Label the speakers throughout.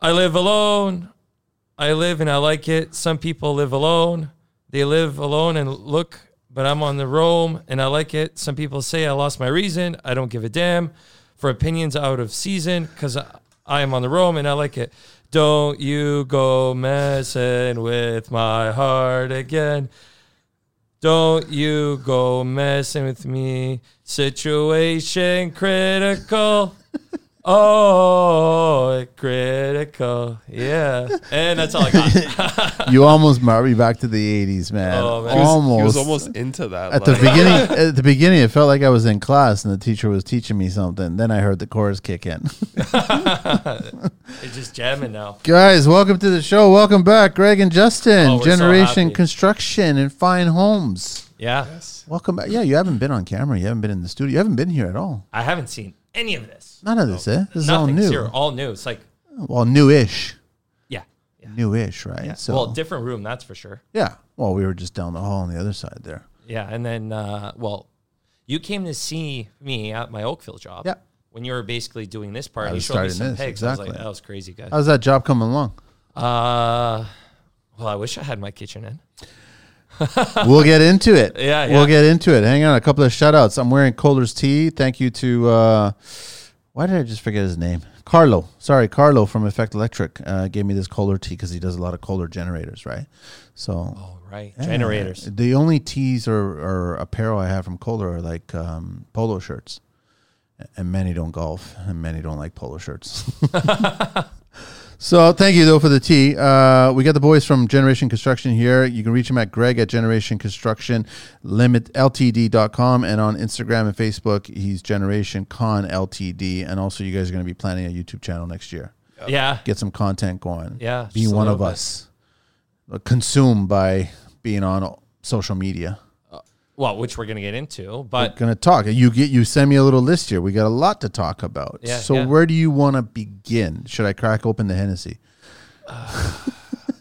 Speaker 1: I live alone. I live and I like it. Some people live alone. They live alone and look, but I'm on the roam and I like it. Some people say I lost my reason. I don't give a damn for opinions out of season because I, I am on the roam and I like it. Don't you go messing with my heart again. Don't you go messing with me. Situation critical. Oh, critical. Yeah. And that's all I got.
Speaker 2: You almost brought me back to the '80s, man.
Speaker 1: Oh, man. He was-
Speaker 2: Almost.
Speaker 3: He was almost into that.
Speaker 2: At the
Speaker 3: like-
Speaker 2: beginning, at the beginning, it felt like I was in class and the teacher was teaching me something. Then I heard the chorus kick in.
Speaker 1: It's just jamming now.
Speaker 2: Guys, welcome to the show. Welcome back, Greg and Justin,
Speaker 1: Oh, we're so
Speaker 2: Generation
Speaker 1: happy.
Speaker 2: Construction and Fine Homes.
Speaker 1: Yeah.
Speaker 2: Welcome back. Yeah, you haven't been on camera. You haven't been in the studio. You haven't been here at all.
Speaker 1: I haven't seen any of this.
Speaker 2: None of this, eh? This is all
Speaker 1: Nothing.
Speaker 2: new.
Speaker 1: Zero. All new. It's like,
Speaker 2: Well, newish,
Speaker 1: yeah. yeah.
Speaker 2: newish, right? So,
Speaker 1: well, different room, that's for sure.
Speaker 2: yeah. Well, we were just down the hall on the other side there.
Speaker 1: Yeah. And then, uh, well, you came to see me at my Oakville job.
Speaker 2: Yeah.
Speaker 1: When you were basically doing this part, you
Speaker 2: was
Speaker 1: showed me
Speaker 2: starting
Speaker 1: some
Speaker 2: this,
Speaker 1: pics. I was
Speaker 2: exactly.
Speaker 1: like, that was crazy, guys.
Speaker 2: How's that job coming along?
Speaker 1: Uh, well, I wish I had my kitchen in.
Speaker 2: we'll get into it.
Speaker 1: Yeah, yeah.
Speaker 2: We'll get into it. Hang on, a couple of shout outs. I'm wearing Kohler's tea. Thank you to, uh, why did I just forget his name? Carlo. Sorry, Carlo from Effect Electric uh, gave me this Kohler tea because he does a lot of Kohler generators, right? So,
Speaker 1: Oh, right.
Speaker 2: yeah.
Speaker 1: Generators.
Speaker 2: The only tees or, or apparel I have from Kohler are like um, polo shirts. And many don't golf, and many don't like polo shirts. So thank you though for the tea. Uh, we got the boys from Generation Construction here. You can reach them at Greg at Generation Construction Limit Ltd.com and on Instagram and Facebook he's Generation Con Ltd. And also you guys are going to be planning a YouTube channel next year.
Speaker 1: Yeah.
Speaker 2: Get some content going.
Speaker 1: Yeah,
Speaker 2: be
Speaker 1: just a
Speaker 2: one
Speaker 1: little
Speaker 2: of
Speaker 1: bit.
Speaker 2: us. Uh, Consumed by being on social media.
Speaker 1: Well, which we're going to get into, but
Speaker 2: Going to talk. You get you send me a little list here. We got a lot to talk about.
Speaker 1: Yeah,
Speaker 2: so
Speaker 1: yeah.
Speaker 2: where do you want to begin? Should I crack open the Hennessy?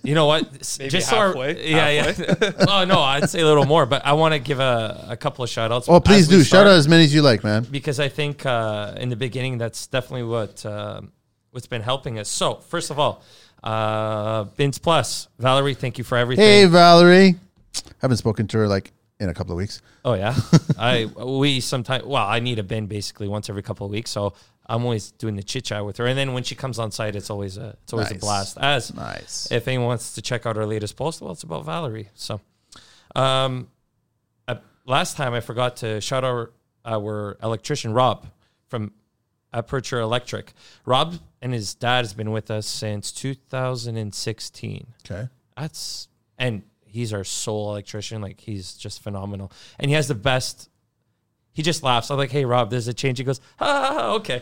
Speaker 1: you know what? S-
Speaker 3: Maybe
Speaker 1: Just so our-
Speaker 3: halfway,
Speaker 1: yeah, yeah. oh no, I'd say a little more, but I want to give a, a couple of shout outs.
Speaker 2: Oh, please do. Shout out as many as you like, man.
Speaker 1: because I think uh, in the beginning that's definitely what um what's been helping us. So first of all, uh, Vince Plus, Valerie, thank you for everything.
Speaker 2: Hey, Valerie. Haven't spoken to her like in a couple of weeks.
Speaker 1: Oh yeah, I we sometimes well I need a bin basically once every couple of weeks, so I'm always doing the chit chat with her, and then when she comes on site, it's always a it's always a
Speaker 2: Nice.
Speaker 1: blast. As
Speaker 2: Nice.
Speaker 1: if anyone wants to check out our latest post, well, it's about Valerie. So, um, uh, last time I forgot to shout out our electrician Rob from Aperture Electric. Rob and his dad has been with us since 2016.
Speaker 2: Okay.
Speaker 1: That's and he's our sole electrician. Like he's just phenomenal, and he has the best. He just laughs. I'm like, "Hey, Rob, there's a change." He goes, "Ah, okay."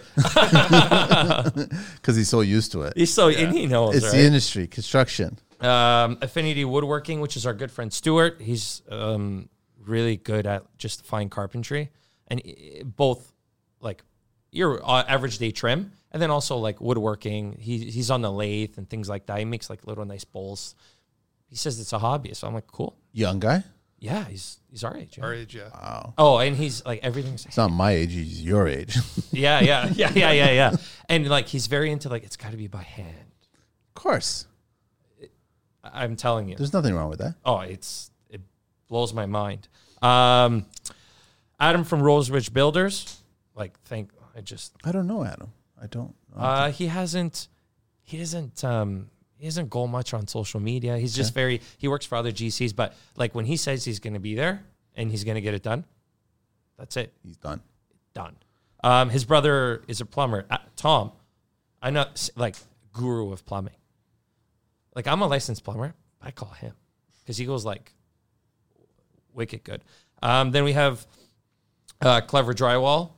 Speaker 2: Because he's so used to it.
Speaker 1: He's so and he knows.
Speaker 2: It's
Speaker 1: right?
Speaker 2: the industry, construction.
Speaker 1: um, Affinity Woodworking, which is our good friend Stuart. He's um, really good at just fine carpentry and i- both like your uh, average day trim and then also like woodworking. He, he's on the lathe and things like that. He makes like little nice bowls. He says it's a hobby. So I'm like, cool.
Speaker 2: Young guy?
Speaker 1: Yeah, he's he's our age. yeah.
Speaker 3: Our age, yeah.
Speaker 1: Oh, and he's like everything's
Speaker 2: It's not my age. He's your age. of
Speaker 1: yeah, yeah, yeah, yeah, yeah, yeah. And like he's very into like it's got to be by hand.
Speaker 2: course.
Speaker 1: I- I'm telling you.
Speaker 2: There's nothing wrong with that.
Speaker 1: oh, it's it blows my mind. Um, Adam from Roseridge Builders, like thank I just
Speaker 2: I don't know, Adam. I don't.
Speaker 1: uh, he hasn't he doesn't um he doesn't go much on social media. He's just very he works for other GCs, but like when he says he's going to be there and he's going to get it done, that's it
Speaker 2: He's done.
Speaker 1: done. Um, his brother is a plumber, uh, Tom. I know, s- like guru of plumbing. Like I'm a licensed plumber. I call him because he goes like wicked good. Um, then we have uh, clever drywall.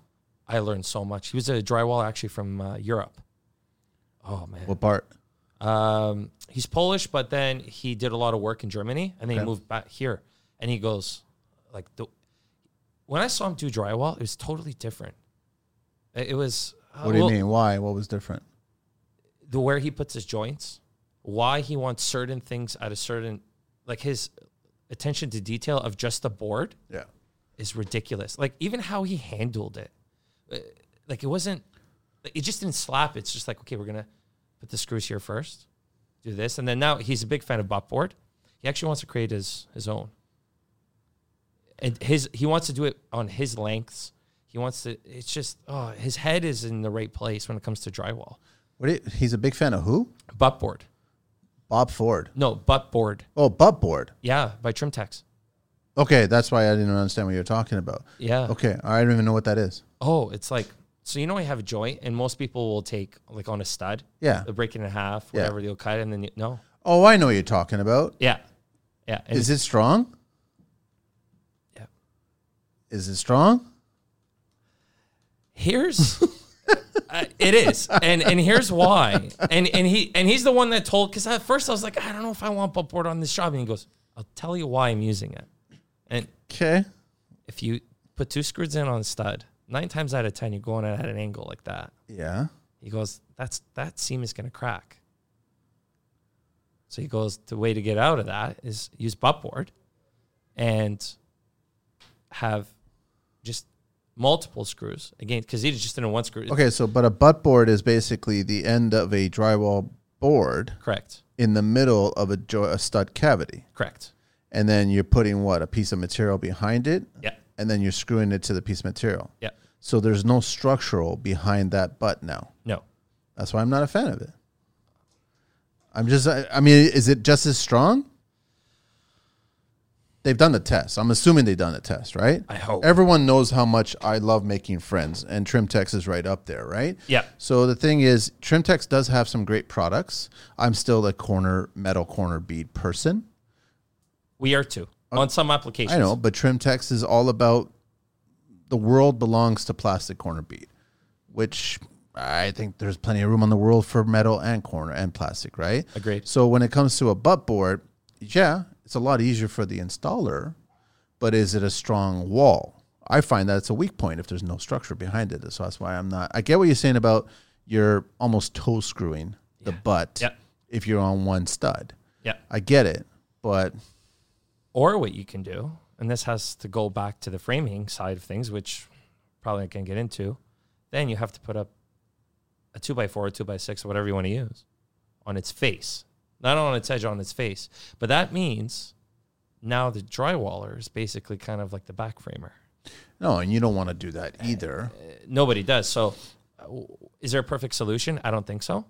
Speaker 1: I learned so much. He was a drywall actually from uh, Europe. Oh man.
Speaker 2: What part?
Speaker 1: Um, he's Polish, but then he did a lot of work in Germany, and then he moved back here. And he goes, like, the, when I saw him do drywall, it was totally different. It it was uh,
Speaker 2: What do you
Speaker 1: well,
Speaker 2: mean? Why? What was different?
Speaker 1: the where he puts his joints, why he wants certain things at a certain, like his attention to detail of just the board
Speaker 2: Yeah.
Speaker 1: is ridiculous. Like even how he handled it, Uh, like it wasn't, like, it just didn't slap. It's just like okay, we're gonna put the screws here first, do this, and then now he's a big fan of Bopboard. He actually wants to create his his own. And his he wants to do it on his lengths. He wants to. It's just oh, his head is in the right place when it comes to drywall.
Speaker 2: What? do you- he's a big fan of who?
Speaker 1: Buttboard.
Speaker 2: Bob Ford.
Speaker 1: No, buttboard.
Speaker 2: Oh, Bob Board.
Speaker 1: Yeah, by Trimtex.
Speaker 2: Okay, that's why I didn't understand what you were talking about.
Speaker 1: Yeah.
Speaker 2: Okay, I don't even know what that is.
Speaker 1: Oh, it's like so you know I have a joint, and most people will take like on a stud.
Speaker 2: Yeah.
Speaker 1: They'll break it in half,
Speaker 2: Yeah.
Speaker 1: whatever they'll cut, and then you, no.
Speaker 2: Oh, I know what you're talking about.
Speaker 1: Yeah. Yeah. And
Speaker 2: Is it strong?
Speaker 1: Yeah.
Speaker 2: Is it strong?
Speaker 1: here's uh, it is, and and here's why, and and he and he's the one that told because at first I was like I don't know if I want buttboard on this job, and he goes I'll tell you why I'm using it, and
Speaker 2: Okay.
Speaker 1: if you put two screws in on a stud, nine times out of ten you're going at an angle like that.
Speaker 2: Yeah.
Speaker 1: He goes, "That's that seam is going to crack." So he goes, "The way to get out of that is use buttboard, and have just multiple screws again because he just didn't want screws."
Speaker 2: Okay, so but a butt board is basically the end of a drywall board
Speaker 1: correct,
Speaker 2: in the middle of a, jo- a stud cavity,
Speaker 1: correct.
Speaker 2: and then you're putting what a piece of material behind it,
Speaker 1: Yeah,
Speaker 2: and then you're screwing it to the piece of material.
Speaker 1: yeah.
Speaker 2: So there's no structural behind that butt now.
Speaker 1: No,
Speaker 2: That's why I'm not a fan of it. I'm just, I, I mean, is it just as strong? They've done the test. I'm assuming they've done the test, right?
Speaker 1: I hope.
Speaker 2: Everyone knows how much I love making friends, and Trimtex is right up there, right?
Speaker 1: Yeah.
Speaker 2: So the thing is, Trimtex does have some great products. I'm still a corner, metal corner bead person.
Speaker 1: we are too on some applications.
Speaker 2: Uh, I know, but Trimtex is all about the world belongs to plastic corner bead, which I think there's plenty of room on the world for metal and corner and plastic, right?
Speaker 1: Agreed.
Speaker 2: So when it comes to a butt board, yeah, it's a lot easier for the installer, but is it a strong wall? I find that it's a weak point if there's no structure behind it. So that's why I'm not. I get what you're saying about you're almost toe screwing the butt
Speaker 1: Yeah.
Speaker 2: if you're on one stud.
Speaker 1: Yeah.
Speaker 2: I get it, but
Speaker 1: Or what you can do, and this has to go back to the framing side of things, which probably I can get into. Then you have to put up a two by four, a two by six, or whatever you want to use on its face, not on its edge, on its face. But that means now the drywaller is basically kind of like the back framer.
Speaker 2: no, and you don't want to do that either.
Speaker 1: Uh, Nobody does. So, uh, w- is there a perfect solution? I don't think so.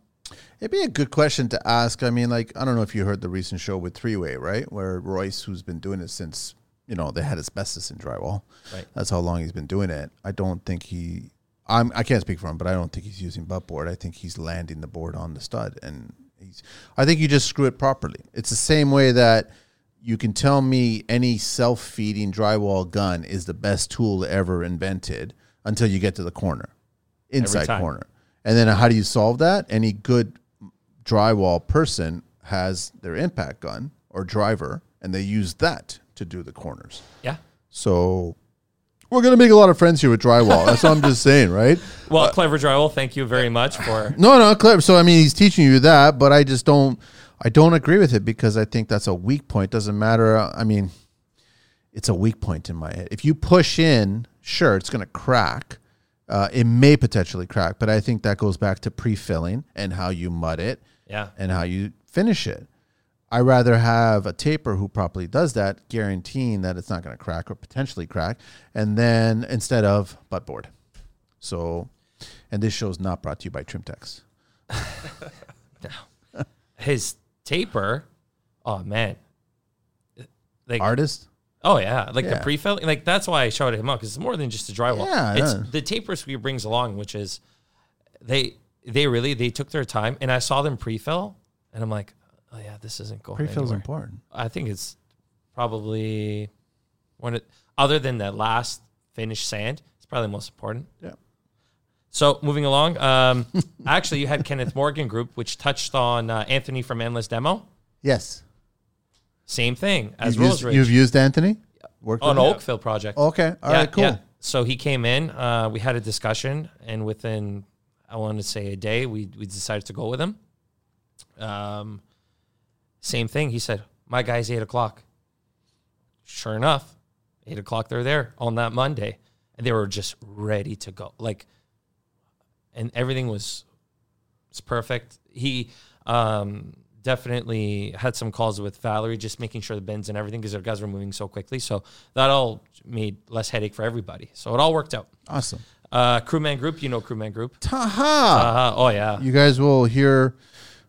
Speaker 2: It'd be a good question to ask. I mean, like, I don't know if you heard the recent show with Three Way, right? Where Royce, who's been doing it since, you know, they had asbestos in drywall.
Speaker 1: Right.
Speaker 2: That's how long he's been doing it. I don't think he, I'm, I can't speak for him, but I don't think he's using butt board. I think he's landing the board on the stud. And he's, I think you just screw it properly. It's the same way that you can tell me any self feeding drywall gun is the best tool ever invented until you get to the corner, inside
Speaker 1: time.
Speaker 2: corner. And then how do you solve that? Any good drywall person has their impact gun or driver, and they use that to do the corners.
Speaker 1: Yeah.
Speaker 2: So we're gonna make a lot of friends here with drywall. That's what I'm just saying, right?
Speaker 1: Well, clever drywall. Thank you very much for.
Speaker 2: No, no, clear. So I mean, he's teaching you that, but I just don't, I don't agree with it because I think that's a weak point. Doesn't matter. I mean, it's a weak point in my head. If you push in, sure, it's gonna crack. Uh, it may potentially crack, but I think that goes back to pre-filling and how you mud it
Speaker 1: Yeah.
Speaker 2: and how you finish it. I rather have a taper who properly does that, guaranteeing that it's not going to crack or potentially crack, and then instead of butt board. So, and this show is not brought to you by Trimtex.
Speaker 1: His taper. Oh, man. Like,
Speaker 2: Artist?
Speaker 1: Oh yeah, like the
Speaker 2: Yeah.
Speaker 1: pre-fill, like that's why I shouted him out because it's more than just a drywall.
Speaker 2: Yeah, I know.
Speaker 1: it's the taper he brings along, which is they they really they took their time, and I saw them pre-fill, and I'm like, oh yeah, this isn't going
Speaker 2: Pre-fill's
Speaker 1: anywhere.
Speaker 2: important.
Speaker 1: I think it's probably one of, other than that last finished sand, it's probably the most important.
Speaker 2: Yeah.
Speaker 1: So moving along, um, actually you had Kenneth Morgan Group, which touched on uh, Anthony from Endless Demo.
Speaker 2: Yes.
Speaker 1: Same thing as Oh,
Speaker 2: You've
Speaker 1: Rose
Speaker 2: used, you've used Anthony? Worked
Speaker 1: on
Speaker 2: with him?
Speaker 1: Oakville project.
Speaker 2: Okay. All right. cool.
Speaker 1: So he came in. Uh, we had a discussion, and within I want to say a day, we we decided to go with him. Um, same thing. He said, "My guy's eight o'clock." Sure enough, eight o'clock they're there on that Monday, and they were just ready to go. Like, and everything was it's perfect. he um, definitely had some calls with Valerie, just making sure the bins and everything, because their guys were moving so quickly. So that all made less headache for everybody. So it all worked out.
Speaker 2: Awesome.
Speaker 1: Uh, Crewman Group, you know Crewman Group.
Speaker 2: Taha.
Speaker 1: Uh, oh yeah,
Speaker 2: You guys will hear,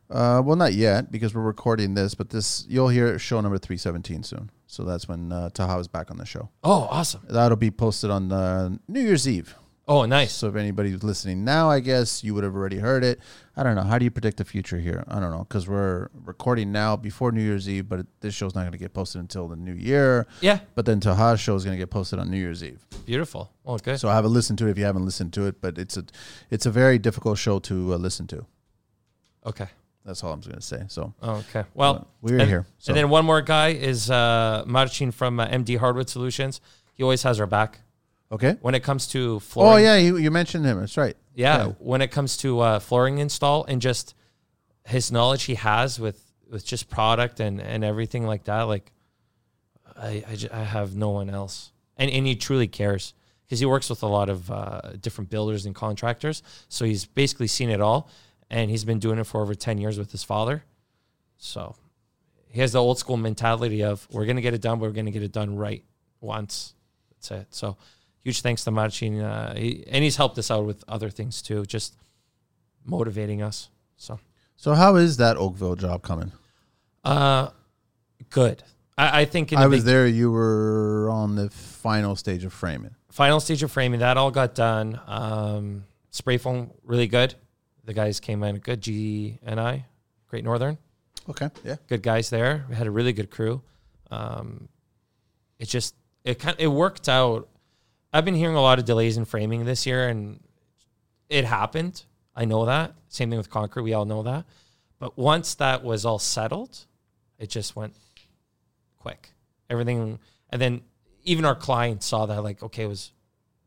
Speaker 2: uh, well, not yet because we're recording this, but this you'll hear show number three seventeen soon. So that's when uh, Taha is back on the show.
Speaker 1: Oh, awesome.
Speaker 2: That'll be posted on uh, New Year's Eve.
Speaker 1: Oh, nice.
Speaker 2: So if anybody who's listening now, I guess you would have already heard it. I don't know. How do you predict the future here? I don't know because we're recording now before New Year's Eve, but it, this show's not going to get posted until the new year.
Speaker 1: Yeah,
Speaker 2: But then Taha's show is going to get posted on New Year's Eve.
Speaker 1: beautiful. Oh, Okay.
Speaker 2: So I haven't listened to it if you haven't listened to it, but it's a it's a very difficult show to uh, listen to.
Speaker 1: Okay. Oh,
Speaker 2: That's all I'm going to say. So
Speaker 1: Okay. Well,
Speaker 2: Uh, we're
Speaker 1: and,
Speaker 2: here. So
Speaker 1: And then one more guy is uh, Marcin from uh, MD Hardwood Solutions. He always has our back
Speaker 2: okay.
Speaker 1: when it comes to flooring.
Speaker 2: Oh yeah, you, you mentioned him. That's right.
Speaker 1: yeah,
Speaker 2: Yeah.
Speaker 1: when it comes to uh, flooring install and just his knowledge he has with with just product and and everything like that like i i, ju- I have no one else and and he truly cares because he works with a lot of uh, different builders and contractors so he's basically seen it all and he's been doing it for over 10 years with his father so he has the old school mentality of we're going to get it done but we're going to get it done right once that's it so huge thanks to Marcin. Uh, he, and he's helped us out with other things too, just motivating us. So
Speaker 2: So how is that Oakville job coming?
Speaker 1: uh, good. I, I think in the
Speaker 2: I was
Speaker 1: big-
Speaker 2: there. You were on the final stage of framing.
Speaker 1: final stage of framing, that all got done. Um, spray foam, really good. The guys came in good. G and I, Great Northern,
Speaker 2: Okay. Yeah.
Speaker 1: good guys there. We had a really good crew. Um, it just it kind it worked out. I've been hearing a lot of delays in framing this year, and it happened. I know that. Same thing with concrete. We all know that. But once that was all settled, it just went quick. Everything, and then even our client saw that, like, okay, it was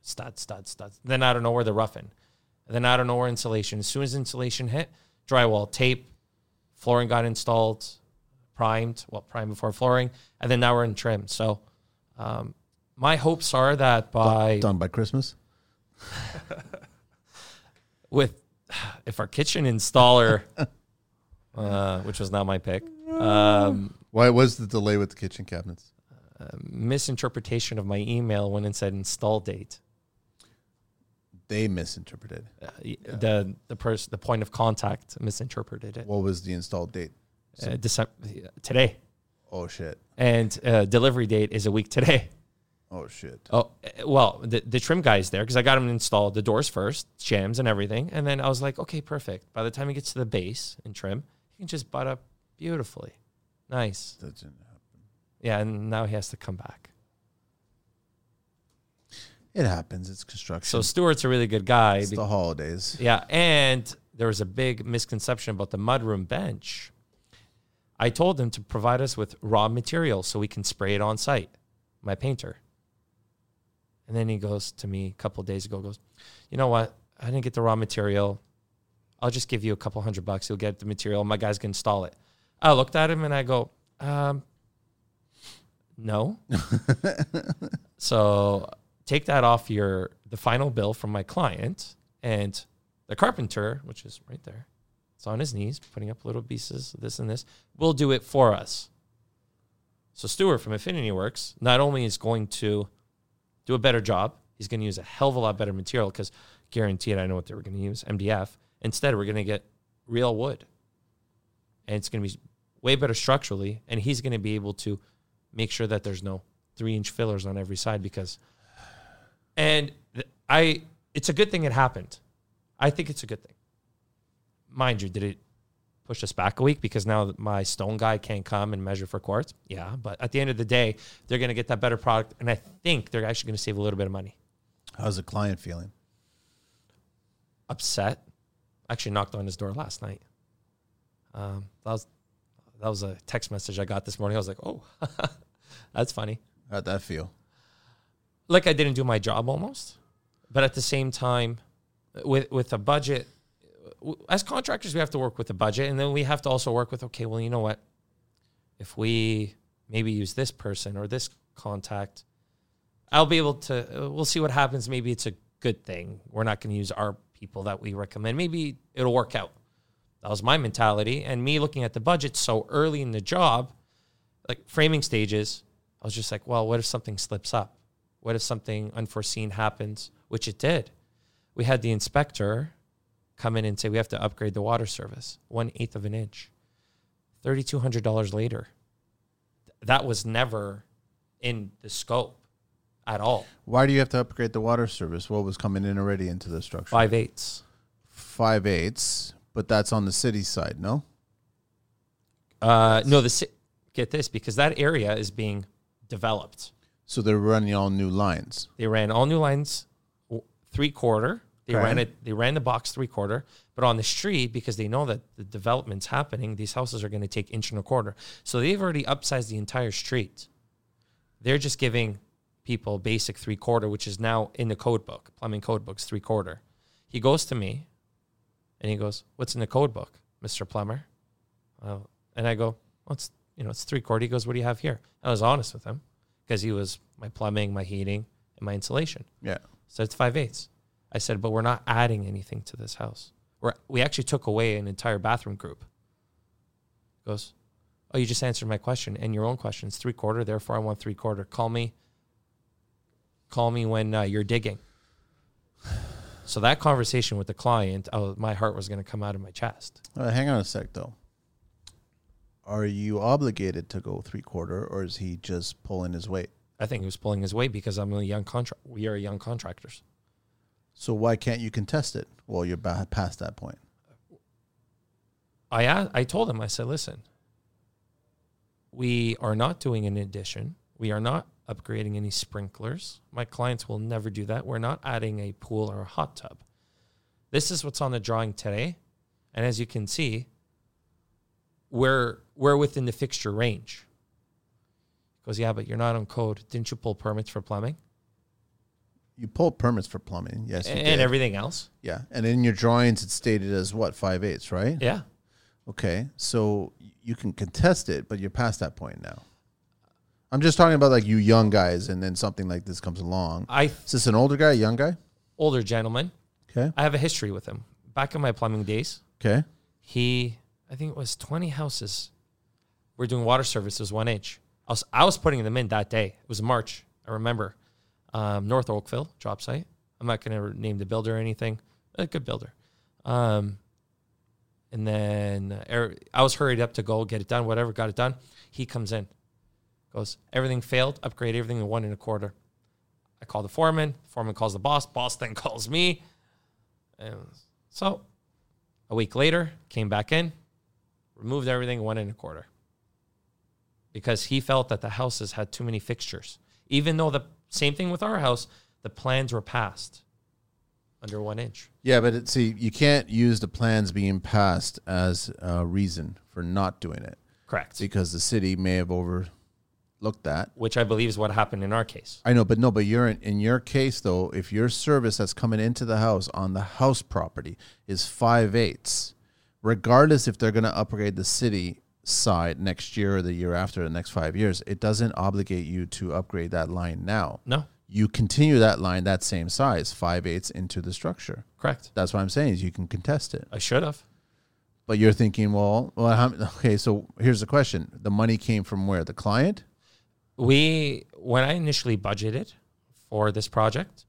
Speaker 1: stud, stud, stud. Then out of nowhere, the roughing. And then out of nowhere, insulation. As soon as insulation hit, drywall, tape, flooring got installed, primed, well, primed before flooring, and then now we're in trim. So, um, my hopes are that by
Speaker 2: Done by Christmas.
Speaker 1: with if our kitchen installer, uh, which was not my pick, um,
Speaker 2: Why was the delay with the kitchen cabinets?
Speaker 1: misinterpretation of my email when it said install date.
Speaker 2: They misinterpreted.
Speaker 1: Uh, y- The the person the point of contact misinterpreted it.
Speaker 2: What was the install date?
Speaker 1: Uh, December, today
Speaker 2: Oh shit.
Speaker 1: and uh, delivery date is a week today.
Speaker 2: Oh shit.
Speaker 1: Oh eh, well, the, the trim guy's there because I got him installed the doors first, jams and everything, and then I was like, okay, perfect. By the time he gets to the base and trim, he can just butt up beautifully, nice.
Speaker 2: That didn't happen.
Speaker 1: Yeah, and now he has to come back.
Speaker 2: It happens. It's
Speaker 1: So
Speaker 2: construction.
Speaker 1: Stuart's a really good guy.
Speaker 2: it's
Speaker 1: be-
Speaker 2: the holidays.
Speaker 1: yeah, and there was a big misconception about the mudroom bench. I told him to provide us with raw material so we can spray it on site. My painter. And then he goes to me a couple days ago. Goes, you know what? I didn't get the raw material. I'll just give you a couple hundred bucks. You'll get the material. My guys can install it. I looked at him and I go, um, no. so take that off your the final bill from my client and the carpenter, which is right there. It's on his knees, putting up little pieces, of this and this. Will do it for us. So Stuart from Affinity Works not only is going to do a better job, he's going to use a hell of a lot better material because guaranteed I know what they were going to use MDF. Instead, we're going to get real wood, and it's going to be way better structurally. And he's going to be able to make sure that there's no three inch fillers on every side because, and th- I, it's a good thing it happened. I think it's a good thing. Mind you, did it push us back a week because now that my stone guy can't come and measure for quartz? Yeah, but at the end of the day, they're going to get that better product, and I think they're actually going to save a little bit of money.
Speaker 2: How's the client feeling?
Speaker 1: Upset, actually knocked on his door last night. Um, that was that was a text message I got this morning. I was like, oh, that's funny.
Speaker 2: How'd that feel?
Speaker 1: like I didn't do my job almost, but at the same time, with with a budget, w- as contractors we have to work with a budget, and then we have to also work with okay, well you know what, if we maybe use this person or this contact, I'll be able to. uh, We'll see what happens. Maybe it's a good thing. We're not going to use our people that we recommend. Maybe it'll work out. That was my mentality. And me looking at the budget so early in the job, like framing stages, I was just like, well, what if something slips up? What if something unforeseen happens? Which it did. We had the inspector come in and say, we have to upgrade the water service one eighth of an inch. $3,200 later. Th- That was never in the scope at all.
Speaker 2: Why do you have to upgrade the water service? What was coming in already into the structure?
Speaker 1: Five eighths.
Speaker 2: Five eighths, but that's on the city side, no?
Speaker 1: Uh, no, the ci- get this because that area is being developed.
Speaker 2: So they're running all new lines.
Speaker 1: They ran all new lines w- three quarter. They
Speaker 2: Okay.
Speaker 1: ran it. They ran the box three quarter, but on the street because they know that the development's happening. These houses are going to take inch and a quarter, so they've already upsized the entire street. They're just giving people basic three quarter, which is now in the code book, plumbing code books three quarter. He goes to me, and he goes, "What's in the code book, Mister Plumber?" Uh, and I go, well, it's, you know, it's three quarter. He goes, what do you have here? I was honest with him because he was my plumbing, my heating, and my insulation.
Speaker 2: Yeah.
Speaker 1: So it's five eighths. I said, but we're not adding anything to this house. We're, we actually took away an entire bathroom group. He goes, oh, you just answered my question and your own question. It's three quarter. Therefore, I want three quarter. Call me. Call me when uh, you're digging. So that conversation with the client, oh, my heart was going to come out of my chest.
Speaker 2: Uh, hang on a sec, though. Are you obligated to go three quarter, or is he just pulling his weight?
Speaker 1: I think he was pulling his weight because I'm a young contract. We are young contractors.
Speaker 2: So why can't you contest it? Well, you're ba- past that point.
Speaker 1: I a- I told him. I said, listen, we are not doing an addition. We are not upgrading any sprinklers. My clients will never do that. We're not adding a pool or a hot tub. This is what's on the drawing today, and as you can see, we're we're within the fixture range. He goes, yeah, but you're not on code. Didn't you pull permits for plumbing
Speaker 2: You pulled permits for plumbing, yes, you
Speaker 1: and,
Speaker 2: did.
Speaker 1: everything else?
Speaker 2: yeah, and in your drawings it's stated as what five eighths, right?
Speaker 1: Yeah.
Speaker 2: Okay, so y- you can contest it, but you're past that point now. I'm just talking about like you young guys, and then something like this comes along.
Speaker 1: I
Speaker 2: Is this an older guy, young guy?
Speaker 1: older gentleman.
Speaker 2: Okay,
Speaker 1: I have a history with him. Back in my plumbing days,
Speaker 2: okay,
Speaker 1: he, I think it was 20 houses. We're doing water services, one inch. I was, I was putting them in that day. It was March. I remember um, North Oakville job site. I'm not going to name the builder or anything. A good builder. Um, and then uh, er- I was hurried up to go get it done, whatever, got it done. He comes in, goes, everything failed, upgrade everything to one and a quarter. I call the foreman, foreman calls the boss, boss then calls me. And so a week later, came back in, removed everything, one and a quarter. Because he felt that the houses had too many fixtures. Even though the same thing with our house, the plans were passed under one inch.
Speaker 2: yeah, but it, see, you can't use the plans being passed as a reason for not doing it
Speaker 1: Correct.
Speaker 2: because the city may have overlooked that.
Speaker 1: Which I believe is what happened in our case.
Speaker 2: I know, but no, but you're in, in your case though. If your service that's coming into the house on the house property is five eighths, regardless if they're going to upgrade the city side next year or the year after, the next five years, it doesn't obligate you to upgrade that line now.
Speaker 1: No,
Speaker 2: You continue that line that same size, five eighths into the structure.
Speaker 1: correct.
Speaker 2: That's what I'm saying is you can contest it.
Speaker 1: I should have.
Speaker 2: But you're thinking, well, well, how, okay. So here's the question: the money came from where? The client?
Speaker 1: We when I initially budgeted for this project,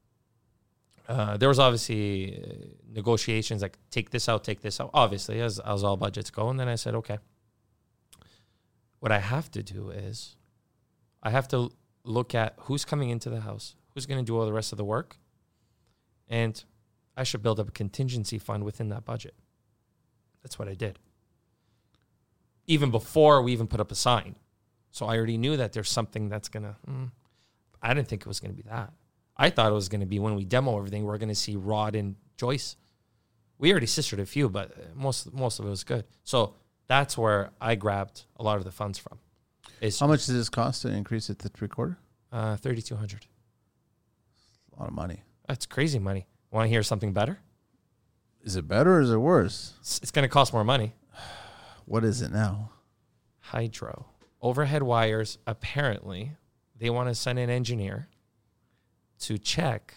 Speaker 1: uh, there was obviously uh, negotiations like take this out, take this out. Obviously, as as all budgets go, and then I said, okay, what I have to do is, I have to look at who's coming into the house, who's going to do all the rest of the work, and I should build up a contingency fund within that budget. That's what I did. Even before we even put up a sign. So I already knew that there's something that's gonna. Mm, I didn't think it was gonna be that. I thought it was gonna be when we demo everything, we're gonna see Rod and Joyce. We already sistered a few, but uh, most most of it was good. So that's where I grabbed a lot of the funds from. Is
Speaker 2: How much does this cost to increase it to three quarter?
Speaker 1: uh, thirty two hundred.
Speaker 2: A lot of money.
Speaker 1: That's crazy money. Want to hear something better?
Speaker 2: Is it better or is it worse?
Speaker 1: It's, it's gonna cost more money.
Speaker 2: What is it now?
Speaker 1: hydro overhead wires apparently they want to send an engineer to check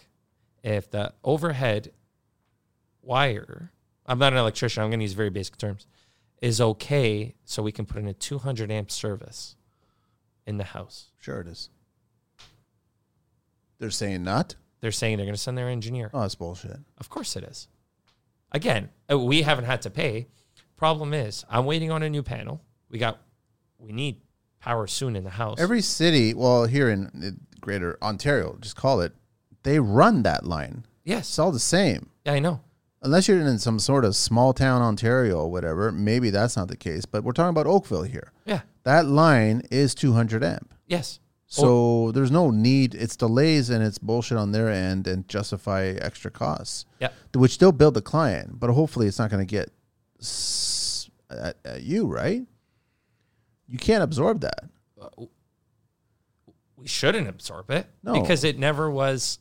Speaker 1: if the overhead wire I'm not an electrician. I'm going to use very basic terms. Is okay, so we can put in a 200 amp service in the house.
Speaker 2: Sure it is. They're saying not?
Speaker 1: They're saying they're going to send their engineer.
Speaker 2: Oh, that's bullshit.
Speaker 1: Of course it is. Again, uh, we haven't had to pay. Problem is, I'm waiting on a new panel. We got, we need power soon in the house.
Speaker 2: Every city, well, here in uh, greater Ontario, just call it, they run that line. It's
Speaker 1: yes,
Speaker 2: all the same.
Speaker 1: I know.
Speaker 2: Unless you're in some sort of small town, Ontario or whatever, maybe that's not the case. But we're talking about Oakville here.
Speaker 1: Yeah,
Speaker 2: That line is 200 amp.
Speaker 1: yes.
Speaker 2: So there's no need. It's delays and it's bullshit on their end and justify extra costs,
Speaker 1: Yeah,
Speaker 2: which they'll bill the client. But hopefully it's not going to get s- at, at you, right? You can't absorb that.
Speaker 1: we shouldn't absorb it
Speaker 2: No.
Speaker 1: because it never was.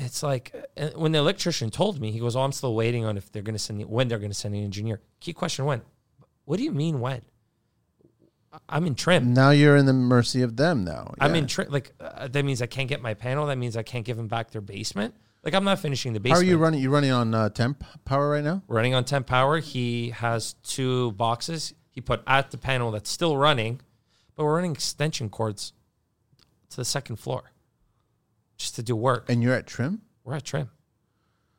Speaker 1: It's like uh, when the electrician told me, he goes, "Oh, I'm still waiting on if they're going to send the, when they're going to send an engineer." Key question: When? What do you mean when? I- I'm in trim.
Speaker 2: Now you're in the mercy of them. Now
Speaker 1: I'm
Speaker 2: Yeah.
Speaker 1: in tra- like uh, that means I can't get my panel. That means I can't give them back their basement. Like I'm not finishing the
Speaker 2: How are
Speaker 1: basement.
Speaker 2: you running? You running on uh, temp power right now?
Speaker 1: Running on temp power. He has two boxes. He put at the panel that's still running, but we're running extension cords to the second floor just to do work.
Speaker 2: And you're at trim.
Speaker 1: We're at trim.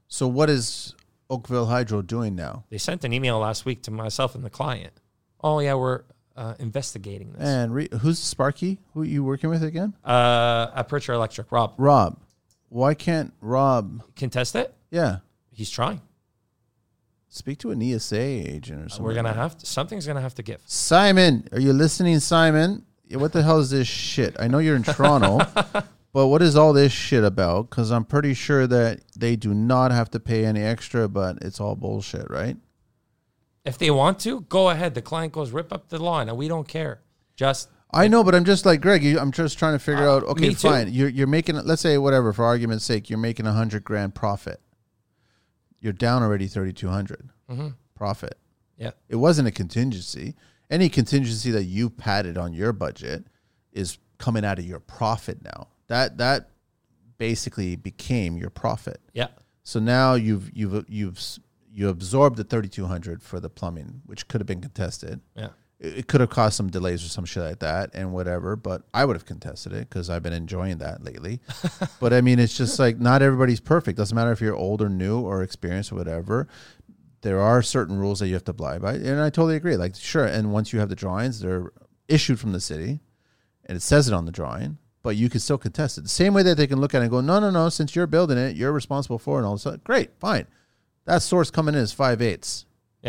Speaker 2: So what is Oakville Hydro doing now?
Speaker 1: They sent an email last week to myself and the client. Oh yeah, we're uh, investigating this.
Speaker 2: And re- who's Sparky? Who are you working with again?
Speaker 1: Uh, at Pritchard Electric, Rob
Speaker 2: Rob. Why can't Rob?
Speaker 1: contest it.
Speaker 2: Yeah,
Speaker 1: He's trying.
Speaker 2: speak to an ESA agent or something.
Speaker 1: Uh, We're gonna have to. Something's gonna have to give.
Speaker 2: Simon, are you listening, Simon? Yeah, What the hell is this shit? I know you're in Toronto, but what is all this shit about? Because I'm pretty sure that they do not have to pay any extra, but it's all bullshit, right?
Speaker 1: If they want to, go ahead. The client goes rip up the lawn, and we don't care. Just
Speaker 2: I know, but I'm just like Greg. You, I'm just trying to figure out. Okay,
Speaker 1: Uh, me too.
Speaker 2: fine. You're you're making. Let's say whatever for argument's sake, you're making a hundred grand profit. You're down already thirty two hundred
Speaker 1: Mm-hmm.
Speaker 2: profit.
Speaker 1: yeah,
Speaker 2: It wasn't a contingency. Any contingency that you padded on your budget is coming out of your profit now. That that basically became your profit.
Speaker 1: yeah,
Speaker 2: So now you've you've you've s- you absorbed the thirty two hundred for the plumbing, which could have been contested
Speaker 1: yeah.
Speaker 2: it it could have caused some delays or some shit like that and whatever but i would have contested it because i've been enjoying that lately but i mean it's just like not everybody's perfect doesn't matter if you're old or new or experienced or whatever there are certain rules that you have to abide by and i totally agree like sure and once you have the drawings they're issued from the city and it says it on the drawing but you can still contest it the same way that they can look at it and go no no no since you're building it you're responsible for it and all of a sudden great fine that source coming in is five eighths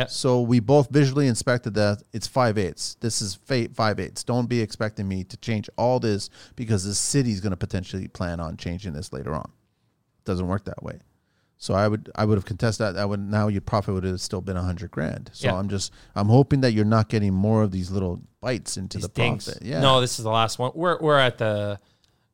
Speaker 2: so we both visually inspected that it's five eighths. This is fate five eighths. Don't be expecting me to change all this because the city's going to potentially plan on changing this later on. Doesn't work that way. So I would I would have contested that. That would now your profit would have still been a hundred grand. So
Speaker 1: Yeah.
Speaker 2: I'm just I'm hoping that you're not getting more of these little bites into
Speaker 1: These
Speaker 2: the
Speaker 1: things.
Speaker 2: profit. Yeah.
Speaker 1: No, this is the last one. We're we're at the.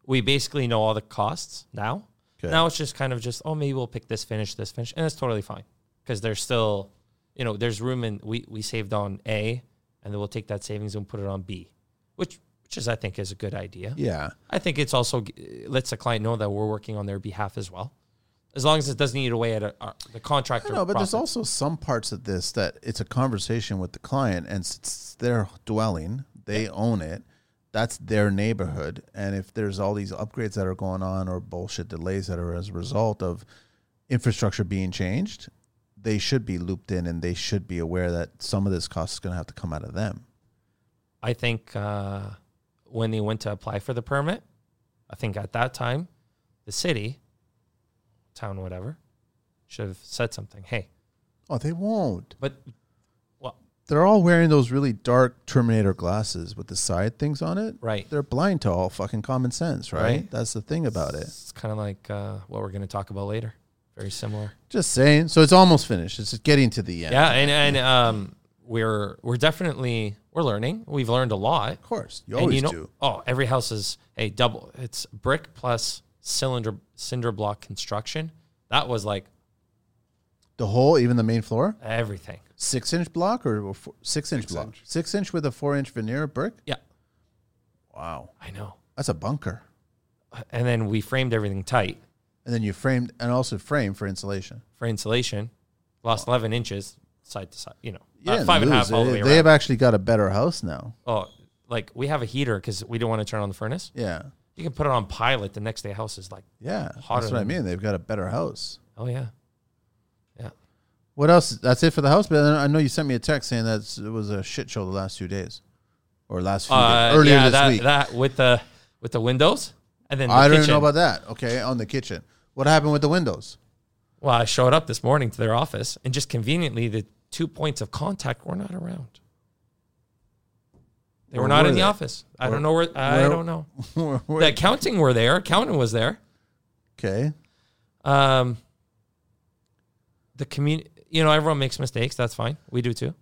Speaker 1: We basically know all the costs now.
Speaker 2: 'Kay.
Speaker 1: Now it's just kind of just oh maybe we'll pick this finish, this finish, and it's totally fine because there's still, you know, there's room and we we saved on A, and then we'll take that savings and put it on B, which which is I think is a good idea.
Speaker 2: Yeah.
Speaker 1: I think it's also uh, lets the client know that we're working on their behalf as well, as long as it doesn't eat away at a, our, the contractor.
Speaker 2: No, but
Speaker 1: profits.
Speaker 2: there's also some parts of this that it's a conversation with the client, and it's their dwelling. They own it. That's their neighborhood. And if there's all these upgrades that are going on or bullshit delays that are as a result of infrastructure being changed, they should be looped in and they should be aware that some of this cost is going to have to come out of them.
Speaker 1: I think uh, when they went to apply for the permit, I think at that time, the city, town, whatever, should have said something. Hey,
Speaker 2: Oh, they won't.
Speaker 1: but well,
Speaker 2: They're all wearing those really dark Terminator glasses with the side things on it.
Speaker 1: right.
Speaker 2: They're blind to all fucking common sense, right?
Speaker 1: Right.
Speaker 2: That's the thing about it.
Speaker 1: It's kind of like uh, what we're going to talk about later. Very similar.
Speaker 2: Just saying. So it's almost finished. It's just getting to the end.
Speaker 1: Yeah, and and um, we're we're definitely we're learning. We've learned a lot.
Speaker 2: Of course. You
Speaker 1: And
Speaker 2: always
Speaker 1: you know,
Speaker 2: do.
Speaker 1: Oh, every house is a double. It's brick plus cylinder cinder block construction. That was like
Speaker 2: The whole, even the main floor,
Speaker 1: everything.
Speaker 2: six inch block or, or four, six inch block?
Speaker 3: inch.
Speaker 2: Six inch with a four inch veneer brick?
Speaker 1: Yeah,
Speaker 2: Wow.
Speaker 1: I know. Uh,
Speaker 2: That's a bunker.
Speaker 1: and then we framed everything tight
Speaker 2: And then you framed, and also frame for insulation.
Speaker 1: for insulation. Lost 11 inches side to side, you know,
Speaker 2: You
Speaker 1: uh,
Speaker 2: didn't
Speaker 1: five and a half
Speaker 2: lose.
Speaker 1: all the
Speaker 2: They,
Speaker 1: way
Speaker 2: they
Speaker 1: around.
Speaker 2: have actually got a better house now.
Speaker 1: oh, like we have a heater because we don't want to turn on the furnace.
Speaker 2: Yeah.
Speaker 1: You can put it on pilot the next day. House is like,
Speaker 2: Yeah.
Speaker 1: Hotter
Speaker 2: that's what I
Speaker 1: than-
Speaker 2: mean. They've got a better house.
Speaker 1: oh yeah, yeah.
Speaker 2: What else? That's it for the house. But I know you sent me a text saying that it was a shit show the last two days, or last few
Speaker 1: Uh,
Speaker 2: days, earlier
Speaker 1: yeah,
Speaker 2: this
Speaker 1: that,
Speaker 2: week.
Speaker 1: that with the with the windows and then the
Speaker 2: I
Speaker 1: kitchen.
Speaker 2: don't know about that. Okay, on the kitchen. What happened with the windows?
Speaker 1: Well, I showed up this morning to their office, and just conveniently, the two points of contact were not around. They
Speaker 2: Where
Speaker 1: were not
Speaker 2: were
Speaker 1: in
Speaker 2: they?
Speaker 1: the office. I
Speaker 2: Where-
Speaker 1: don't know where. I
Speaker 2: where-
Speaker 1: don't know.
Speaker 2: Where- where-
Speaker 1: The accounting were there. Accounting was there.
Speaker 2: okay.
Speaker 1: Um, the commun. You know, everyone makes mistakes. That's fine. We do too.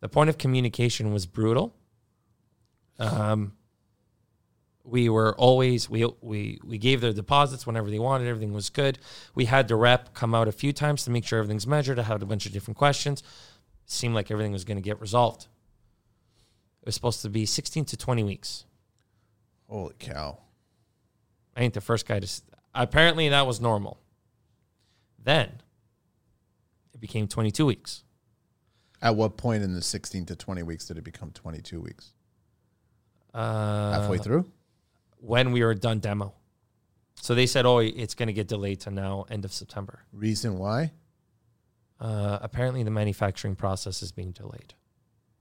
Speaker 1: The point of communication was brutal. Um, we were always we we we gave their deposits whenever they wanted. Everything was good. We had the rep come out a few times to make sure everything's measured. I had a bunch of different questions. Seemed like everything was going to get resolved. It was supposed to be 16 to 20 weeks.
Speaker 2: Holy cow.
Speaker 1: I ain't the first guy to. s- Apparently, that was normal. Then it became 22 weeks.
Speaker 2: At what point in the 16 to 20 weeks did it become 22 weeks?
Speaker 1: Uh,
Speaker 2: Halfway through?
Speaker 1: When we were done demo. So they said, oh, it's going to get delayed to now, end of September.
Speaker 2: Reason why?
Speaker 1: Uh, apparently, the manufacturing process is being delayed.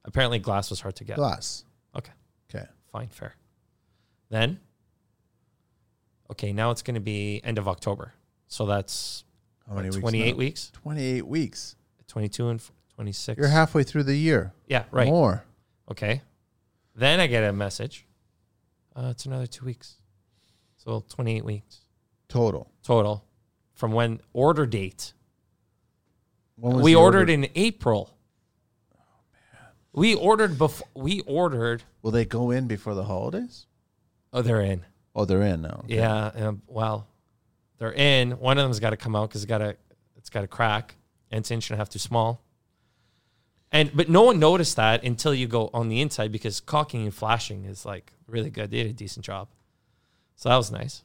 Speaker 1: Apparently, glass was hard to get.
Speaker 2: Glass.
Speaker 1: Okay.
Speaker 2: Okay.
Speaker 1: Fine, fair. Then, okay, now it's going to be end of October. So that's
Speaker 2: How many weeks?
Speaker 1: 28
Speaker 2: now?
Speaker 1: weeks,
Speaker 2: 28 weeks.
Speaker 1: 22 and f- 26.
Speaker 2: You're halfway through the year.
Speaker 1: yeah, right.
Speaker 2: More.
Speaker 1: Okay. Then I get a message. Uh, it's another two weeks. So 28 weeks
Speaker 2: Total.
Speaker 1: total from when order date.
Speaker 2: When was
Speaker 1: We
Speaker 2: the
Speaker 1: ordered
Speaker 2: order- Oh,
Speaker 1: in April. We ordered before we ordered.
Speaker 2: Will they go in before the holidays?
Speaker 1: Oh, they're in.
Speaker 2: Oh, they're in now. Okay.
Speaker 1: Yeah. Um, well, they're in. One of them's got to come out because it's got to it's got to crack and it's inch and a half too small. And but no one noticed that until you go on the inside because caulking and flashing is like really good. They did a decent job, so that was nice.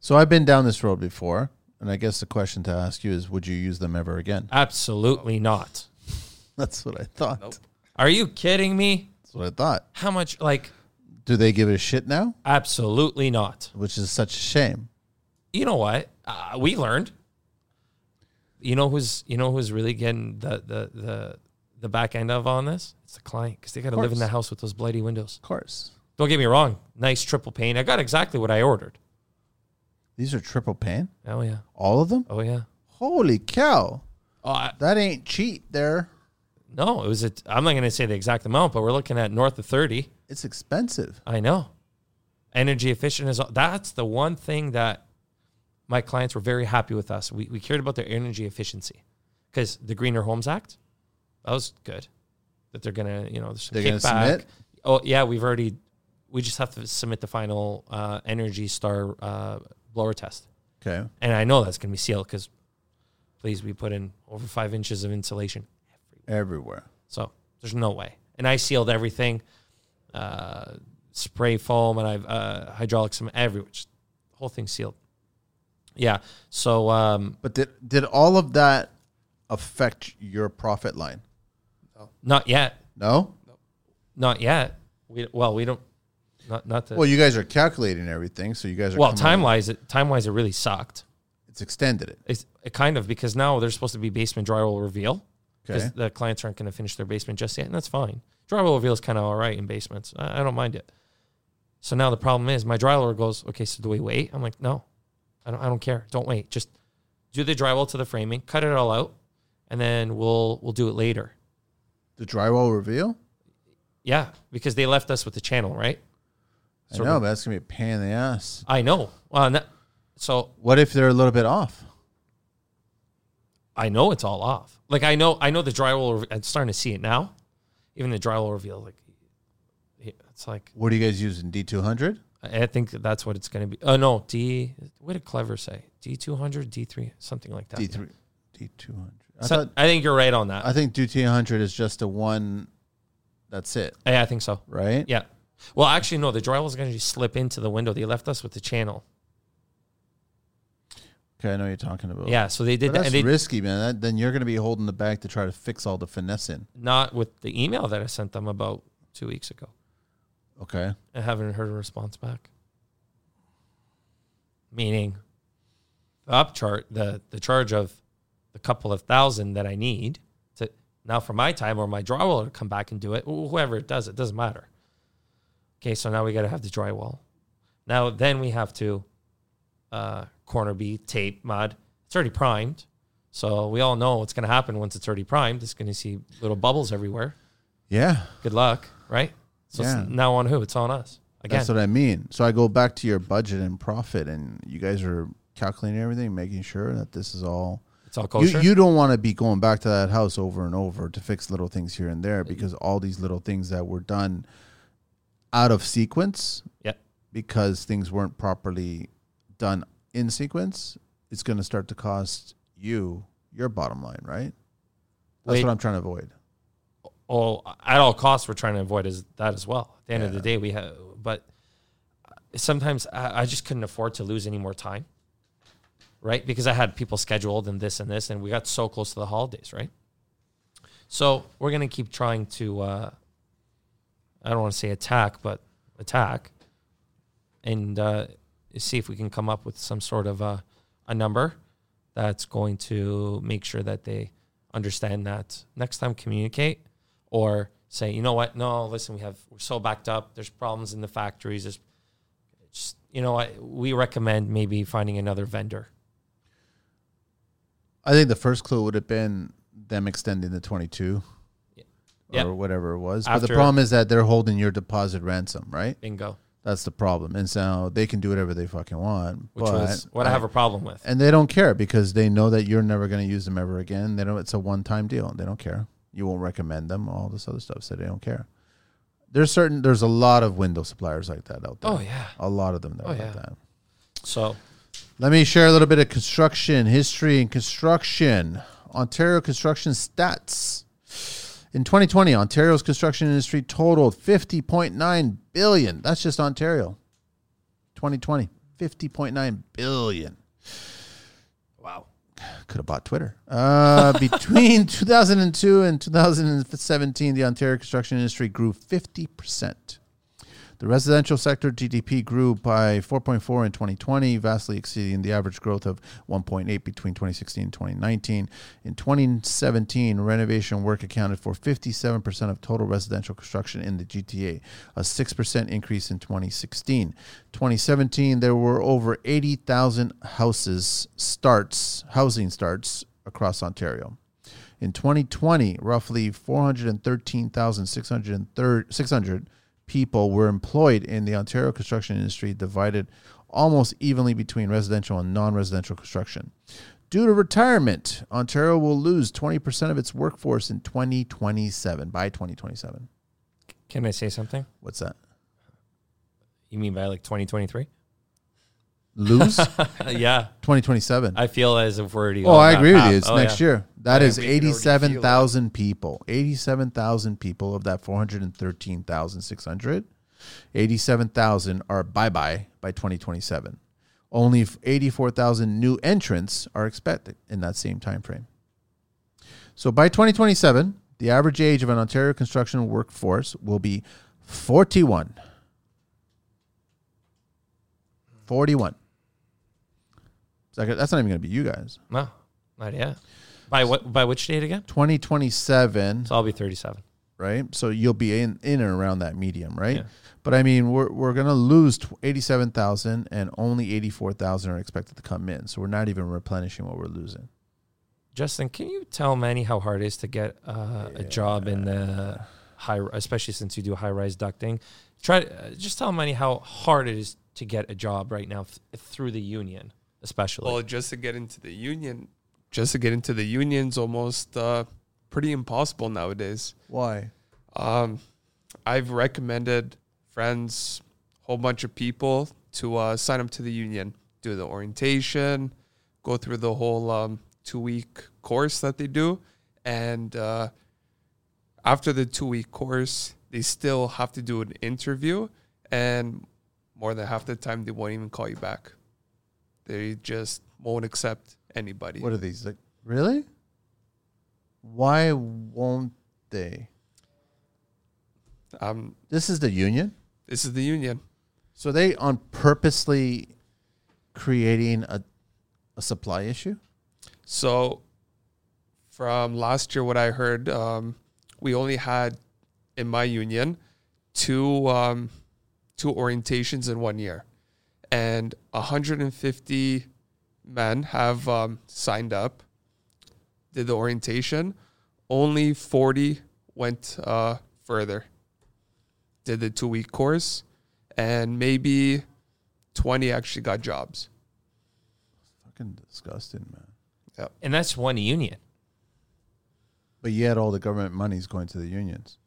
Speaker 2: So I've been down this road before. And I guess the question to ask you is would you use them ever again?
Speaker 1: Absolutely not.
Speaker 2: That's what I thought.
Speaker 1: Are you kidding me?
Speaker 2: That's what I thought.
Speaker 1: How much? Like,
Speaker 2: Do they give it a shit now?
Speaker 1: absolutely not.
Speaker 2: Which is such a shame.
Speaker 1: You know what? Uh, we learned. You know who's you know who's really getting the the the the back end of on this? It's the client because they got to live in
Speaker 2: course.
Speaker 1: the house with those bloody windows.
Speaker 2: Of course.
Speaker 1: Don't get me wrong. Nice triple pane. I got exactly what I ordered.
Speaker 2: These are triple pan?
Speaker 1: Oh yeah.
Speaker 2: All of them?
Speaker 1: Oh yeah.
Speaker 2: Holy cow.
Speaker 1: Oh I,
Speaker 2: That ain't cheap there.
Speaker 1: no, it was. A, I'm not going to say the exact amount, but we're looking at north of thirty.
Speaker 2: It's expensive.
Speaker 1: I know. Energy efficient is that's the one thing that my clients were very happy with us. We, we cared about their energy efficiency because the Greener Homes Act, that was good. That they're gonna, you know, there's some
Speaker 2: They're gonna
Speaker 1: kickback.
Speaker 2: submit?
Speaker 1: Oh yeah, we've already. We just have to submit the final uh, Energy Star uh, blower test,
Speaker 2: Okay.
Speaker 1: and I know that's gonna be sealed because, please, we put in over five inches of insulation
Speaker 2: Everywhere.
Speaker 1: so there's no way. And I sealed everything, uh, spray foam, and I've uh, hydraulic cement everywhere. Just whole thing sealed. Yeah. So um,
Speaker 2: But did did all of that affect your profit line?
Speaker 1: not yet.
Speaker 2: No?
Speaker 1: Not yet. We well, we don't. Not not the
Speaker 2: Well, you guys are calculating everything, so you guys are
Speaker 1: well.
Speaker 2: coming-
Speaker 1: Time wise, it time wise, it really sucked.
Speaker 2: it's extended it.
Speaker 1: It's it kind of because now they're supposed to be basement drywall reveal because
Speaker 2: Okay.
Speaker 1: the clients aren't going to finish their basement just yet, and that's fine. Drywall reveal is kind of all right in basements. I, I don't mind it. So now the problem is my drywall goes, okay, so do we wait? I'm like, no, I don't, I don't care. Don't wait. Just do the drywall to the framing, cut it all out, and then we'll we'll do it later.
Speaker 2: The drywall reveal?
Speaker 1: Yeah, because they left us with the channel, right?
Speaker 2: I
Speaker 1: Sort
Speaker 2: know,
Speaker 1: of.
Speaker 2: but that's gonna be a pain in the ass.
Speaker 1: I know. Well, and that- so
Speaker 2: What if they're a little bit off?
Speaker 1: I know it's all off. Like I know, I know the drywall. rev- I'm starting to see it now. Even the drywall reveal, like it's like
Speaker 2: What are you guys using? D two hundred?
Speaker 1: I I think that's what it's going to be. Oh no, D. What did Clever say? D two hundred, D three, something like that.
Speaker 2: D three D two hundred. I
Speaker 1: So,
Speaker 2: thought
Speaker 1: I think you're right on that.
Speaker 2: I think D two hundred is just a one that's it,
Speaker 1: yeah, I think so.
Speaker 2: right?
Speaker 1: Yeah. Well, actually, no. The drywall is going to slip into the window. They left us with the channel.
Speaker 2: Okay, I know what you're talking about.
Speaker 1: Yeah, so they
Speaker 2: Oh. But
Speaker 1: did that,
Speaker 2: that's
Speaker 1: and they
Speaker 2: risky, man. That, then you're going to be holding the bag to try to fix all the finesse in.
Speaker 1: not with the email that I sent them about two weeks ago.
Speaker 2: Okay.
Speaker 1: I haven't heard a response back. Meaning, the up chart, the the charge of the couple of thousand that I need to now for my time or my drywall to come back and do it. wh- Whoever it does, it doesn't matter. Okay, so now we got to have the drywall. Now then we have to uh, corner B tape mud. It's already primed, so we all know what's going to happen once it's already primed. It's going to see little bubbles everywhere.
Speaker 2: Yeah.
Speaker 1: Good luck, right? So
Speaker 2: Yeah.
Speaker 1: it's now on who? It's on us again.
Speaker 2: That's what I mean. So I go back to your budget and profit, and you guys are calculating everything, making sure that this is all.
Speaker 1: It's all
Speaker 2: You,
Speaker 1: kosher.
Speaker 2: you don't want to be going back to that house over and over to fix little things here and there because all these little things that were done out of sequence
Speaker 1: Yep.
Speaker 2: because things weren't properly done in sequence, it's going to start to cost you your bottom line, right? That's
Speaker 1: Wait.
Speaker 2: what I'm trying to avoid.
Speaker 1: oh, at all costs, we're trying to avoid is that as well. At the end of the day, we have, but sometimes I, I just couldn't afford to lose any more time, right? Because I had people scheduled and this and this, and we got so close to the holidays, right? So we're gonna keep trying to, uh, I don't want to say attack, but attack, and uh, see if we can come up with some sort of a, a number that's going to make sure that they understand that next time communicate or say, you know what, no, listen, we have we're so backed up. There's problems in the factories. There's just you know what we recommend maybe finding another vendor.
Speaker 2: I think the first clue would have been them extending the 22
Speaker 1: Yeah.
Speaker 2: or whatever it was. but
Speaker 1: After-
Speaker 2: the problem is that they're holding your deposit ransom, right?
Speaker 1: Bingo,
Speaker 2: That's the problem. And so they can do whatever they fucking want.
Speaker 1: which
Speaker 2: but
Speaker 1: was what I, have a problem with.
Speaker 2: and they don't care because they know that you're never going to use them ever again. They don't. It's a one-time deal. They don't care. You won't recommend them. All this other stuff. So they don't care. There's certain. There's a lot of window suppliers like that out there.
Speaker 1: Oh yeah.
Speaker 2: a lot of them. That
Speaker 1: Oh,
Speaker 2: are
Speaker 1: yeah.
Speaker 2: like that.
Speaker 1: So
Speaker 2: Let me share a little bit of construction history and construction. Ontario construction stats. In 2020, Ontario's construction industry totaled 50.9 billion. That's just Ontario. 2020, 50.9 billion.
Speaker 1: wow.
Speaker 2: Could have bought Twitter. Uh, between 2002 and 2017, the Ontario construction industry grew 50%. The residential sector GDP grew by 4.4 in 2020, vastly exceeding the average growth of 1.8 between 2016 and 2019. In 2017, renovation work accounted for 57% of total residential construction in the GTA, a 6% increase in 2016. 2017, there were over 80,000 houses starts, housing starts across Ontario. In 2020, roughly 413,600 600 people were employed in the Ontario construction industry, divided almost evenly between residential and non residential construction. Due to retirement, Ontario will lose 20% of its workforce in 2027, by 2027.
Speaker 1: Can I say something?
Speaker 2: What's that?
Speaker 1: You mean by like 2023?
Speaker 2: Lose?
Speaker 1: yeah,
Speaker 2: 2027.
Speaker 1: I feel as if we're already.
Speaker 2: Oh, I agree with you. It's
Speaker 1: next year.
Speaker 2: next year. That is
Speaker 3: we can already feel it.
Speaker 2: 87,000 people. 87,000 people of that 413,600. 87,000 are bye bye by 2027. Only f- 84,000 new entrants are expected in that same time frame. So by 2027, the average age of an Ontario construction workforce will be 41. 41. It's like- That's not even going to be you guys.
Speaker 1: No, not yet. By what? By which date again?
Speaker 2: 2027,
Speaker 1: So I'll be 37.
Speaker 2: right? So you'll be in, in and around that medium, right?
Speaker 1: Yeah.
Speaker 2: But I mean, we're, we're going to lose tw- 87,000 and only 84,000 are expected to come in. So we're not even replenishing what we're losing.
Speaker 1: Justin, can you tell Manny how hard it is to get uh, a job in the high, especially since you do high rise ducting? Try uh, just tell Manny how hard it is to get a job right now th- through the union, especially.
Speaker 3: Well, just to get into the union, just to get into the union's almost uh, pretty impossible nowadays.
Speaker 2: Why?
Speaker 3: Um, I've recommended friends, whole bunch of people to uh, sign up to the union, do the orientation, go through the whole um, two week course that they do, and uh, after the two week course, they still have to do an interview, and more than half the time they won't even call you back. They just won't accept anybody.
Speaker 2: What are these? Like really? Why won't they?
Speaker 3: Um,
Speaker 2: This is the union.
Speaker 3: this is the union.
Speaker 2: So they on purposely creating a a supply issue?
Speaker 3: So, from last year, what I heard, um, we only had in my union two um, two orientations in one year, and 150 men have um, signed up, did the orientation. Only 40 went uh, further, did the two week course, and maybe 20 actually got jobs.
Speaker 2: Fucking disgusting, man.
Speaker 1: And that's one union,
Speaker 2: But yet all the government money's going to the unions.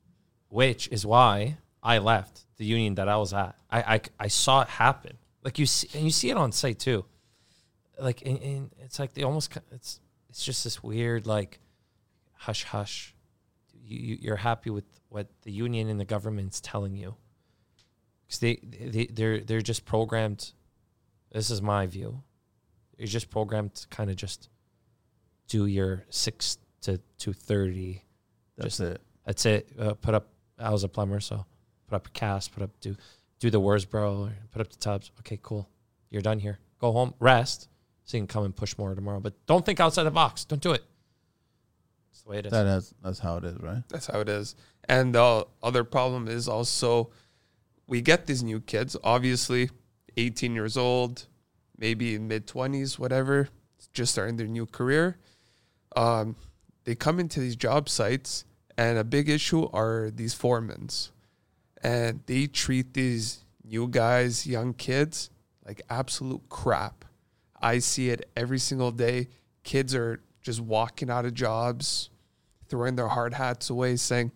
Speaker 1: which is why I left the union that I was at. I I, I saw it happen. Like you see, and you see it on site too. Like and, and it's like they almost ki- it's it's just this weird like hush hush. You you- you're happy with what the union and the government's telling you because they they they're they're just programmed. This is my view. You're just programmed to kind of just do your six to two thirty.
Speaker 2: That's
Speaker 1: Just-
Speaker 2: it.
Speaker 1: That's it. Uh, put up. I was a plumber, so put up a cast. Put up do do the Wurzbro. Put up the tubs. Okay, cool. You're done here. Go home, rest, so you can come and push more tomorrow. But don't think outside the box. Don't do it. It's the way it is.
Speaker 2: That is that's how it is, right?
Speaker 3: That's how it is. And the other problem is also we get these new kids, obviously 18 years old, maybe in mid 20s, whatever, just starting their new career. Um, they come into these job sites, and a big issue are these foremans. And they treat these new guys, young kids, like absolute crap. I see it every single day. Kids are just walking out of jobs, throwing their hard hats away, saying,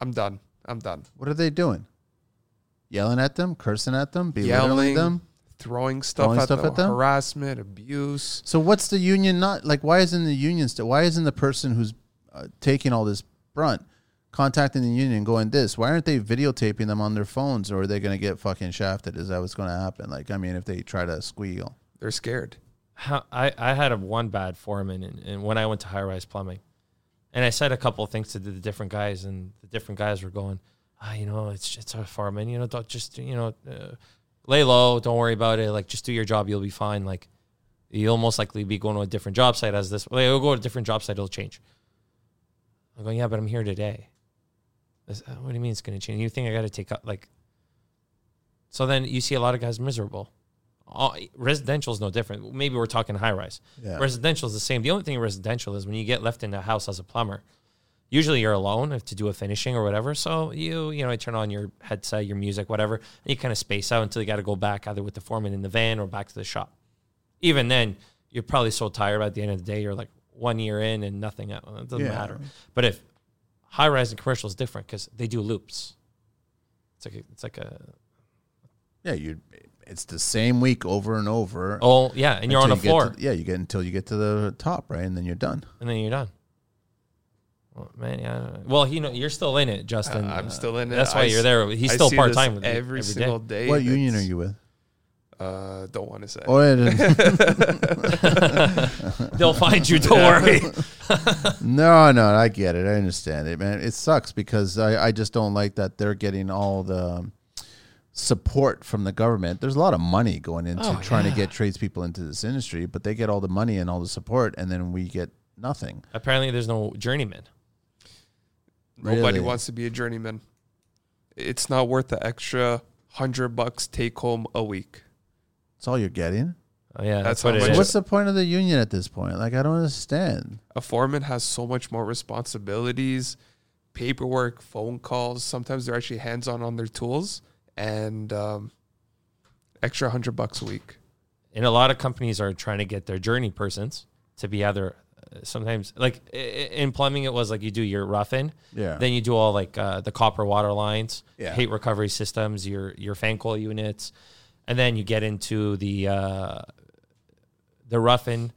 Speaker 3: I'm done. I'm done.
Speaker 2: What are they doing? Yelling at them, cursing at them, belittling
Speaker 3: Yelling.
Speaker 2: them.
Speaker 3: Throwing stuff,
Speaker 2: Throwing
Speaker 3: at,
Speaker 2: stuff
Speaker 3: them,
Speaker 2: at them?
Speaker 3: harassment, abuse.
Speaker 2: So what's the union not like? Why isn't the union still? Why isn't the person who's uh, taking all this brunt contacting the union, going this? Why aren't they videotaping them on their phones, or are they going to get fucking shafted? Is that what's going to happen? Like, I mean, if they try to squeal,
Speaker 3: They're scared.
Speaker 1: how I, I had a one bad foreman and, and when I went to high rise plumbing. And I said a couple of things to the different guys, and the different guys were going, ah, you know, it's it's our foreman, you know, don't just you know, uh, lay low, don't worry about it, like just do your job, you'll be fine. Like you'll most likely be going to a different job site as this. Like, you'll go to a different job site, it'll change. I'm going, yeah, but I'm here today. This- uh, what do you mean it's going to change? You think I got to take up like? So then you see a lot of guys miserable. All, residential is no different. Maybe we're talking high rise.
Speaker 2: yeah,
Speaker 1: Residential is the same. The only thing in residential is when you get left in the house as a plumber. Usually you're alone if to do a finishing or whatever. So you you know turn on your headset, your music, whatever, and you kind of space out until you got to go back either with the foreman in the van or back to the shop. Even then, you're probably so tired by the end of the day. You're like one year in and nothing. It doesn't
Speaker 2: Yeah.
Speaker 1: matter. But if high rise and commercial is different because they do loops. It's like a, it's like a
Speaker 2: yeah, you. It's the same week over and over.
Speaker 1: oh yeah, and you're on
Speaker 2: until
Speaker 1: the
Speaker 2: you get to-
Speaker 1: floor.
Speaker 2: yeah, you get until you get to the top, right, and then you're done.
Speaker 1: and then you're done. Well, man, yeah. I don't know. Well, you know, you're still in it, Justin.
Speaker 3: I- I'm still in it.
Speaker 1: That's why
Speaker 3: I
Speaker 1: you're
Speaker 3: s-
Speaker 1: there. He's
Speaker 3: I
Speaker 1: still
Speaker 3: see this
Speaker 1: part time with you
Speaker 3: every,
Speaker 1: every
Speaker 3: single
Speaker 1: day.
Speaker 3: day.
Speaker 2: what union are
Speaker 3: It's-
Speaker 2: you with?
Speaker 3: Uh, don't want to say.
Speaker 2: Oh, yeah, it is.
Speaker 1: They'll find you. Don't worry.
Speaker 2: no, no, I get it. I understand it, man. It sucks because I, I just don't like that they're getting all the um, support from the government. There's a lot of money going into
Speaker 1: Oh,
Speaker 2: trying
Speaker 1: yeah.
Speaker 2: to get tradespeople into this industry, but they get all the money and all the support, and then we get nothing.
Speaker 1: Apparently, there's no journeyman.
Speaker 3: Nobody
Speaker 2: Really?
Speaker 3: wants to be a journeyman. It's not worth the extra hundred bucks take home a week.
Speaker 2: It's all you're getting.
Speaker 1: Oh, yeah, that's,
Speaker 3: That's
Speaker 1: what
Speaker 3: how
Speaker 1: it
Speaker 3: much-
Speaker 1: is.
Speaker 2: What's the point of the union at this point? Like, I don't understand.
Speaker 3: A foreman has so much more responsibilities, paperwork, phone calls. Sometimes they're actually hands on on their tools and um, extra hundred bucks a week.
Speaker 1: and a lot of companies are trying to get their journey persons to be either uh, sometimes like i- i- in plumbing it was like you do your rough in
Speaker 2: Yeah.
Speaker 1: then you do all like uh, the copper water lines
Speaker 2: Yeah.
Speaker 1: heat recovery systems your your fan coil units and then you get into the uh, the rough in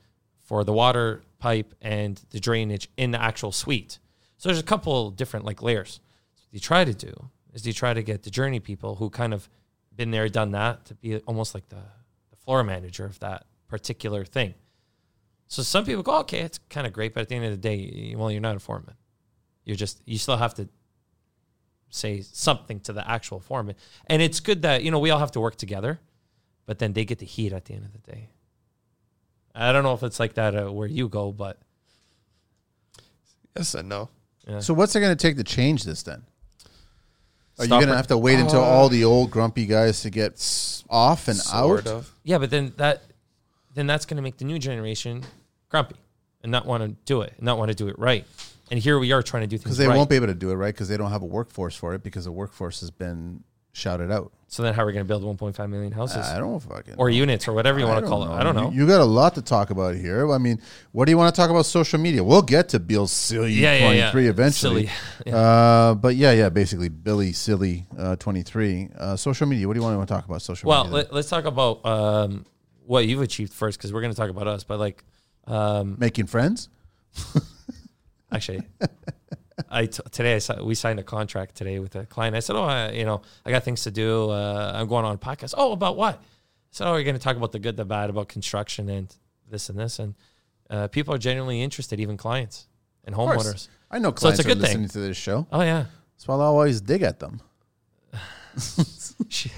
Speaker 1: for the water pipe and the drainage in the actual suite so there's a couple different like layers so what you try to do is you try to get the journey people who kind of been there done that to be almost like the the floor manager of that particular thing. So some people go, okay, it's kind of great, but at the end of the day, y- well, you're not a foreman. You're just you still have to say something to the actual foreman, and it's good that you know we all have to work together, but then they get the heat at the end of the day. I don't know if it's like that uh, where you go, but
Speaker 3: Yes and no.
Speaker 1: Uh.
Speaker 2: So what's it going to take to change this then?
Speaker 1: Stop
Speaker 2: Are you going
Speaker 1: it.
Speaker 2: to have to wait until
Speaker 3: Uh,
Speaker 2: all the old grumpy guys to get off and out?
Speaker 3: Sort of.
Speaker 1: Yeah, but then that then that's going to make the new generation grumpy and not want to do it, not want to do it right. And here we are trying to do things
Speaker 2: Because they
Speaker 1: right.
Speaker 2: won't be able to do it right because they don't have a workforce for it because the workforce has been shouted out.
Speaker 1: so then, how are we going to build 1.5 million houses
Speaker 2: I don't fucking
Speaker 1: or units or whatever you want to call it? I don't know.
Speaker 2: You, you got a lot to talk about here. I mean, what do you want to talk about? Social media. We'll get to Bill Silly
Speaker 1: yeah, yeah, yeah.
Speaker 2: 23 eventually.
Speaker 1: Silly. Yeah.
Speaker 2: Uh, but yeah, yeah, basically Billy Silly uh, 23. Uh, social media. What do you want to talk about? Social
Speaker 1: well,
Speaker 2: media.
Speaker 1: let, let's talk about um, what you've achieved first, because we're going to talk about us. But like, um,
Speaker 2: Making friends?
Speaker 1: actually I t- today I si- we signed a contract today with a client. I said, "Oh, I, you know, I got things to do. Uh, I'm going on a podcast. Oh, about what?" I said, "Oh, we're going to talk about the good, the bad, about construction and this and this." And uh, people are genuinely interested, even clients and
Speaker 2: Of course.
Speaker 1: homeowners.
Speaker 2: I know
Speaker 1: So it's a
Speaker 2: clients are
Speaker 1: good thing.
Speaker 2: listening to this show.
Speaker 1: Oh yeah,
Speaker 2: That's why I always dig at them.
Speaker 1: She-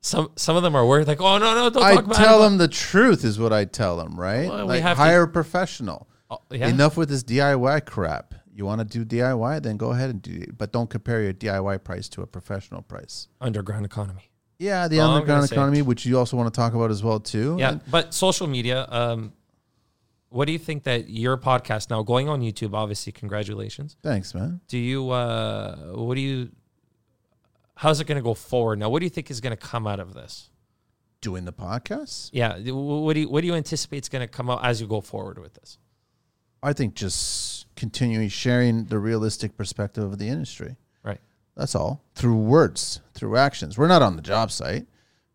Speaker 1: some some of them are worried like, "Oh no, no, don't
Speaker 2: I
Speaker 1: talk about."
Speaker 2: tell them the truth is what I tell them, right?
Speaker 1: Well, we
Speaker 2: like
Speaker 1: have to-
Speaker 2: hire a professional.
Speaker 1: Oh, yeah.
Speaker 2: Enough with this DIY crap. You want to do DIY, then go ahead and do it, but don't compare your DIY price to a professional price.
Speaker 1: underground economy.
Speaker 2: Yeah, the
Speaker 1: Oh, I'm gonna
Speaker 2: underground
Speaker 1: say-
Speaker 2: economy, which you also want to talk about as well too.
Speaker 1: Yeah, but social media. Um, what do you think that your podcast now going on YouTube? Obviously, congratulations.
Speaker 2: Thanks, man.
Speaker 1: do you uh what do you how's it going to go forward now what do you think is going to come out of this
Speaker 2: Doing the podcast,
Speaker 1: yeah wh- what do you what do you anticipate is going to come out as you go forward with this
Speaker 2: I think just continuing sharing the realistic perspective of the industry.
Speaker 1: right
Speaker 2: That's all. Through words, through actions. We're not on the job site.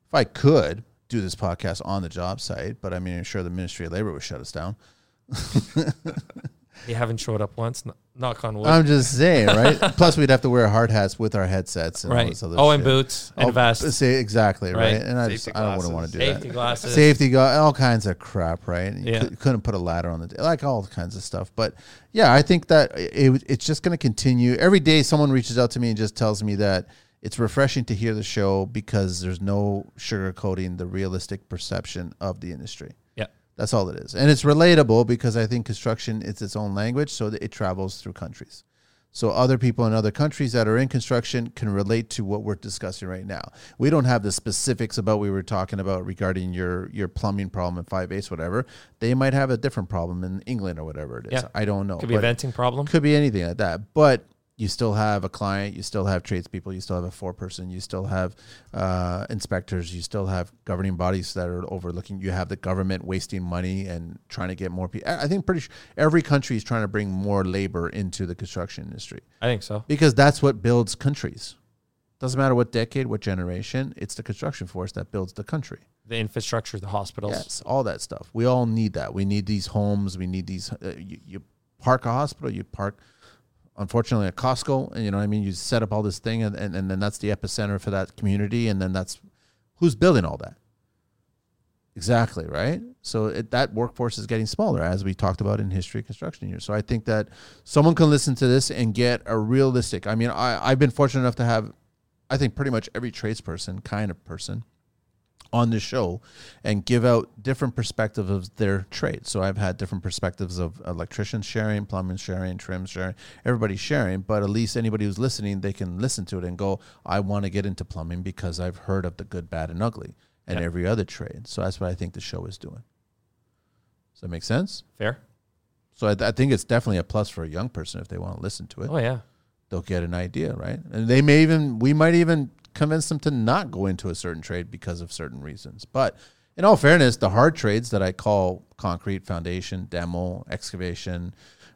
Speaker 2: If I could do this podcast on the job site, but I mean, I'm sure the Ministry of Labor would shut us down.
Speaker 1: they haven't showed up once kn- knock on wood
Speaker 2: I'm just saying, right? Plus, we'd have to wear hard hats with our headsets and all
Speaker 1: right
Speaker 2: this other
Speaker 1: oh and
Speaker 2: shit.
Speaker 1: boots and
Speaker 2: Oh,
Speaker 1: vests
Speaker 2: Say, exactly, right?
Speaker 1: Right.
Speaker 2: And I, just,
Speaker 3: Safety
Speaker 2: I don't wouldn't want to
Speaker 3: glasses.
Speaker 2: do
Speaker 1: safety
Speaker 2: that.
Speaker 1: glasses
Speaker 2: Safety, go- all kinds of crap, right? You
Speaker 1: Yeah.
Speaker 2: cou- couldn't put a ladder on the, like all kinds of stuff. But yeah, I think that it, it- it's just going to continue. Every day, someone reaches out to me and just tells me that it's refreshing to hear the show because there's no sugarcoating the realistic perception of the industry.
Speaker 1: yeah
Speaker 2: That's all it is. And it's relatable because I think construction is its own language, so that it travels through countries. So other people in other countries that are in construction can relate to what we're discussing right now. We don't have the specifics about what we were talking about regarding your your plumbing problem in five eighths, whatever. They might have a different problem in England or whatever it is.
Speaker 1: Yeah.
Speaker 2: I don't know.
Speaker 1: could be a
Speaker 2: but-
Speaker 1: venting problem
Speaker 2: could be anything like that. But you still have a client, you still have tradespeople, you still have a four person, you still have uh, inspectors, you still have governing bodies that are overlooking. You have the government wasting money and trying to get more people. I I think pretty sure every country is trying to bring more labor into the construction industry
Speaker 1: i think so
Speaker 2: because that's what builds countries. Doesn't matter what decade, what generation, it's the construction force that builds the country.
Speaker 1: the infrastructure the hospitals
Speaker 2: Yes, all that stuff. We all need that. We need these homes. We need these. Uh, you, you park a hospital. You park, unfortunately, a Costco, and you know what I mean. You set up all this thing, and, and, and then that's the epicenter for that community, and then that's who's building all that. Exactly right. So it, that workforce is getting smaller, as we talked about in history of construction here. So I think that someone can listen to this and get a realistic. I mean, I, I've been fortunate enough to have, I think, pretty much every tradesperson kind of person on the show and give out different perspectives of their trade. So I've had different perspectives of electricians sharing, plumbers sharing, trim sharing, everybody sharing, but at least anybody who's listening, they can listen to it and go, I want to get into plumbing because I've heard of the good, bad, and ugly and
Speaker 1: Yeah.
Speaker 2: every other trade. So that's what I think the show is doing. Does that make sense?
Speaker 1: fair
Speaker 2: So I, I think it's definitely a plus for a young person if they want to listen to it
Speaker 1: oh yeah
Speaker 2: they'll get an idea, right? And they may even we might even convince them to not go into a certain trade because of certain reasons. But in all fairness, the hard trades that I call concrete, foundation, demo, excavation,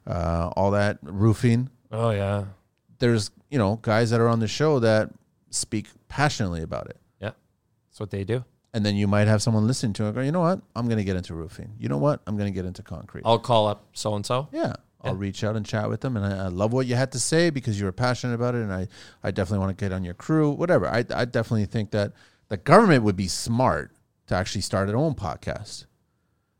Speaker 2: uh, all that roofing,
Speaker 1: oh yeah
Speaker 2: there's you know guys that are on the show that speak passionately about it.
Speaker 1: yeah that's what they do
Speaker 2: And then you might have someone listening to it go, you know what? I'm going to get into roofing. You know what? I'm going to get into concrete.
Speaker 1: i'll call up so and so
Speaker 2: Yeah. I'll
Speaker 1: Yeah.
Speaker 2: reach out and chat with them. And I, I love what you had to say because you were passionate about it. And I, I definitely want to get on your crew, whatever. I, I definitely think that the government would be smart to actually start their own podcast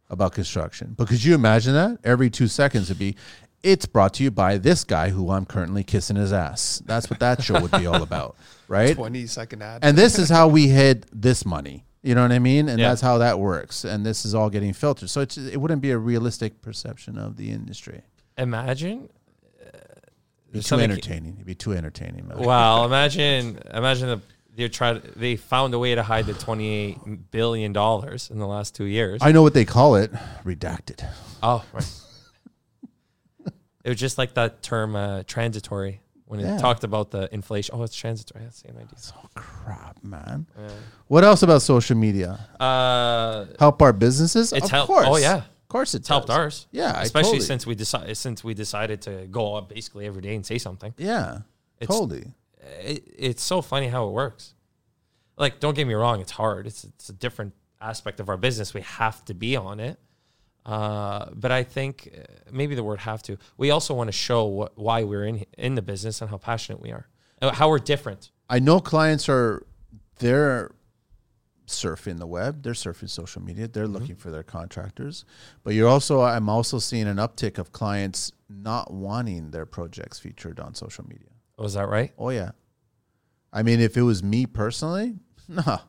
Speaker 2: about construction. But could you imagine that? Every two seconds it'd be, it's brought to you by this guy who I'm currently kissing his ass. That's what that show would be all about, right?
Speaker 3: Twenty second ad.
Speaker 2: And this is how we hid this money. You know what I mean? And
Speaker 1: Yeah.
Speaker 2: that's how that works. And this is all getting filtered. So it's, it wouldn't be a realistic perception of the industry.
Speaker 1: Imagine.
Speaker 2: It'd be too
Speaker 1: something-
Speaker 2: entertaining. It'd be too entertaining. man.
Speaker 1: Wow. Imagine. Imagine the, they're trying. They found a way to hide the twenty-eight billion dollars in the last two years.
Speaker 2: I know what they call it redacted.
Speaker 1: oh, right. it was just like that term uh, transitory when it
Speaker 2: Yeah.
Speaker 1: talked about the inflation. Oh, it's transitory. That's the same idea.
Speaker 2: Oh, crap, man. What else about social media?
Speaker 1: Uh,
Speaker 2: Help our businesses?
Speaker 1: It's
Speaker 2: of
Speaker 1: help-
Speaker 2: course.
Speaker 1: oh, yeah.
Speaker 2: Of course it
Speaker 1: it's helped
Speaker 2: does.
Speaker 1: ours.
Speaker 2: Yeah, I
Speaker 1: especially
Speaker 2: totally-
Speaker 1: since we decided since we decided to go out basically every day and say something.
Speaker 2: Yeah.
Speaker 1: It's-
Speaker 2: totally.
Speaker 1: it, it's so funny how it works. Like, don't get me wrong, it's hard. It's it's a different aspect of our business. We have to be on it. Uh, but I think uh, maybe the word "have to." We also want to show what, why we're in in the business and how passionate we are, Uh, how we're different.
Speaker 2: I know clients are they're surfing the web, they're surfing social media,
Speaker 1: Mm-hmm.
Speaker 2: they're looking for their contractors. But you're also I'm also seeing an uptick of clients not wanting their projects featured on social media.
Speaker 1: Was that right?
Speaker 2: Oh yeah. I mean, if it was me personally, no.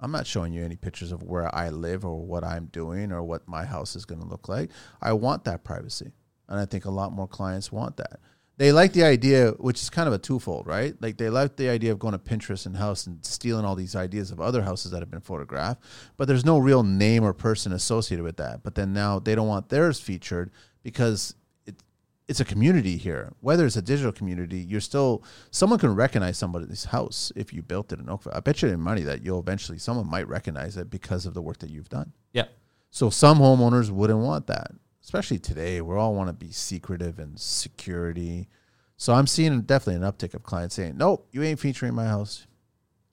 Speaker 2: I'm not showing you any pictures of where I live or what I'm doing or what my house is going to look like. I want that privacy. And I think a lot more clients want that. They like the idea, which is kind of a twofold, right? Like they like the idea of going to Pinterest and house and stealing all these ideas of other houses that have been photographed, but there's no real name or person associated with that. But then now they don't want theirs featured because it, it's a community here. Whether it's a digital community, you're still someone can recognize somebody's house if you built it in Oakville. I bet you any money that you'll eventually someone might recognize it because of the work that you've done.
Speaker 1: Yeah.
Speaker 2: So some homeowners wouldn't want that, especially today. We all want to be secretive and security. So I'm seeing definitely an uptick of clients saying, "Nope, you ain't featuring my house,"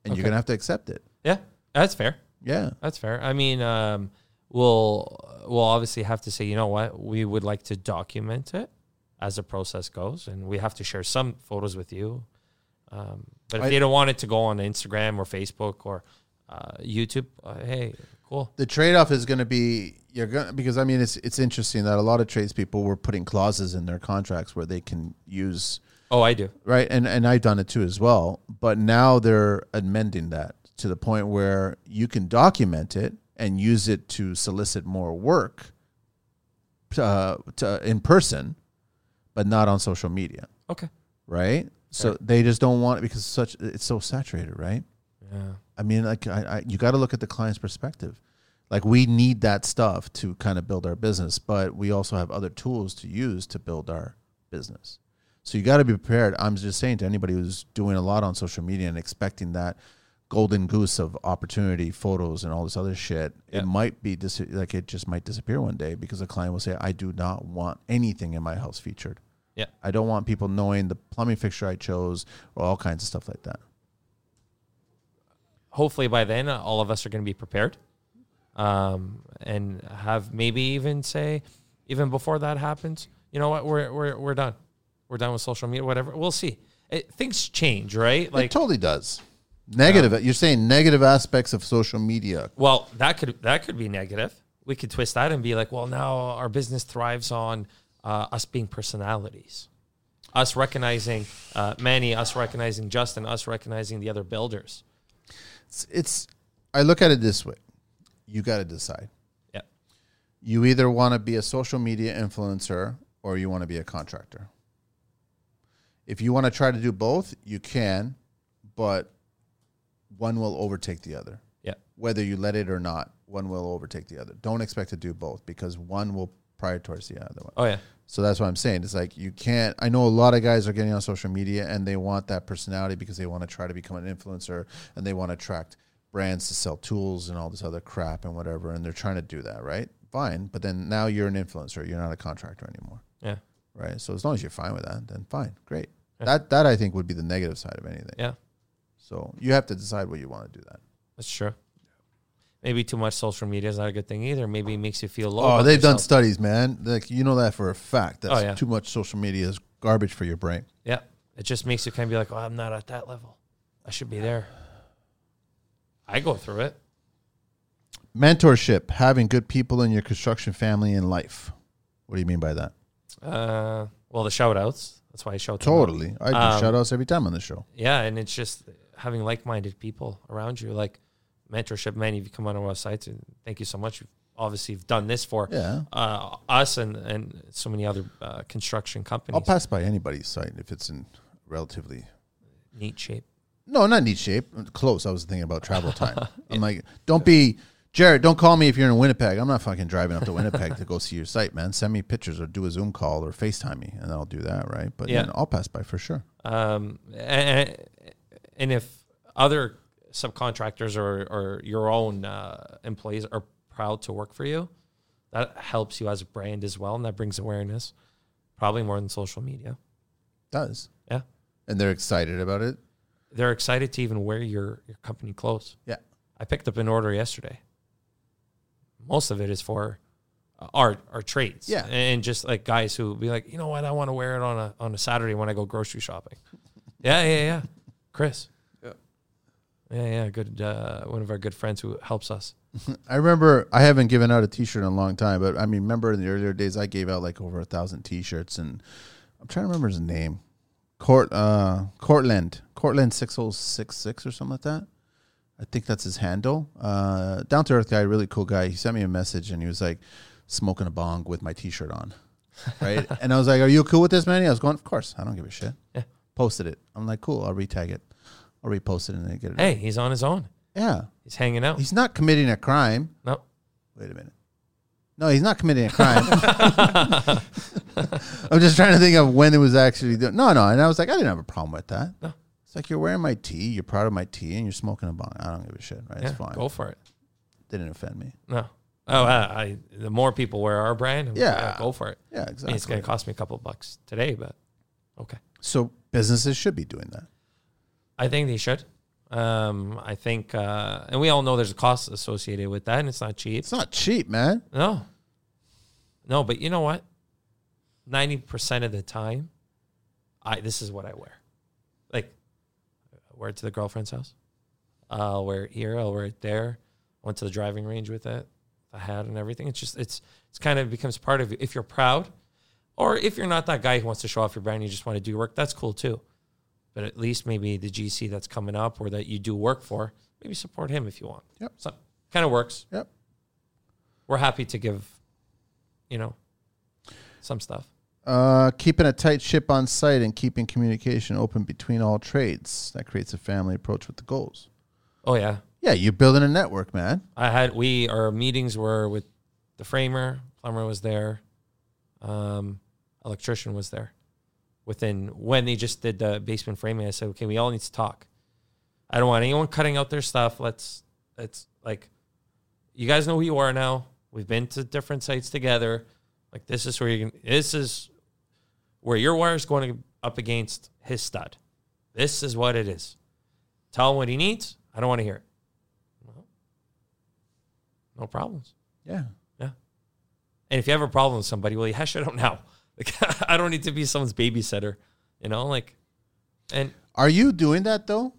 Speaker 2: and
Speaker 1: Okay.
Speaker 2: you're gonna have to accept it.
Speaker 1: Yeah, that's fair.
Speaker 2: Yeah,
Speaker 1: That's fair. I mean, um, we'll we'll obviously have to say, you know what, we would like to document it as the process goes, and we have to share some photos with you. Um, but if
Speaker 2: I-
Speaker 1: they don't want it to go on Instagram or Facebook or uh, YouTube, uh, hey, cool.
Speaker 2: the trade-off is going to be you're going to because I mean it's it's interesting that a lot of tradespeople were putting clauses in their contracts where they can use
Speaker 1: Oh, I do.
Speaker 2: right and and i've done it too as well but now they're amending that to the point where you can document it and use it to solicit more work uh, to, in person but not on social media
Speaker 1: Okay.
Speaker 2: right so they just don't want it because such it's so saturated right
Speaker 1: Yeah.
Speaker 2: I mean, like I, I you got to look at the client's perspective. Like we need that stuff to kind of build our business, but we also have other tools to use to build our business. So you got to be prepared. I'm just saying to anybody who's doing a lot on social media and expecting that golden goose of opportunity photos and all this other shit,
Speaker 1: Yeah.
Speaker 2: it might be dis- like it just might disappear one day because a client will say, "I do not want anything in my house featured."
Speaker 1: Yeah.
Speaker 2: I don't want people knowing the plumbing fixture I chose or all kinds of stuff like that.
Speaker 1: Hopefully by then, uh, all of us are going to be prepared, um, and have maybe even say, even before that happens, you know what, we're we're we're done. We're done with social media. Whatever. We'll see. It, things change, right?
Speaker 2: it totally does. Negative. You're saying negative aspects of social media.
Speaker 1: Well, that could that could be negative. We could twist that and be like, well, now our business thrives on uh, us being personalities, us recognizing uh, Manny, us recognizing Justin, us recognizing the other builders.
Speaker 2: It's, it's. I look at it this way: you got to decide.
Speaker 1: Yeah,
Speaker 2: You either want to be a social media influencer or you want to be a contractor. If you want to try to do both, you can, but one will overtake the other.
Speaker 1: yeah,
Speaker 2: Whether you let it or not, one will overtake the other. Don't expect to do both because one will prior towards the other one.
Speaker 1: oh yeah,
Speaker 2: So that's what I'm saying. It's like you can't. I know a lot of guys are getting on social media and they want that personality because they want to try to become an influencer and they want to attract brands to sell tools and all this other crap and whatever. And they're trying to do that, right? Fine. But then now you're an influencer. You're not a contractor anymore,
Speaker 1: yeah,
Speaker 2: right? So as long as you're fine with that, then fine, great. That that I think would be the negative side of anything.
Speaker 1: yeah.
Speaker 2: So you have to decide what you want to do. That.
Speaker 1: That's true. Maybe too much social media is not a good thing either. Maybe it makes you feel low.
Speaker 2: Oh,
Speaker 1: about
Speaker 2: they've done
Speaker 1: yourself.
Speaker 2: studies, man. Like you know that for a fact. That's
Speaker 1: Oh, yeah.
Speaker 2: too much social media is garbage for your brain.
Speaker 1: Yeah, it just makes you kind of be like, oh, I'm not at that level. I should be there. I go through it.
Speaker 2: Mentorship, having good people in your construction family and life. What do you mean by that?
Speaker 1: Uh, well, the shout outs. That's why I shout them out.
Speaker 2: Totally. I do
Speaker 1: Um,
Speaker 2: shout outs every time on the show.
Speaker 1: Yeah, and it's just having like-minded people around you, like mentorship. Many of you come on our website, and thank you so much. You've obviously you've done this for
Speaker 2: Yeah.
Speaker 1: uh, us and and so many other uh, construction
Speaker 2: I'll
Speaker 1: companies.
Speaker 2: pass by anybody's site if it's in relatively
Speaker 1: Neat shape.
Speaker 2: No, not neat shape. Close. I was thinking about travel time. I'm like, don't be Jared. Don't call me if you're in Winnipeg. I'm not fucking driving up to Winnipeg to go see your site, man. Send me pictures or do a Zoom call or Facetime me, and I'll do that, right? But
Speaker 1: Yeah.
Speaker 2: yeah, I'll pass by for sure.
Speaker 1: Um, and, and if other subcontractors or, or your own uh, employees are proud to work for you, that helps you as a brand as well, and that brings awareness, probably more than social media.
Speaker 2: Does
Speaker 1: Yeah,
Speaker 2: and they're excited about it.
Speaker 1: they're excited to even wear your your company clothes.
Speaker 2: Yeah,
Speaker 1: I picked up an order yesterday. Most of it is for uh, our our trades,
Speaker 2: Yeah.
Speaker 1: and just like guys who be like, you know what, I want to wear it on a on a Saturday when I go grocery shopping. yeah, yeah, yeah. Chris,
Speaker 3: Yeah.
Speaker 1: yeah, yeah. Good, uh, one of our good friends who helps us.
Speaker 2: I remember. I haven't given out a T-shirt in a long time, but I mean, remember in the earlier days, I gave out like over a thousand T-shirts, and I'm trying to remember his name. Court, uh, Courtland, Courtland six oh six six or something like that. I think that's his handle. Uh, down to earth guy, really cool guy. He sent me a message and he was like smoking a bong with my T-shirt on, right? and I was like, "Are you cool with this, man?" I was going, "Of course, I don't give a shit."
Speaker 1: Yeah.
Speaker 2: Posted it. I'm like, "Cool, I'll retag it, I'll repost it, and then get it."
Speaker 1: Hey, he's on his own.
Speaker 2: Yeah,
Speaker 1: He's hanging out.
Speaker 2: he's not committing a crime.
Speaker 1: no,
Speaker 2: Wait a minute. No, he's not committing a crime. I'm just trying to think of when it was actually done. No, no. And I was like, I didn't have a problem with that.
Speaker 1: No.
Speaker 2: It's like you're wearing my tee, you're proud of my tee, and you're smoking a bong. I don't give a shit, right?
Speaker 1: yeah,
Speaker 2: it's fine.
Speaker 1: go for it.
Speaker 2: Didn't offend me.
Speaker 1: No. Oh, I, I the more people wear our brand, I'm like,
Speaker 2: Yeah.
Speaker 1: go for it.
Speaker 2: Yeah,
Speaker 1: I mean, it's
Speaker 2: exactly.
Speaker 1: going to cost me a couple bucks today, but okay.
Speaker 2: So businesses should be doing that.
Speaker 1: I think they should. Um, I think, uh, and we all know there's a cost associated with that, and it's not cheap.
Speaker 2: It's not cheap, man.
Speaker 1: No, no, but you know what? Ninety percent of the time, I this is what I wear. Like, I wear it to the girlfriend's house. I'll wear it here. I'll wear it there. I went to the driving range with it, the hat and everything. It's just it's it's kind of becomes part of you. If you're proud, or if you're not that guy who wants to show off your brand, you just want to do your work. That's cool too. But at least maybe the GC that's coming up or that you do work for, maybe support him if you want.
Speaker 2: Yep.
Speaker 1: So kind of works.
Speaker 2: Yep.
Speaker 1: We're happy to give, you know, some stuff.
Speaker 2: Uh, keeping a tight ship on site and keeping communication open between all trades. That creates a family approach with the goals.
Speaker 1: Oh yeah.
Speaker 2: Yeah, you're building a network, man.
Speaker 1: I had we our meetings were with the framer, plumber was there, um, electrician was there. Within when they just did the basement framing, I said, okay, we all need to talk. I don't want anyone cutting out their stuff. Let's let's like, you guys know who you are now. We've been to different sites together. Like this is where you can, this is where your wire is going up against his stud. This is what it is. Tell him what he needs. I don't want to hear it. No problems.
Speaker 2: Yeah.
Speaker 1: Yeah. And if you have a problem with somebody, well, you hash it out now. Like, I don't need to be someone's babysitter, you know? Like, and
Speaker 2: Are you doing that though?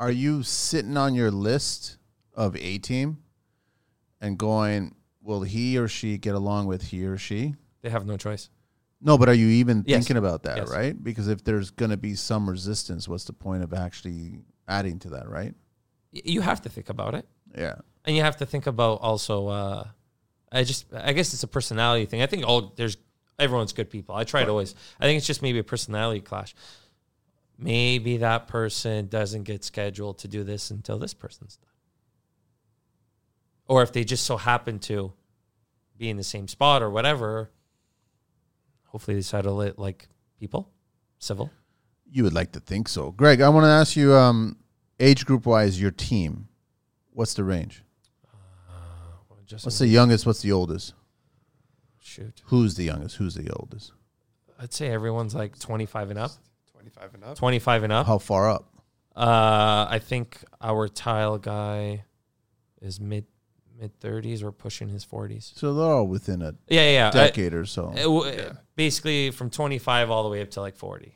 Speaker 2: Are you sitting on your list of A team and going, will he or she get along with he or she?
Speaker 1: they have no choice.
Speaker 2: No, but are you even
Speaker 1: Yes.
Speaker 2: thinking about that,
Speaker 1: Yes.
Speaker 2: right? Because if there's going to be some resistance, what's the point of actually adding to that, right?
Speaker 1: Y- You have to think about it.
Speaker 2: Yeah.
Speaker 1: And you have to think about also, uh, I just, I guess it's a personality thing. I think all, there's, everyone's good people. I try to always, I think it's just maybe a personality clash. Maybe that person doesn't get scheduled to do this until this person's done. Or if they just so happen to, be in the same spot or whatever. Hopefully, they settle it like people, civil.
Speaker 2: You would like to think so. Greg, I want to ask you um, age group wise, your team, what's the range?
Speaker 1: Just
Speaker 2: What's the youngest? What's the oldest?
Speaker 1: shoot.
Speaker 2: Who's the youngest? Who's the oldest?
Speaker 1: I'd say everyone's like 25 and up.
Speaker 3: 25 and up.
Speaker 1: 25 and up.
Speaker 2: How far up?
Speaker 1: Uh, I think our tile guy is mid mid 30s or pushing his 40s.
Speaker 2: So they're all within a
Speaker 1: Yeah, yeah, yeah. I-
Speaker 2: decade or so.
Speaker 1: it w-
Speaker 3: Yeah.
Speaker 1: Basically, from 25 all the way up to like 40,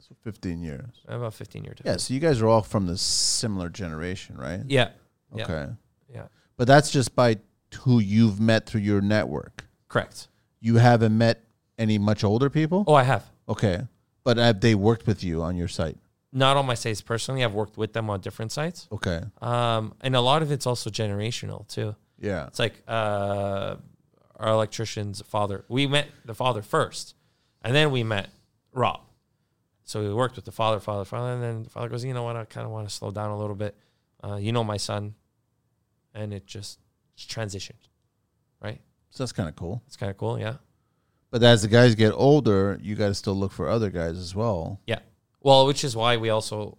Speaker 2: So 15 years.
Speaker 1: about 15 year
Speaker 2: Yeah, so you guys are all from the similar generation, right?
Speaker 1: Yeah. Yeah.
Speaker 2: Okay.
Speaker 1: Yeah.
Speaker 2: But But that's just by who you've met through your network.
Speaker 1: Correct.
Speaker 2: You haven't met any much older people?
Speaker 1: Oh, I have.
Speaker 2: Okay. But have they worked with you on your site?
Speaker 1: Not on my sites personally. I've worked with them on different sites.
Speaker 2: Okay.
Speaker 1: Um, and a lot of it's also generational too.
Speaker 2: Yeah.
Speaker 1: It's like uh, our electrician's father. We met the father first, and then we met Rob. So we worked with the father, father, father, and then the father goes, you know what? I kind of want to slow down a little bit. Uh, you know my son, and it just transitioned. Right?
Speaker 2: So that's kind of cool.
Speaker 1: It's kind of cool. Yeah.
Speaker 2: But as the guys get older, you got to still look for other guys as well.
Speaker 1: Yeah. Well, which is why we also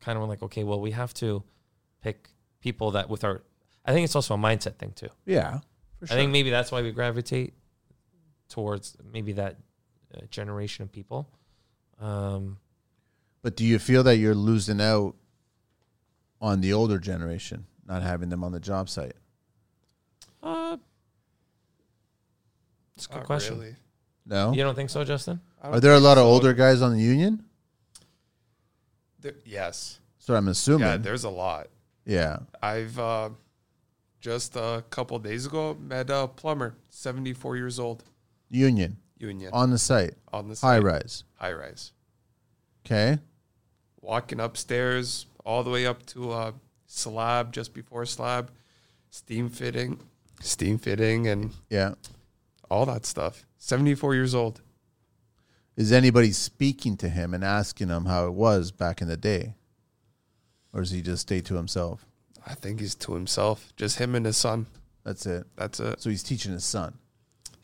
Speaker 1: kind of went like, okay, well, we have to pick people that with our. I think it's also a mindset thing too.
Speaker 2: Yeah. For
Speaker 1: I think maybe that's why we gravitate towards maybe that uh, generation of people. Um,
Speaker 2: But do you feel that you're losing out on the older generation, not having them on the job site?
Speaker 1: uh, it's a good
Speaker 3: Not
Speaker 1: question.
Speaker 3: really.
Speaker 2: No.
Speaker 1: You don't think so, Justin?
Speaker 3: I
Speaker 2: Are
Speaker 3: don't
Speaker 2: there a
Speaker 3: think
Speaker 2: lot of
Speaker 3: so.
Speaker 2: older guys on the union?
Speaker 3: There- yes.
Speaker 2: So I'm assuming.
Speaker 3: Yeah,
Speaker 2: Yeah.
Speaker 3: there's a lot. I've uh, just a couple days ago met a plumber, 74 years old,
Speaker 2: Union
Speaker 3: union
Speaker 2: on the site,
Speaker 3: on the
Speaker 2: high rise.
Speaker 3: high rise.
Speaker 2: Okay.
Speaker 3: Walking upstairs all the way up to uh, slab just before slab, steam fitting, steam fitting, and
Speaker 2: Yeah.
Speaker 3: all that stuff. 74 years old.
Speaker 2: Is anybody speaking to him and asking him how it was back in the day? Or does he just stay to himself?
Speaker 3: I think he's to himself, just him and his son.
Speaker 2: That's it.
Speaker 3: That's it.
Speaker 2: So he's teaching his son.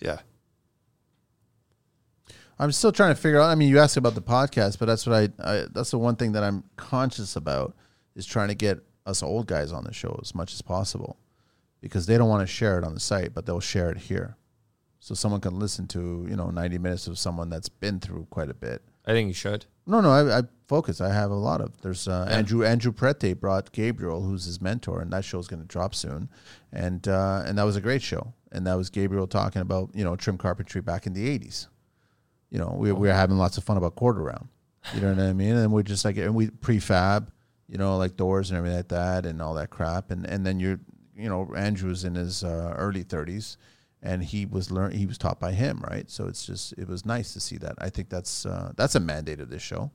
Speaker 3: Yeah.
Speaker 2: I'm still trying to figure out. I mean, you asked about the podcast, but that's what I, I that's the one thing that I'm conscious about is trying to get us old guys on the show as much as possible because they don't want to share it on the site, but they'll share it here. So someone can listen to, you know, 90 minutes of someone that's been through quite a bit.
Speaker 1: I think you should.
Speaker 2: No, no, I, I focus. I have a lot of. There's uh, Andrew Andrew Prete brought Gabriel, who's his mentor, and that show's going to drop soon, and uh, and that was a great show, and that was Gabriel talking about you know trim carpentry back in the '80s. You know,
Speaker 1: Oh,
Speaker 2: we, we were having lots of fun about quarter round. You know what I mean? And we're just like, and we prefab, you know, like doors and everything like that, and all that crap, and and then you're, you know, Andrew's in his uh, early 30s, and he was learn he was taught by him, right? So it's just it was nice to see that. I think that's uh, that's a mandate of this show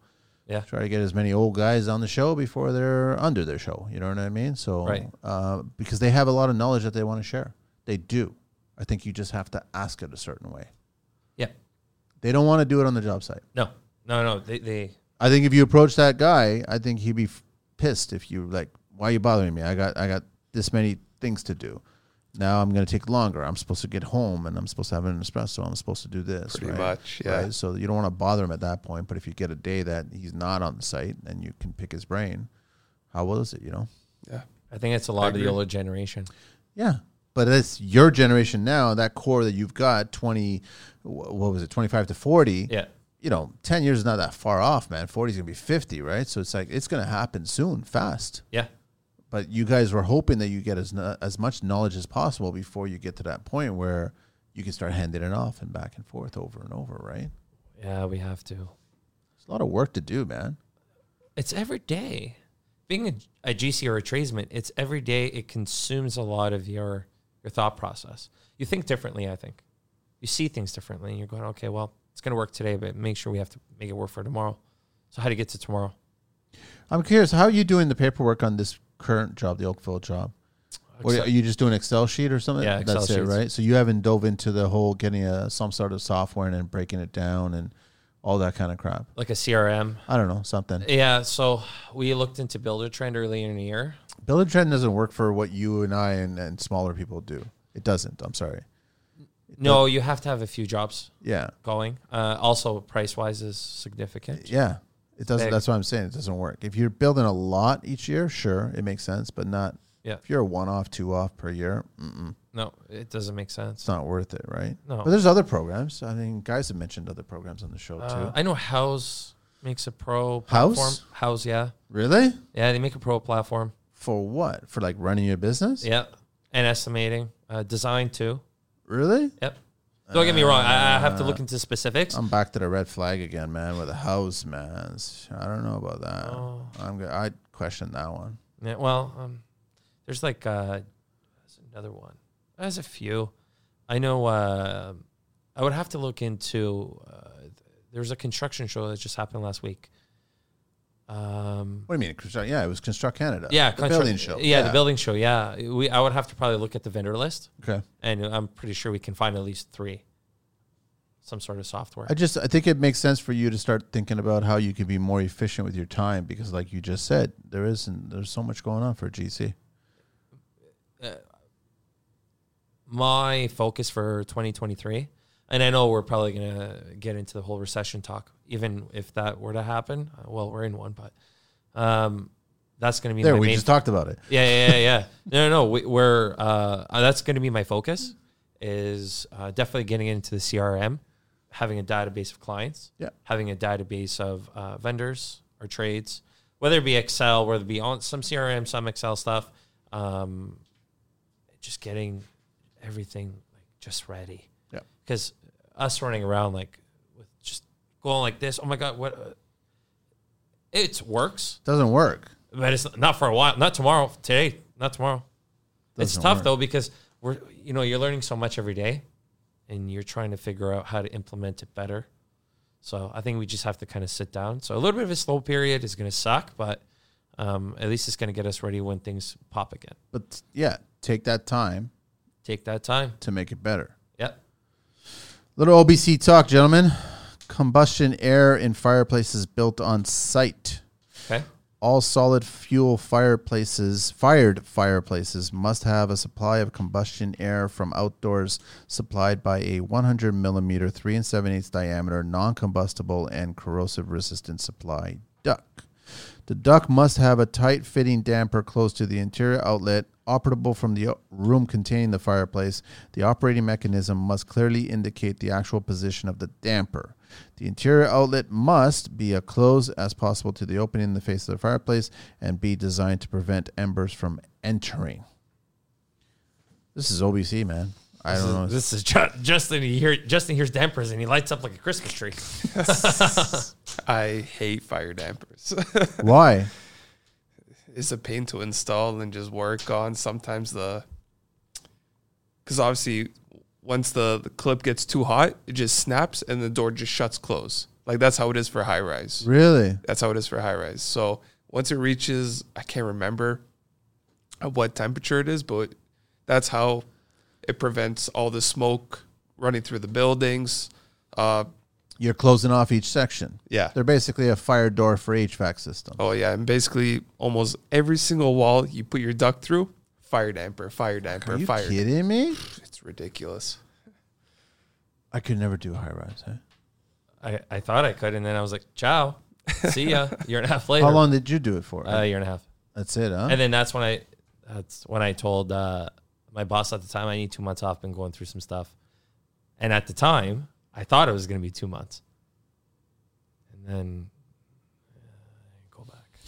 Speaker 1: Yeah.
Speaker 2: try to get as many old guys on the show before they're under their show. You know what I mean? So,
Speaker 1: Right.
Speaker 2: uh, because they have a lot of knowledge that they want to share. They do. I think you just have to ask it a certain way.
Speaker 1: Yeah.
Speaker 2: They don't want to do it on the job site.
Speaker 1: No. No. No. They. They.
Speaker 2: I think if you approach that guy, I think he'd be f- pissed if you like, why are you bothering me? I got I got this many things to do. Now I'm going to take longer. I'm supposed to get home and I'm supposed to have an espresso. I'm supposed to do this.
Speaker 3: Pretty
Speaker 2: right?
Speaker 3: much, yeah.
Speaker 2: Right? So you don't want to bother him at that point. But if you get a day that he's not on the site, then you can pick his brain. How well is it? You know.
Speaker 3: Yeah.
Speaker 1: I think it's a lot of the
Speaker 3: agree.
Speaker 1: older generation.
Speaker 2: Yeah. But it's your generation now, that core that you've got, 20, wh- what was it, 25 to 40.
Speaker 1: Yeah.
Speaker 2: You know, 10 years is not that far off, man. 40 is going to be 50, right? So it's like, it's going to happen soon, fast.
Speaker 1: Yeah.
Speaker 2: But you guys were hoping that you get as, no- as much knowledge as possible before you get to that point where you can start handing it off and back and forth over and over, right?
Speaker 1: Yeah. We have to.
Speaker 2: It's a lot of work to do, man.
Speaker 1: It's every day. Being a, a GC or a tradesman, it's every day. It consumes a lot of your your thought process. You think differently. I think you see things differently. And you're going, okay, well, it's going to work today, but make sure we have to make it work for tomorrow. So how to get to tomorrow?
Speaker 2: I'm curious, how are you doing the paperwork on this current job, the Oakville job? Or
Speaker 1: Excel-
Speaker 2: are you just doing Excel sheet or something?
Speaker 1: Yeah, Excel
Speaker 2: that's it,
Speaker 1: sheets.
Speaker 2: right? So you haven't dove into the whole getting a some sort of software and then breaking it down and all that kind of crap.
Speaker 1: like a CRM.
Speaker 2: I don't know something.
Speaker 1: Yeah. So we looked into Builder Trend earlier in the year.
Speaker 2: Builder trend doesn't work for what you and I and, and smaller people do. It doesn't. I'm sorry.
Speaker 1: No, you have to have a few jobs
Speaker 2: Yeah,
Speaker 1: going. Uh, also, price wise is significant.
Speaker 2: yeah. It doesn't.
Speaker 1: Big.
Speaker 2: That's what I'm saying. It doesn't work. If you're building a lot each year, sure, it makes sense. But not.
Speaker 1: Yeah.
Speaker 2: If you're a one off, two off per year, mm-mm,
Speaker 1: No, it doesn't make
Speaker 2: it's
Speaker 1: sense.
Speaker 2: not worth it, right?
Speaker 1: No.
Speaker 2: But there's other programs. I mean, guys have mentioned other programs on the show
Speaker 1: Uh,
Speaker 2: too.
Speaker 1: I know House makes a pro
Speaker 2: House?
Speaker 1: platform. House, yeah.
Speaker 2: Really?
Speaker 1: Yeah, they make a pro platform.
Speaker 2: For what? For like running your business?
Speaker 1: Yeah, and estimating uh, design too.
Speaker 2: Really?
Speaker 1: Yep. Don't get me wrong. I, I have to look into specifics.
Speaker 2: I'm back to the red flag again, man, with the house, man. It's- I don't know about that.
Speaker 1: Oh.
Speaker 2: I'm go- I question that one.
Speaker 1: Yeah, well, um, there's like uh, another one. There's a few. I know. Uh, I would have to look into. Uh, th- there was a construction show that just happened last week. Um,
Speaker 2: What do you mean? Construct, yeah, it was Construct Canada.
Speaker 1: yeah,
Speaker 2: the
Speaker 1: construct-
Speaker 2: building show.
Speaker 1: Yeah, the building show. Yeah, we. I would have to probably look at the vendor list,
Speaker 2: Okay.
Speaker 1: and I'm pretty sure we can find at least three. Some sort of software.
Speaker 2: I just I think it makes sense for you to start thinking about how you can be more efficient with your time because, like you just said, there isn't there's so much going on for GC.
Speaker 1: my focus for 2023 and i know we're probably going to get into the whole recession talk even if that were to happen Uh, well we're in one but um, that's going to be
Speaker 2: There,
Speaker 1: my
Speaker 2: we
Speaker 1: main
Speaker 2: just talked about it.
Speaker 1: yeah yeah yeah, yeah. no no no we, we're uh, uh, that's going to be my focus is uh, definitely getting into the crm having a database of clients
Speaker 2: Yeah.
Speaker 1: having a database of uh, vendors or trades whether it be excel whether it be on some crm some excel stuff um, just getting everything like just ready.
Speaker 2: Yeah.
Speaker 1: Because us running around like with just going like this, oh my god, what? Uh, it works,
Speaker 2: Doesn't work.
Speaker 1: but it's not for a while. Not tomorrow. Today, not tomorrow.
Speaker 2: Doesn't
Speaker 1: it's tough
Speaker 2: work.
Speaker 1: though because we're you know you're learning so much every day, and you're trying to figure out how to implement it better. So I think we just have to kind of sit down. So a little bit of a slow period is going to suck, but um, at least it's going to get us ready when things pop again.
Speaker 2: But yeah, take that time
Speaker 1: Take that time.
Speaker 2: to make it better.
Speaker 1: Yep.
Speaker 2: Little OBC talk, gentlemen. Combustion air in fireplaces built on site.
Speaker 1: Okay.
Speaker 2: All solid fuel fireplaces, fired fireplaces, must have a supply of combustion air from outdoors supplied by a 100 millimeter, 3 and 7 eighths diameter, non combustible, and corrosive resistant supply duct. The duct must have a tight fitting damper close to the interior outlet, operable from the o- room containing the fireplace. The operating mechanism must clearly indicate the actual position of the damper. The interior outlet must be as close as possible to the opening in the face of the fireplace and be designed to prevent embers from entering. This is OBC, man. I
Speaker 1: This
Speaker 2: don't
Speaker 1: is,
Speaker 2: know.
Speaker 1: This is Ju- Justin. He hear, Justin hears dampers and he lights up like a Christmas tree.
Speaker 3: I hate fire dampers.
Speaker 2: Why?
Speaker 3: it's a pain to install and just work on. Sometimes the because obviously once the, the clip gets too hot, it just snaps and the door just shuts closed. Like that's how it is for high rise.
Speaker 2: Really?
Speaker 3: That's how it is for high rise. So once it reaches, I can't remember at what temperature it is, but that's how it prevents all the smoke running through the buildings. Uh,
Speaker 2: You're closing off each section.
Speaker 3: yeah.
Speaker 2: They're basically a fire door for HVAC system.
Speaker 3: Oh yeah, and basically almost every single wall you put your duck through, fire damper, fire damper,
Speaker 2: Are you
Speaker 3: fire.
Speaker 2: kidding me?
Speaker 3: It's ridiculous.
Speaker 2: I could never do high rise. eh?
Speaker 1: I, I thought I could, and then I was like, "Ciao, see ya." Year and a half later.
Speaker 2: How long did you do it for?
Speaker 1: A year and a half.
Speaker 2: That's it, huh?
Speaker 1: Uh, And then that's when I, that's when I told uh, my boss at the time I need two months off. Been going through some stuff, and at the time I thought it was going to be two months, and then uh, go back.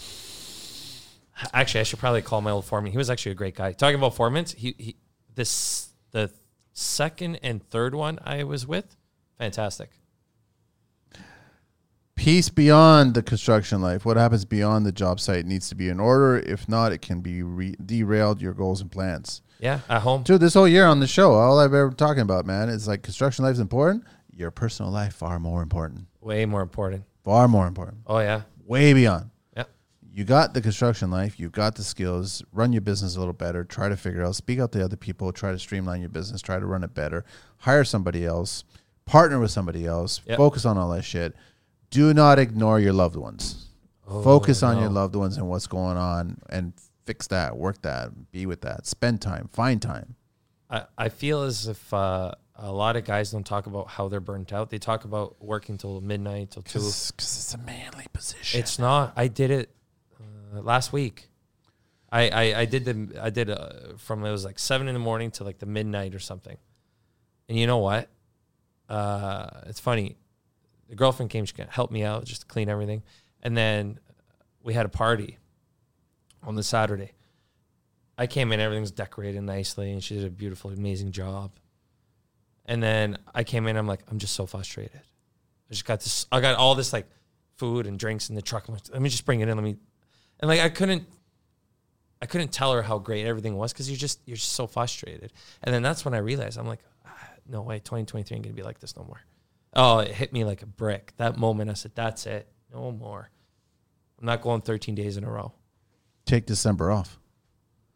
Speaker 1: Actually, I should probably call my old foreman. He was actually a great guy. Talking about foremans, he he this the second and third one I was with, fantastic.
Speaker 2: Peace beyond the construction life. What happens beyond the job site needs to be in order. If not, it can be re- derailed your goals and plans.
Speaker 1: Yeah, at home.
Speaker 2: Dude, this whole year on the show, all I've ever been talking about, man, is like construction life's important. Your personal life far more important.
Speaker 1: Way more important.
Speaker 2: Far more important.
Speaker 1: Oh yeah.
Speaker 2: Way beyond.
Speaker 1: Yeah.
Speaker 2: You got the construction life, you got the skills, run your business a little better, try to figure out, speak out to other people, try to streamline your business, try to run it better, hire somebody else, partner with somebody else,
Speaker 1: Yep.
Speaker 2: focus on all that shit. Do not ignore your loved ones. focus on your loved ones and what's going on and fix that, work that, be with that, spend time, find time.
Speaker 1: I, I feel as if uh, a lot of guys don't talk about how they're burnt out. They talk about working till midnight, till two.
Speaker 2: it's a manly position.
Speaker 1: It's not. I did it uh, last week. I, I, I did the I did uh, from it was like seven in the morning to like the midnight or something. And you know what? Uh, it's funny. The girlfriend came, she helped me out just to clean everything, and then we had a party on the Saturday. I came in, everything's decorated nicely, and she did a beautiful, amazing job. And then I came in, I'm like, I'm just so frustrated. I just got this, I got all this like food and drinks in the truck. I'm like, let me just bring it in. Let me, and like I couldn't I couldn't tell her how great everything was because you're just you're just so frustrated. And then that's when I realized I'm like, ah, no way, 2023 ain't gonna be like this no more. Oh, it hit me like a brick. That moment, I said, that's it, no more. I'm not going 13 days in a row.
Speaker 2: Take December off.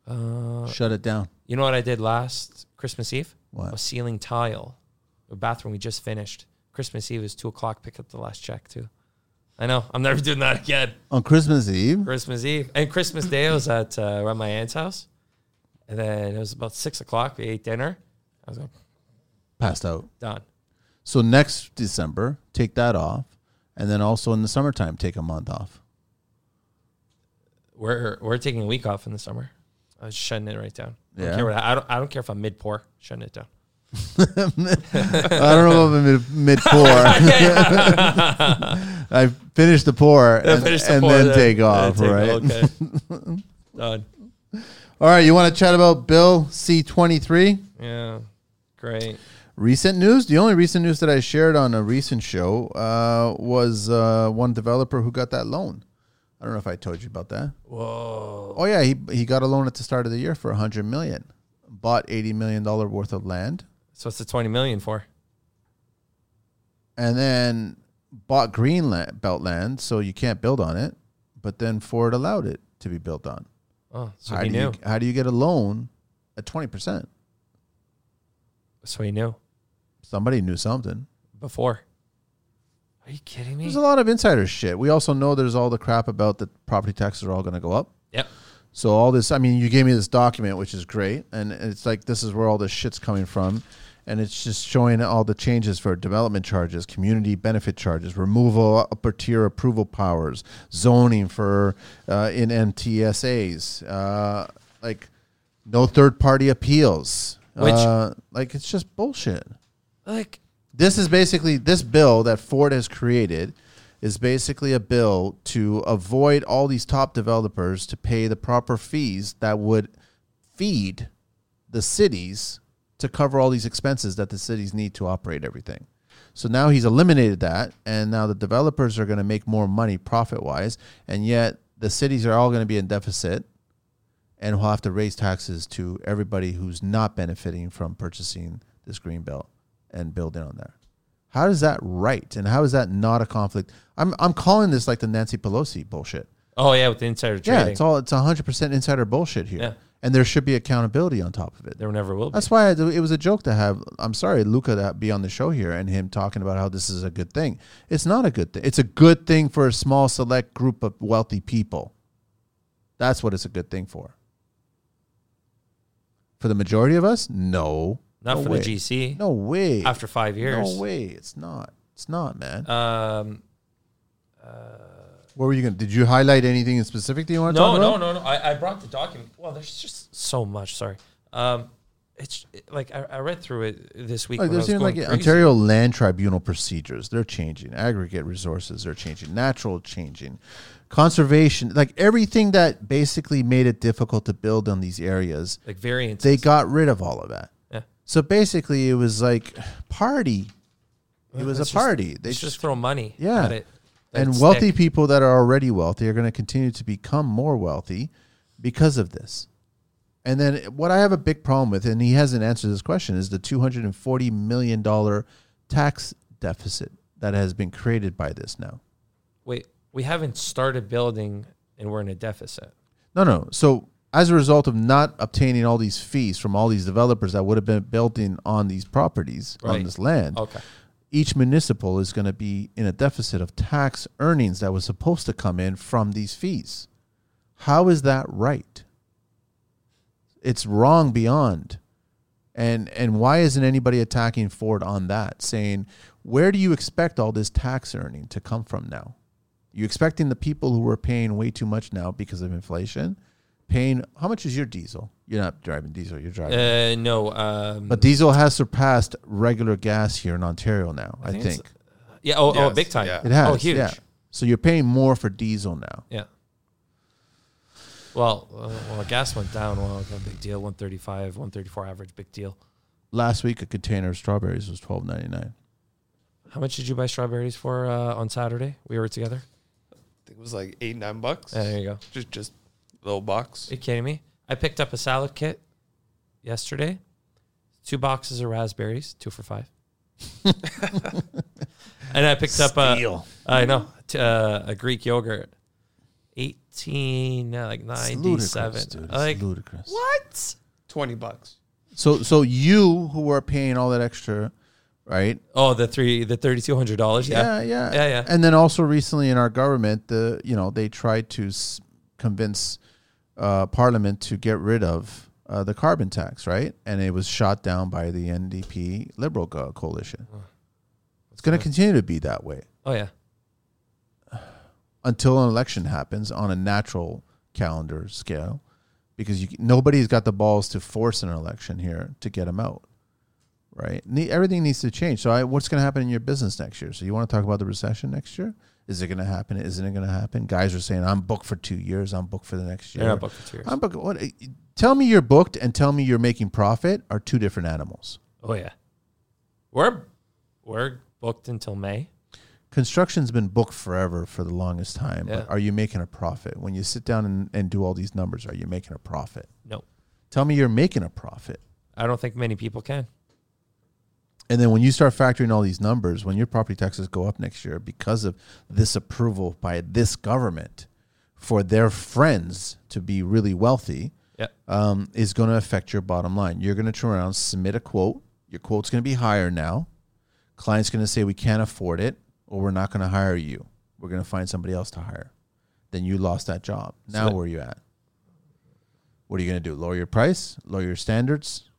Speaker 1: Uh,
Speaker 2: Shut it down.
Speaker 1: you know what I did last Christmas Eve? I
Speaker 2: What?
Speaker 1: was sealing tile. The bathroom we just finished. Christmas Eve is two o'clock. Pick up the last check too. I know. I'm never doing that again.
Speaker 2: On Christmas Eve?
Speaker 1: Christmas Eve and Christmas Day. I was at uh, around my aunt's house, and then it was about six o'clock. We ate dinner. I was like,
Speaker 2: Passed out.
Speaker 1: done.
Speaker 2: So next December, take that off. And then also in the summertime, take a month off.
Speaker 1: We're we're taking a week off in the summer. I was shutting it right down. I
Speaker 2: Yeah.
Speaker 1: don't care what I, I don't. I don't care if I'm mid pour. Shutting it down.
Speaker 2: I don't know if I'm mid, mid pour. I finish the pour and,
Speaker 1: Finish the
Speaker 2: and
Speaker 1: pour,
Speaker 2: then take off,
Speaker 1: take-
Speaker 2: right?
Speaker 1: Okay. done.
Speaker 2: All right, you want to chat about Bill C23?
Speaker 1: Yeah. Great.
Speaker 2: Recent news. The only recent news that I shared on a recent show uh, was uh, one developer who got that loan. I don't know if I told you about that.
Speaker 1: Whoa.
Speaker 2: Oh yeah, he he got a loan at the start of the year for 100 million. Bought 80 million dollar worth of land
Speaker 1: So what's the twenty million for?
Speaker 2: and then bought green la- belt land so you can't build on it, but then Ford allowed it to be built on.
Speaker 1: Oh, so
Speaker 2: how
Speaker 1: he
Speaker 2: do
Speaker 1: knew.
Speaker 2: you how do you get a loan at 20%?
Speaker 1: So he knew
Speaker 2: Somebody knew something.
Speaker 1: before. Are you kidding me?
Speaker 2: There's a lot of insider shit. We also know there's all the crap about that property taxes are all going to go up.
Speaker 1: Yep.
Speaker 2: So all this, I mean, you gave me this document, which is great, and it's like this is where all this shit's coming from, and it's just showing all the changes for development charges, community benefit charges, removal upper tier approval powers, zoning for uh, in MTSA's, uh, like no third party appeals,
Speaker 1: Which-
Speaker 2: uh, like it's just bullshit.
Speaker 1: Like
Speaker 2: This is basically this bill that Ford has created is basically a bill to avoid all these top developers to pay the proper fees that would feed the cities to cover all these expenses that the cities need to operate everything. So now he's eliminated that and now the developers are going to make more money profit-wise and yet the cities are all going to be in deficit and we'll have to raise taxes to everybody who's not benefiting from purchasing this green belt and building on there. How is that right? And how is that not a conflict? I'm I'm calling this like the Nancy Pelosi bullshit.
Speaker 1: oh yeah, with the insider trading.
Speaker 2: Yeah, it's all it's 100% insider bullshit here.
Speaker 1: Yeah.
Speaker 2: And there should be accountability on top of it.
Speaker 1: there never will be.
Speaker 2: That's why I, it was a joke to have. I'm sorry, Luca, to be on the show here and him talking about how this is a good thing. It's not a good thing. It's a good thing for a small, select group of wealthy people. That's what it's a good thing for. For the majority of us, no.
Speaker 1: Not
Speaker 2: no
Speaker 1: for
Speaker 2: way.
Speaker 1: the GC.
Speaker 2: No way.
Speaker 1: After five years.
Speaker 2: no way. It's not. It's not, man.
Speaker 1: Um,
Speaker 2: what were you going to? Did you highlight anything in specific that you want to
Speaker 1: no,
Speaker 2: talk
Speaker 1: no, no,
Speaker 2: about?
Speaker 1: no. I, I brought the document. Well, there's just so much. Sorry. Um, it's it- like I, I read through it this week. when
Speaker 2: Like,
Speaker 1: I
Speaker 2: there's
Speaker 1: was
Speaker 2: even
Speaker 1: going
Speaker 2: like
Speaker 1: crazy.
Speaker 2: Ontario Land Tribunal procedures. They're changing. Aggregate resources are changing. Natural changing. Conservation. Like everything that basically made it difficult to build on these areas,
Speaker 1: like variants.
Speaker 2: they got rid of all of that.
Speaker 1: Yeah.
Speaker 2: So basically, it was like party. It was
Speaker 1: It's
Speaker 2: a
Speaker 1: just-
Speaker 2: party. They
Speaker 1: They just,
Speaker 2: just
Speaker 1: throw money.
Speaker 2: Yeah.
Speaker 1: At it. Let
Speaker 2: and
Speaker 1: it
Speaker 2: wealthy
Speaker 1: stick.
Speaker 2: people that are already wealthy are going to continue to become more wealthy because of this. And then what I have a big problem with, and he hasn't answered this question, is the two hundred and forty million dollar tax deficit that has been created by this now.
Speaker 1: Wait, we haven't started building, and we're in a deficit.
Speaker 2: No, no. So as a result of not obtaining all these fees from all these developers that would have been building on these properties on
Speaker 1: Right.
Speaker 2: this land,
Speaker 1: Okay.
Speaker 2: each municipal is going to be in a deficit of tax earnings that was supposed to come in from these fees. How is that right? It's wrong beyond. And and why isn't anybody attacking Ford on that saying where do you expect all this tax earning to come from now? You expecting the people who are paying way too much now because of inflation, paying how much is your diesel? You're not driving diesel, you're driving
Speaker 1: Uh, no. Um,
Speaker 2: but diesel has surpassed regular gas here in Ontario now. I,
Speaker 1: think
Speaker 2: think,
Speaker 1: it's- yeah. Oh, oh,
Speaker 3: Yes,
Speaker 1: big time.
Speaker 3: yeah.
Speaker 2: it has.
Speaker 1: Oh, huge.
Speaker 2: Yeah. So you're paying more for diesel now.
Speaker 1: Yeah. Well, uh, well, gas went down. Well, no big deal. 135, 134 average, big deal.
Speaker 2: Last week, a container of strawberries was twelve ninety nine.
Speaker 1: How much did you buy strawberries for uh, on Saturday? We were together.
Speaker 3: think it was like eight, nine bucks.
Speaker 1: Yeah, there you go.
Speaker 3: Just, just Little box.
Speaker 1: Are you kidding me? I picked up a salad kit yesterday. Two boxes of raspberries, two for five. and I picked up uh, a,
Speaker 2: Steal.
Speaker 1: I know t- uh, a Greek yogurt, eighteen uh, like
Speaker 2: It's
Speaker 1: ninety
Speaker 2: ludicrous,
Speaker 1: seven.
Speaker 2: dude. It's
Speaker 1: Like
Speaker 2: ludicrous.
Speaker 1: what?
Speaker 3: 20 bucks.
Speaker 2: So so you who are paying all that extra, right?
Speaker 1: Oh, the three the thirty two hundred dollars. Yeah.
Speaker 2: Yeah, yeah,
Speaker 1: Yeah, yeah.
Speaker 2: And then also recently in our government, the you know they tried to s- convince uh, Parliament to get rid of uh, the carbon tax, right? And it was shot down by the NDP Liberal co- coalition. It's going to continue to be that way
Speaker 1: Oh yeah.
Speaker 2: until an election happens on a natural calendar scale, because you, nobody's got the balls to force an election here to get them out. Right, Ne- everything needs to change. So, I, what's going to happen in your business next year? So, you want to talk about the recession next year? Is it going to happen? Isn't it going to happen? Guys are saying, "I'm booked for two years. I'm booked for the next year.
Speaker 1: They're not booked for two years.
Speaker 2: I'm booked." What? eh, Tell me you're booked and tell me you're making profit are two different animals.
Speaker 1: Oh yeah. We're we're booked until May.
Speaker 2: construction's been booked forever for the longest time.
Speaker 1: Yeah.
Speaker 2: But are you making a profit? When you sit down and, and do all these numbers, are you making a profit?
Speaker 1: No,
Speaker 2: Tell me you're making a profit.
Speaker 1: I don't think many people can.
Speaker 2: And then when you start factoring all these numbers, when your property taxes go up next year because of this approval by this government for their friends to be really wealthy,
Speaker 1: Yeah.
Speaker 2: um, is going to affect your bottom line. You're going to turn around, submit a quote. Your quote's going to be higher now. Client's going to say, We can't afford it, or we're not going to hire you. We're going to find somebody else to hire. Then you lost that job. Now,
Speaker 1: that-
Speaker 2: where are you at? What are you going to do? Lower your price, lower your standards?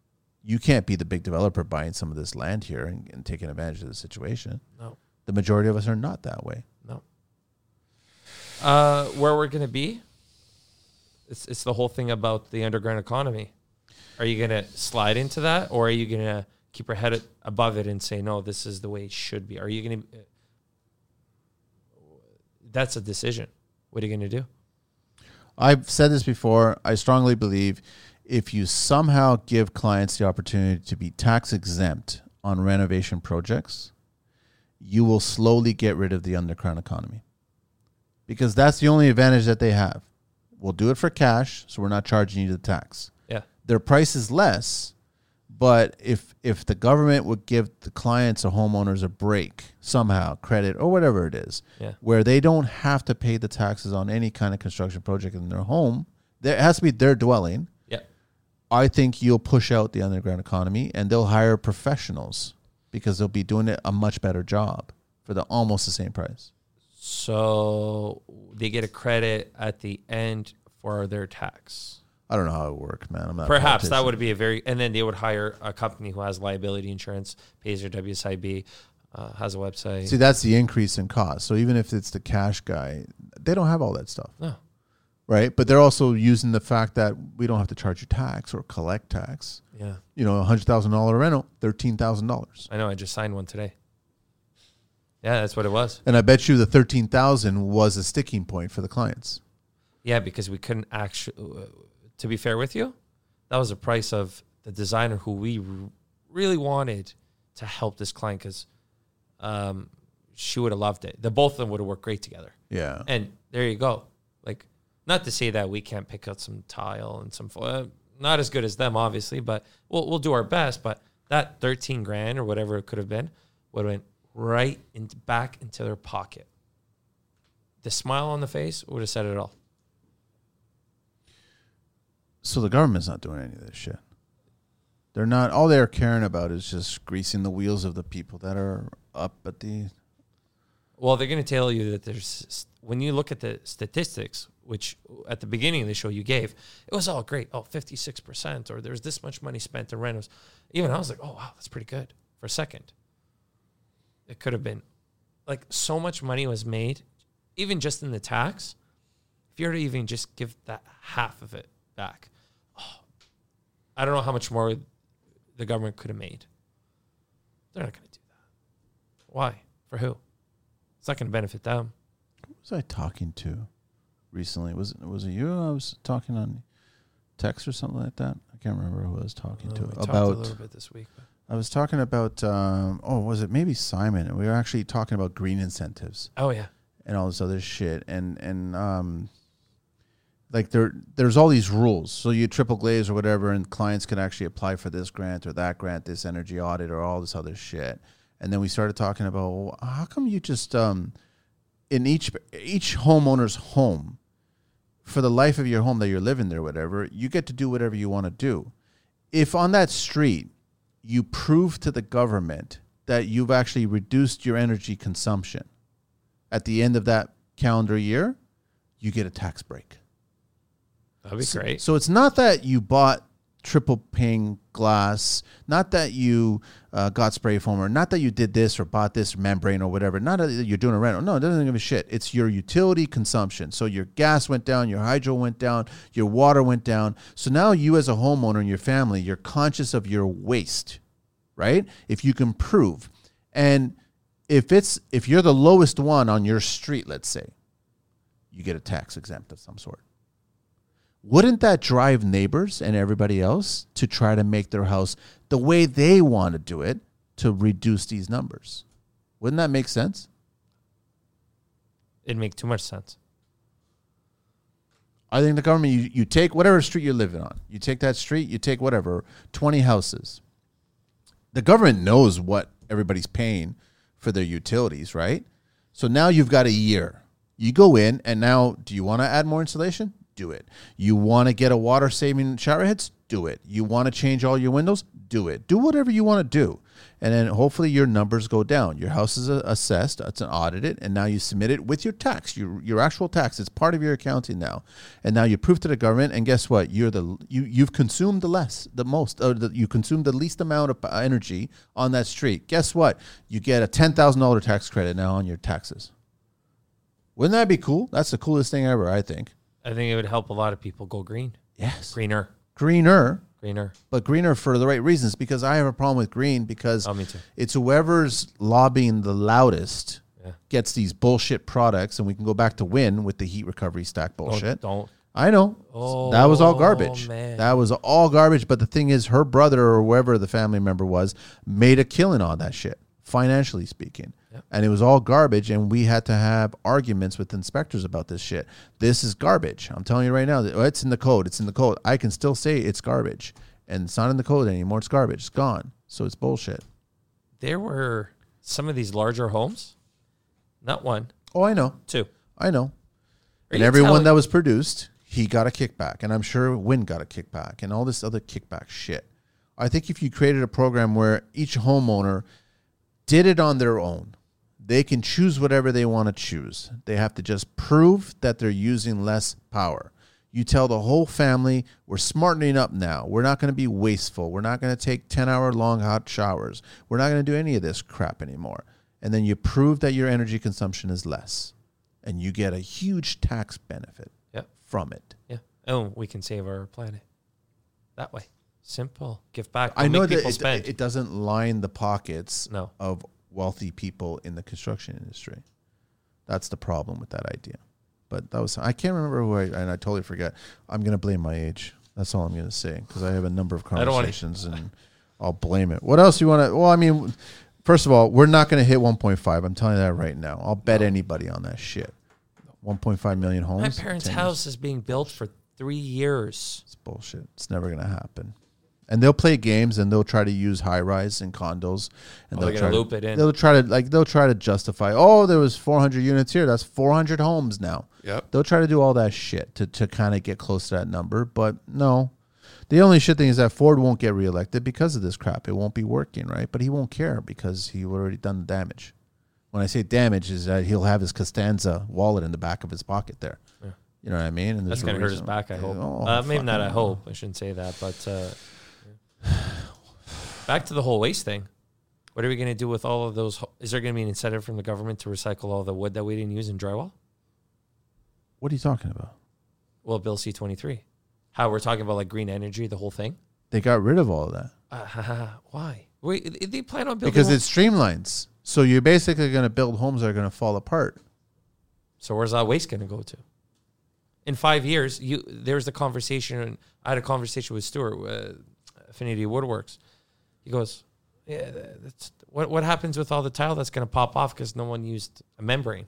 Speaker 2: You can't be the big developer buying some of this land here and, and taking advantage of the situation.
Speaker 1: No.
Speaker 2: The majority of us are not that way.
Speaker 1: No. Uh, where we're gonna be? It's it's the whole thing about the underground economy. Are you gonna slide into that, or are you gonna keep your head above it and say, "No, this is the way it should be"? Are you gonna? That's a decision. What are you gonna do?
Speaker 2: I've said this before. I strongly believe if you somehow give clients the opportunity to be tax exempt on renovation projects, you will slowly get rid of the underground economy because that's the only advantage that they have. We'll do it for cash, so we're not charging you the tax.
Speaker 1: Yeah,
Speaker 2: Their price is less, but if if the government would give the clients or homeowners a break somehow, credit or whatever it is,
Speaker 1: yeah,
Speaker 2: where they don't have to pay the taxes on any kind of construction project in their home. There it has to be their dwelling.
Speaker 1: yeah.
Speaker 2: I think you'll push out the underground economy and they'll hire professionals because they'll be doing it a much better job for the almost the same price.
Speaker 1: So they get a credit at the end for their tax.
Speaker 2: I don't know how it works, man. I'm not a
Speaker 1: Perhaps that
Speaker 2: politician.
Speaker 1: would be a very, and then they would hire a company who has liability insurance, pays their WSIB, uh, has a website.
Speaker 2: See, that's the increase in cost. So even if it's the cash guy, they don't have all that stuff.
Speaker 1: No.
Speaker 2: Right? But they're also using the fact that we don't have to charge you tax or collect tax.
Speaker 1: yeah,
Speaker 2: You know, a hundred thousand dollar rental, thirteen thousand dollars.
Speaker 1: I know. I just signed one today. Yeah, that's what it was.
Speaker 2: And I bet you the 13,000 was a sticking point for the clients.
Speaker 1: Yeah, because we couldn't actually. To be fair with you, that was the price of the designer who we r- really wanted to help this client because um, she would have loved it. The both of them would have worked great together.
Speaker 2: Yeah.
Speaker 1: And there you go. Like, not to say that we can't pick out some tile and some, fo- uh, not as good as them, obviously, but we'll, we'll do our best. But that 13 grand or whatever it could have been would have went right in, back into their pocket. The smile on the face would have said it all.
Speaker 2: So the government's not doing any of this shit. They're not, all they're caring about is just greasing the wheels of the people that are up at the,
Speaker 1: Well, they're going to tell you that there's, when you look at the statistics, which at the beginning of the show you gave, it was all great. Oh, 56%, or there's this much money spent in rentals. Even I was like, oh, wow, that's pretty good for a second. It could have been like so much money was made, even just in the tax. If you were to even just give that half of it back, oh, I don't know how much more the government could have made. They're not going to do that. Why? For who? It's not going to benefit them.
Speaker 2: who was I talking to recently? Was it, was it you I was talking on text or something like that? I can't remember who I was talking
Speaker 1: Uh,
Speaker 2: to
Speaker 1: we talked a
Speaker 2: about.
Speaker 1: little bit this week. but-
Speaker 2: I was talking about, um, oh, was it maybe Simon? And we were actually talking about green incentives.
Speaker 1: Oh yeah,
Speaker 2: and all this other shit and and um like there there's all these rules. So you triple glaze or whatever, and clients can actually apply for this grant or that grant, this energy audit or all this other shit. And then we started talking about well, how come you just um, in each each homeowner's home, for the life of your home that you're living there, whatever, you get to do whatever you want to do. If on that street you prove to the government that you've actually reduced your energy consumption at the end of that calendar year, you get a tax break.
Speaker 1: That'd be
Speaker 2: So-
Speaker 1: great.
Speaker 2: So it's not that you bought triple ping glass, not that you uh, got spray foam, or not that you did this or bought this membrane or whatever. Not that you're doing a rental. No, it doesn't give a shit. It's your utility consumption. So your gas went down, your hydro went down, your water went down. So now you, as a homeowner and your family, you're conscious of your waste, right? If you can prove, and if it's if you're the lowest one on your street, let's say, you get a tax exempt of some sort wouldn't that drive neighbors and everybody else to try to make their house the way they want to do it to reduce these numbers? Wouldn't that make sense?
Speaker 1: It'd make too much sense.
Speaker 2: I think the government, you, you take whatever street you're living on, you take that street, you take whatever, 20 houses. The government knows what everybody's paying for their utilities, right? So now you've got a year. You go in, and now do you want to add more insulation? Do it. You want to get a water saving shower heads? Do it. You want to change all your windows? Do it. Do whatever you want to do. And then hopefully your numbers go down. Your house is uh, assessed, it's an audited, and now you submit it with your tax, your, your actual tax. It's part of your accounting now. And now you prove to the government, and guess what? You're the you you've consumed the less, the most, or the, you consumed the least amount of uh, energy on that street. Guess what? You get a ten thousand dollar tax credit now on your taxes. Wouldn't that be cool? That's the coolest thing ever, I think.
Speaker 1: I think it would help a lot of people go green,
Speaker 2: Yes.
Speaker 1: greener,
Speaker 2: Greener,
Speaker 1: greener.
Speaker 2: but greener for the right reasons because I have a problem with green because
Speaker 1: Oh, me too.
Speaker 2: it's whoever's lobbying the loudest
Speaker 1: Yeah.
Speaker 2: gets these bullshit products and we can go back to win with the heat recovery stack
Speaker 1: Don't,
Speaker 2: bullshit.
Speaker 1: don't.
Speaker 2: I know. that was all
Speaker 1: Oh,
Speaker 2: garbage.
Speaker 1: man.
Speaker 2: That was all garbage. But the thing is, her brother or whoever the family member was made a killing on that shit, financially speaking. And it was all garbage. And we had to have arguments with inspectors about this shit. This is garbage. I'm telling you right now, that- oh, it's in the code. It's in the code. I can still say it's garbage. And it's not in the code anymore. It's garbage. It's gone. So it's bullshit.
Speaker 1: There were some of these larger homes, not one,
Speaker 2: Oh, I know.
Speaker 1: two.
Speaker 2: I know.
Speaker 1: Are
Speaker 2: and
Speaker 1: you
Speaker 2: everyone
Speaker 1: telling-
Speaker 2: that was produced, he got a kickback, and I'm sure Wynn got a kickback, and all this other kickback shit. I think if you created a program where each homeowner did it on their own, they can choose whatever they want to choose. They have to just prove that they're using less power. You tell the whole family, we're smartening up now. We're not going to be wasteful. We're not going to take 10 hour long hot showers. We're not going to do any of this crap anymore. And then you prove that your energy consumption is less and you get a huge tax benefit
Speaker 1: Yep.
Speaker 2: from it.
Speaker 1: Yeah. Oh, we can save our planet that way. Simple. Give back.
Speaker 2: I
Speaker 1: Don't
Speaker 2: know
Speaker 1: make
Speaker 2: that
Speaker 1: people
Speaker 2: it,
Speaker 1: spend.
Speaker 2: it doesn't line the pockets
Speaker 1: No.
Speaker 2: of wealthy people in the construction industry. That's the problem with that idea. But that was I can't remember who I and I totally forgot. I'm gonna blame my age. That's all I'm gonna say because I have a number of
Speaker 1: don't wanna-
Speaker 2: conversations and I'll blame it. What else you want to? Well, I mean, first of all, we're not gonna hit 1.5. I'm telling you that right now. I'll bet anybody on that shit. 1.5 million homes.
Speaker 1: My
Speaker 2: in
Speaker 1: parents'
Speaker 2: 10 years.
Speaker 1: house is being built for three years.
Speaker 2: It's bullshit. It's never gonna happen. And they'll play games and they'll try to use high rise and condos and
Speaker 1: Oh,
Speaker 2: they'll
Speaker 1: they're
Speaker 2: try
Speaker 1: gonna loop
Speaker 2: to,
Speaker 1: it in.
Speaker 2: They'll try to like they'll try to justify. Oh, there was 400 units here. That's 400 homes now.
Speaker 3: Yep.
Speaker 2: They'll try to do all that shit to to kind of get close to that number, but no. The only shit thing is that Ford won't get reelected because of this crap. It won't be working, right? But he won't care because he already done the damage. When I say damage, is that he'll have his Costanza wallet in the back of his pocket there. You know what I mean? And
Speaker 1: That's
Speaker 2: there's
Speaker 1: going
Speaker 2: no
Speaker 1: to hurt his
Speaker 2: reason-
Speaker 1: back, I hope.
Speaker 2: Oh,
Speaker 1: uh, maybe not, I
Speaker 2: fucking-
Speaker 1: hope. I shouldn't say that. But uh, back to the whole waste thing. What are we going to do with all of those? ho- Is there going to be an incentive from the government to recycle all the wood that we didn't use in drywall?
Speaker 2: What are you talking about?
Speaker 1: Well, Bill C 23. How we're talking about like green energy, the whole thing.
Speaker 2: They got rid of all of that
Speaker 1: Uh, why? Wait, i- they plan on building
Speaker 2: because
Speaker 1: one-
Speaker 2: it streamlines. So you're basically going to build homes that are going to fall apart.
Speaker 1: So where's that waste going to go to? In five years, you there's the conversation. I had a conversation with Stuart, uh, Affinity Woodworks. He goes, "Yeah, that's what what happens with all the tile that's going to pop off because no one used a membrane."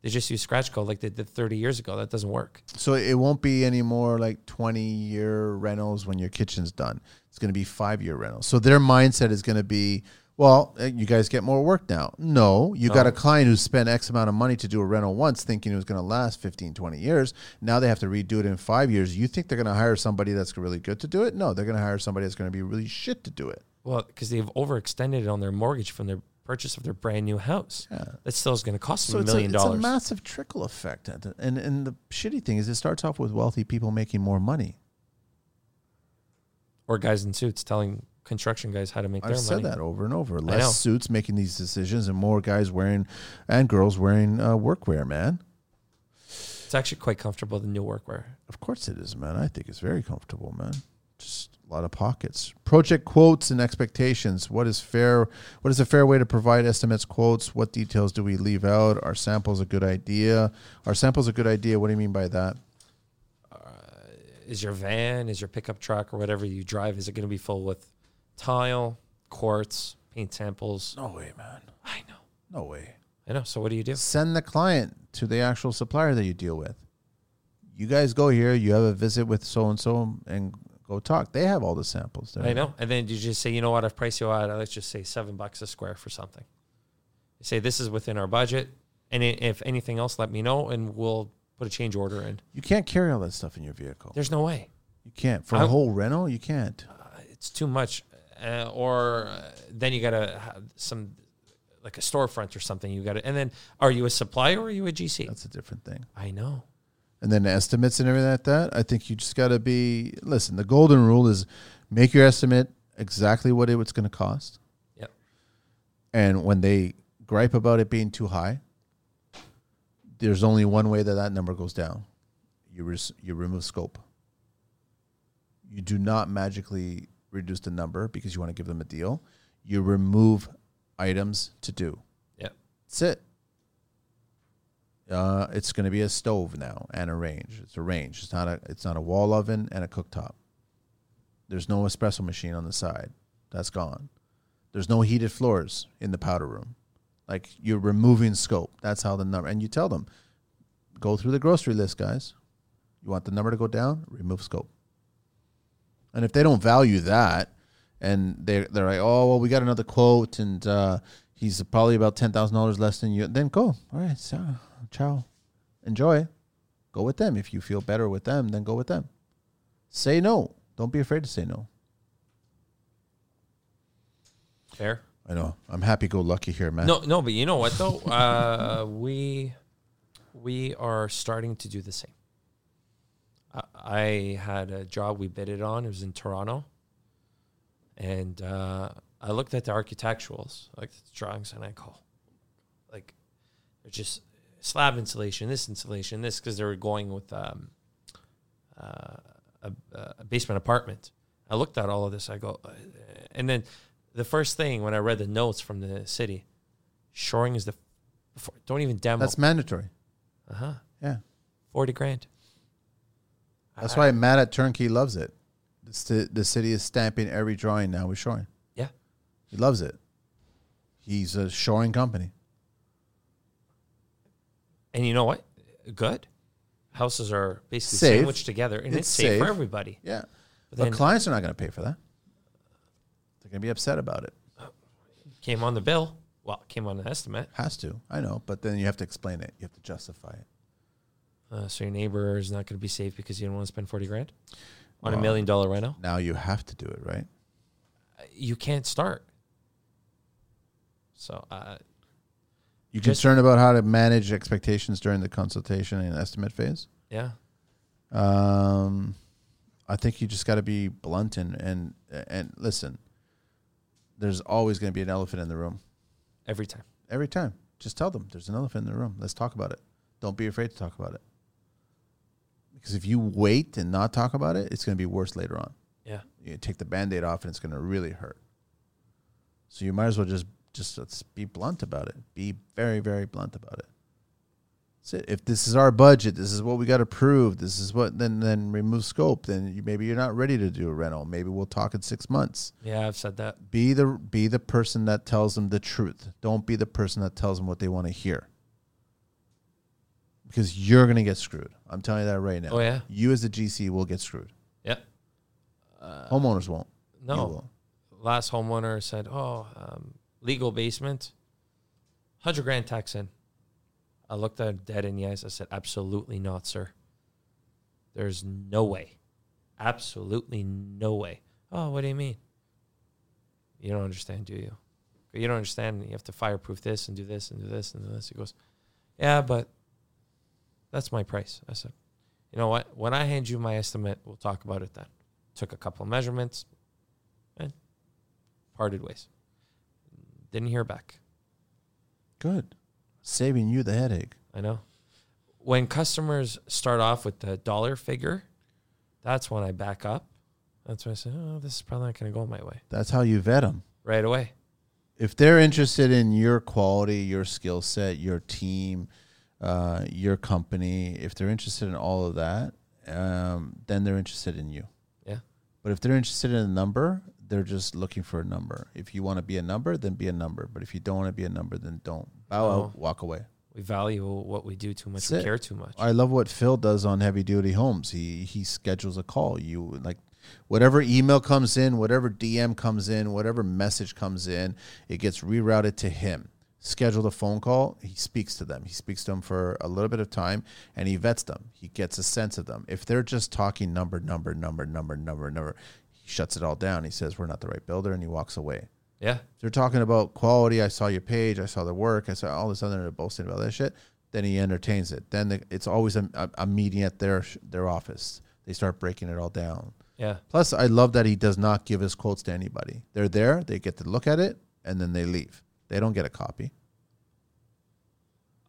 Speaker 1: They just use scratch code like they did 30 years ago. That doesn't work.
Speaker 2: So it won't be any more like 20 year rentals when your kitchen's done. It's going to be five year rentals. So their mindset is going to be, well, eh, you guys get more work now. No, you got a client who spent X amount of money to do a rental once thinking it was going to last 15, 20 years. Now they have to redo it in five years. You think they're going to hire somebody that's really good to do it? No, they're going to hire somebody that's going to be really shit to do it.
Speaker 1: Well, because they've overextended it on their mortgage from their purchase of their brand new house.
Speaker 2: Yeah.
Speaker 1: That still is going to cost them
Speaker 2: So
Speaker 1: a
Speaker 2: it's a,
Speaker 1: million
Speaker 2: it's a
Speaker 1: dollars.
Speaker 2: massive trickle effect. at the- And, and the shitty thing is it starts off with wealthy people making more money.
Speaker 1: or guys in suits telling construction guys how to make
Speaker 2: I've
Speaker 1: their
Speaker 2: said
Speaker 1: money.
Speaker 2: that over and over.
Speaker 1: know.
Speaker 2: Less suits making these decisions, and more guys wearing and girls wearing uh, workwear. Man,
Speaker 1: It's actually quite comfortable, the new workwear.
Speaker 2: of course it is, man. I think it's very comfortable, man. Just a lot of pockets. Project quotes and expectations. What is fair? What is a fair way to provide estimates? Quotes. What details do we leave out? Are samples a good idea? Are samples a good idea? What do you mean by that?
Speaker 1: Is your van, is your pickup truck, or whatever you drive, is it going to be full with tile, quartz, paint samples?
Speaker 2: No way, man.
Speaker 1: I know.
Speaker 2: No way.
Speaker 1: I know. So what do you do?
Speaker 2: Send the client to the actual supplier that you deal with. You guys go here, you have a visit with so and so and go talk. They have all the samples. There.
Speaker 1: I know. And then you just say, you know what, I've priced you out. Let's just say seven bucks a square for something. You say this is within our budget, and i- if anything else, let me know, and we'll put a change order in.
Speaker 2: You can't carry all that stuff in your vehicle.
Speaker 1: There's no way.
Speaker 2: You can't. For a
Speaker 1: I'm-
Speaker 2: whole rental, you can't.
Speaker 1: it's too much. Uh, or uh, then you got to have some like a storefront or something. You got to, and then are you a supplier or are you a GC?
Speaker 2: That's a different thing.
Speaker 1: I know.
Speaker 2: And then estimates and everything like that. I think you just got to be. Listen, the golden rule is make your estimate exactly what it was going to cost.
Speaker 1: Yep.
Speaker 2: And when they gripe about it being too high, there's only one way that that number goes down. You res- you remove scope. You do not magically reduce the number because you want to give them a deal. You remove items to do.
Speaker 1: Yep.
Speaker 2: That's it. Uh, it's going to be a stove now and a range. It's a range. It's not a. It's not a wall oven and a cooktop. There's no espresso machine on the side. That's gone. There's no heated floors in the powder room. Like you're removing scope. That's how the number. And you tell them, go through the grocery list, guys. You want the number to go down? Remove scope. And if they don't value that, and they they're like, oh well, we got another quote, and uh, he's probably about ten thousand dollars less than you, then go. All right, so, ciao, enjoy. Go with them. If you feel better with them, then go with them. Say no. Don't be afraid to say no.
Speaker 1: Fair.
Speaker 2: I know. I'm happy go lucky here, man.
Speaker 1: No, no, but you know what though? Uh, we we are starting to do the same. I, I had a job we bid it on. It was in Toronto, and uh, I looked at the architecturals, like the drawings, and I call, like, they're just slab insulation, this insulation, this, because they were going with um, uh, a, a basement apartment. I looked at all of this. I go, uh, and then the first thing when I read the notes from the city, shoring is the before, don't even demo.
Speaker 2: That's mandatory.
Speaker 1: uh huh.
Speaker 2: Yeah.
Speaker 1: Forty grand.
Speaker 2: That's
Speaker 1: I-
Speaker 2: why Matt at Turnkey loves it. The, ci- the city is stamping every drawing now with shoring.
Speaker 1: Yeah.
Speaker 2: He loves it. He's a shoring company.
Speaker 1: And you know what? Good. Houses are basically
Speaker 2: Safe.
Speaker 1: sandwiched together, and it's,
Speaker 2: It's
Speaker 1: safe, for
Speaker 2: safe.
Speaker 1: everybody.
Speaker 2: Yeah.
Speaker 1: But
Speaker 2: But
Speaker 1: then
Speaker 2: clients are not going to pay for that. They're going to be upset about it.
Speaker 1: came on the bill. Well, it came on the estimate.
Speaker 2: Has to. I know. But then you have to explain it. You have to justify it.
Speaker 1: Uh, so your neighbor is not going to be safe because you don't want to spend forty grand on a
Speaker 2: Well,
Speaker 1: million dollar reno.
Speaker 2: Now you have to do it, right?
Speaker 1: You can't start. So uh,
Speaker 2: You
Speaker 1: Just-
Speaker 2: concerned about how to manage expectations during the consultation and estimate phase?
Speaker 1: yeah,
Speaker 2: Um, I think you just got to be blunt and and and listen. There's always going to be an elephant in the room
Speaker 1: every time.
Speaker 2: every time. Just tell them there's an elephant in the room. Let's talk about it. Don't be afraid to talk about it. Because if you wait and not talk about it, it's going to be worse later on.
Speaker 1: Yeah.
Speaker 2: You take the band-aid off and it's going to really hurt. So you might as well just just let's be blunt about it. Be very very blunt about it. That's it. If this is our budget, this is what we got to prove. This is what then then remove scope. Then you, maybe you're not ready to do a rental. Maybe we'll talk in 6 months
Speaker 1: Yeah, I've said that.
Speaker 2: be the be the person that tells them the truth. Don't be the person that tells them what they want to hear. because you're going to get screwed. I'm telling you that right now.
Speaker 1: Oh, yeah?
Speaker 2: You as a GC will get screwed.
Speaker 1: Yeah.
Speaker 2: Homeowners won't. You
Speaker 1: No.
Speaker 2: will.
Speaker 1: Last homeowner said, "Oh, um, legal basement, hundred grand tax in." I looked at him dead in the eyes. I said, "Absolutely not, sir. There's no way. Absolutely no way." Oh, what do you mean? You don't understand, do you? You don't understand. You have to fireproof this and do this and do this and do this. He goes, "Yeah, but that's my price." I said, "You know what? When I hand you my estimate, we'll talk about it then." Took a couple of measurements, parted ways. Didn't hear back.
Speaker 2: Good. Saving you the headache.
Speaker 1: I know. When customers start off with the dollar figure, that's when I back up. That's when I say, oh, this is probably not going to go my way
Speaker 2: That's how you vet them.
Speaker 1: right away.
Speaker 2: if they're interested in your quality, your skill set, your team, uh, your company, if they're interested in all of that, um, then they're interested in you.
Speaker 1: Yeah.
Speaker 2: But if they're interested in a number, they're just looking for a number. If you want to be a number, then be a number. But if you don't want to be a number, then don't. Bow
Speaker 1: No.
Speaker 2: out, walk away.
Speaker 1: We value what we do too much.
Speaker 2: That's
Speaker 1: we
Speaker 2: it.
Speaker 1: care too much.
Speaker 2: I love what Phil does on Heavy Duty Homes. He he schedules a call. You like whatever email comes in, whatever DM comes in, whatever message comes in, it gets rerouted to him. Schedule a phone call. He speaks to them. He speaks to them for a little bit of time, and he vets them. He gets a sense of them. If they're just talking number, number, number, number, number, number, he shuts it all down. He says, "We're not the right builder," and he walks away
Speaker 1: yeah.
Speaker 2: they're talking about quality. I saw your page. I saw the work. I saw all this other. They're boasting about that shit. Then he entertains it. Then the, it's always a, a, a meeting at their sh- their office. They start breaking it all down.
Speaker 1: Yeah.
Speaker 2: Plus, I love that he does not give his quotes to anybody. They're there. They get to look at it, and then they leave. They don't get a copy.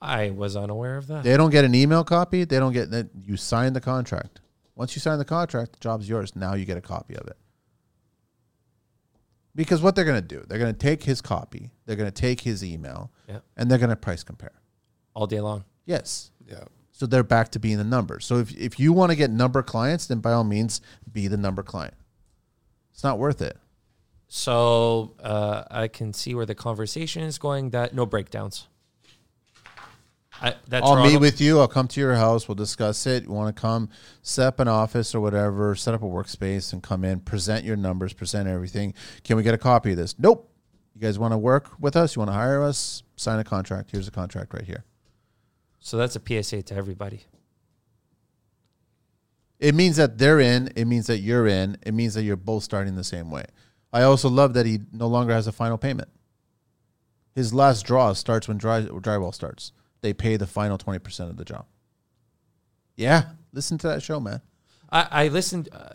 Speaker 1: I was unaware of that.
Speaker 2: They don't get an email copy. They don't get that. You sign the contract. Once you sign the contract, the job's yours. Now you get a copy of it. Because what they're going to do, they're going to take his copy, they're going to take his email,
Speaker 1: Yeah.
Speaker 2: and they're going to price compare.
Speaker 1: All day long.
Speaker 2: Yes.
Speaker 3: Yeah.
Speaker 2: So they're back to being the number. So if, if you want to get number clients, then by all means, be the number client. It's not worth it.
Speaker 1: So uh, I can see where the conversation is going. That no breakdowns. I, that
Speaker 2: I'll
Speaker 1: Toronto-
Speaker 2: meet with you. I'll come to your house. We'll discuss it. You want to come set up an office or whatever, set up a workspace and come in, present your numbers, present everything. Can we get a copy of this? Nope. You guys want to work with us? You want to hire us? Sign a contract. Here's a contract right here.
Speaker 1: So that's a PSA to everybody.
Speaker 2: It means that they're in. It means that you're in. It means that you're both starting the same way. I also love that he no longer has a final payment. His last draw starts when dry, drywall starts. They pay the final 20% of the job. Yeah. Listen to that show, man.
Speaker 1: I, I listened. Uh,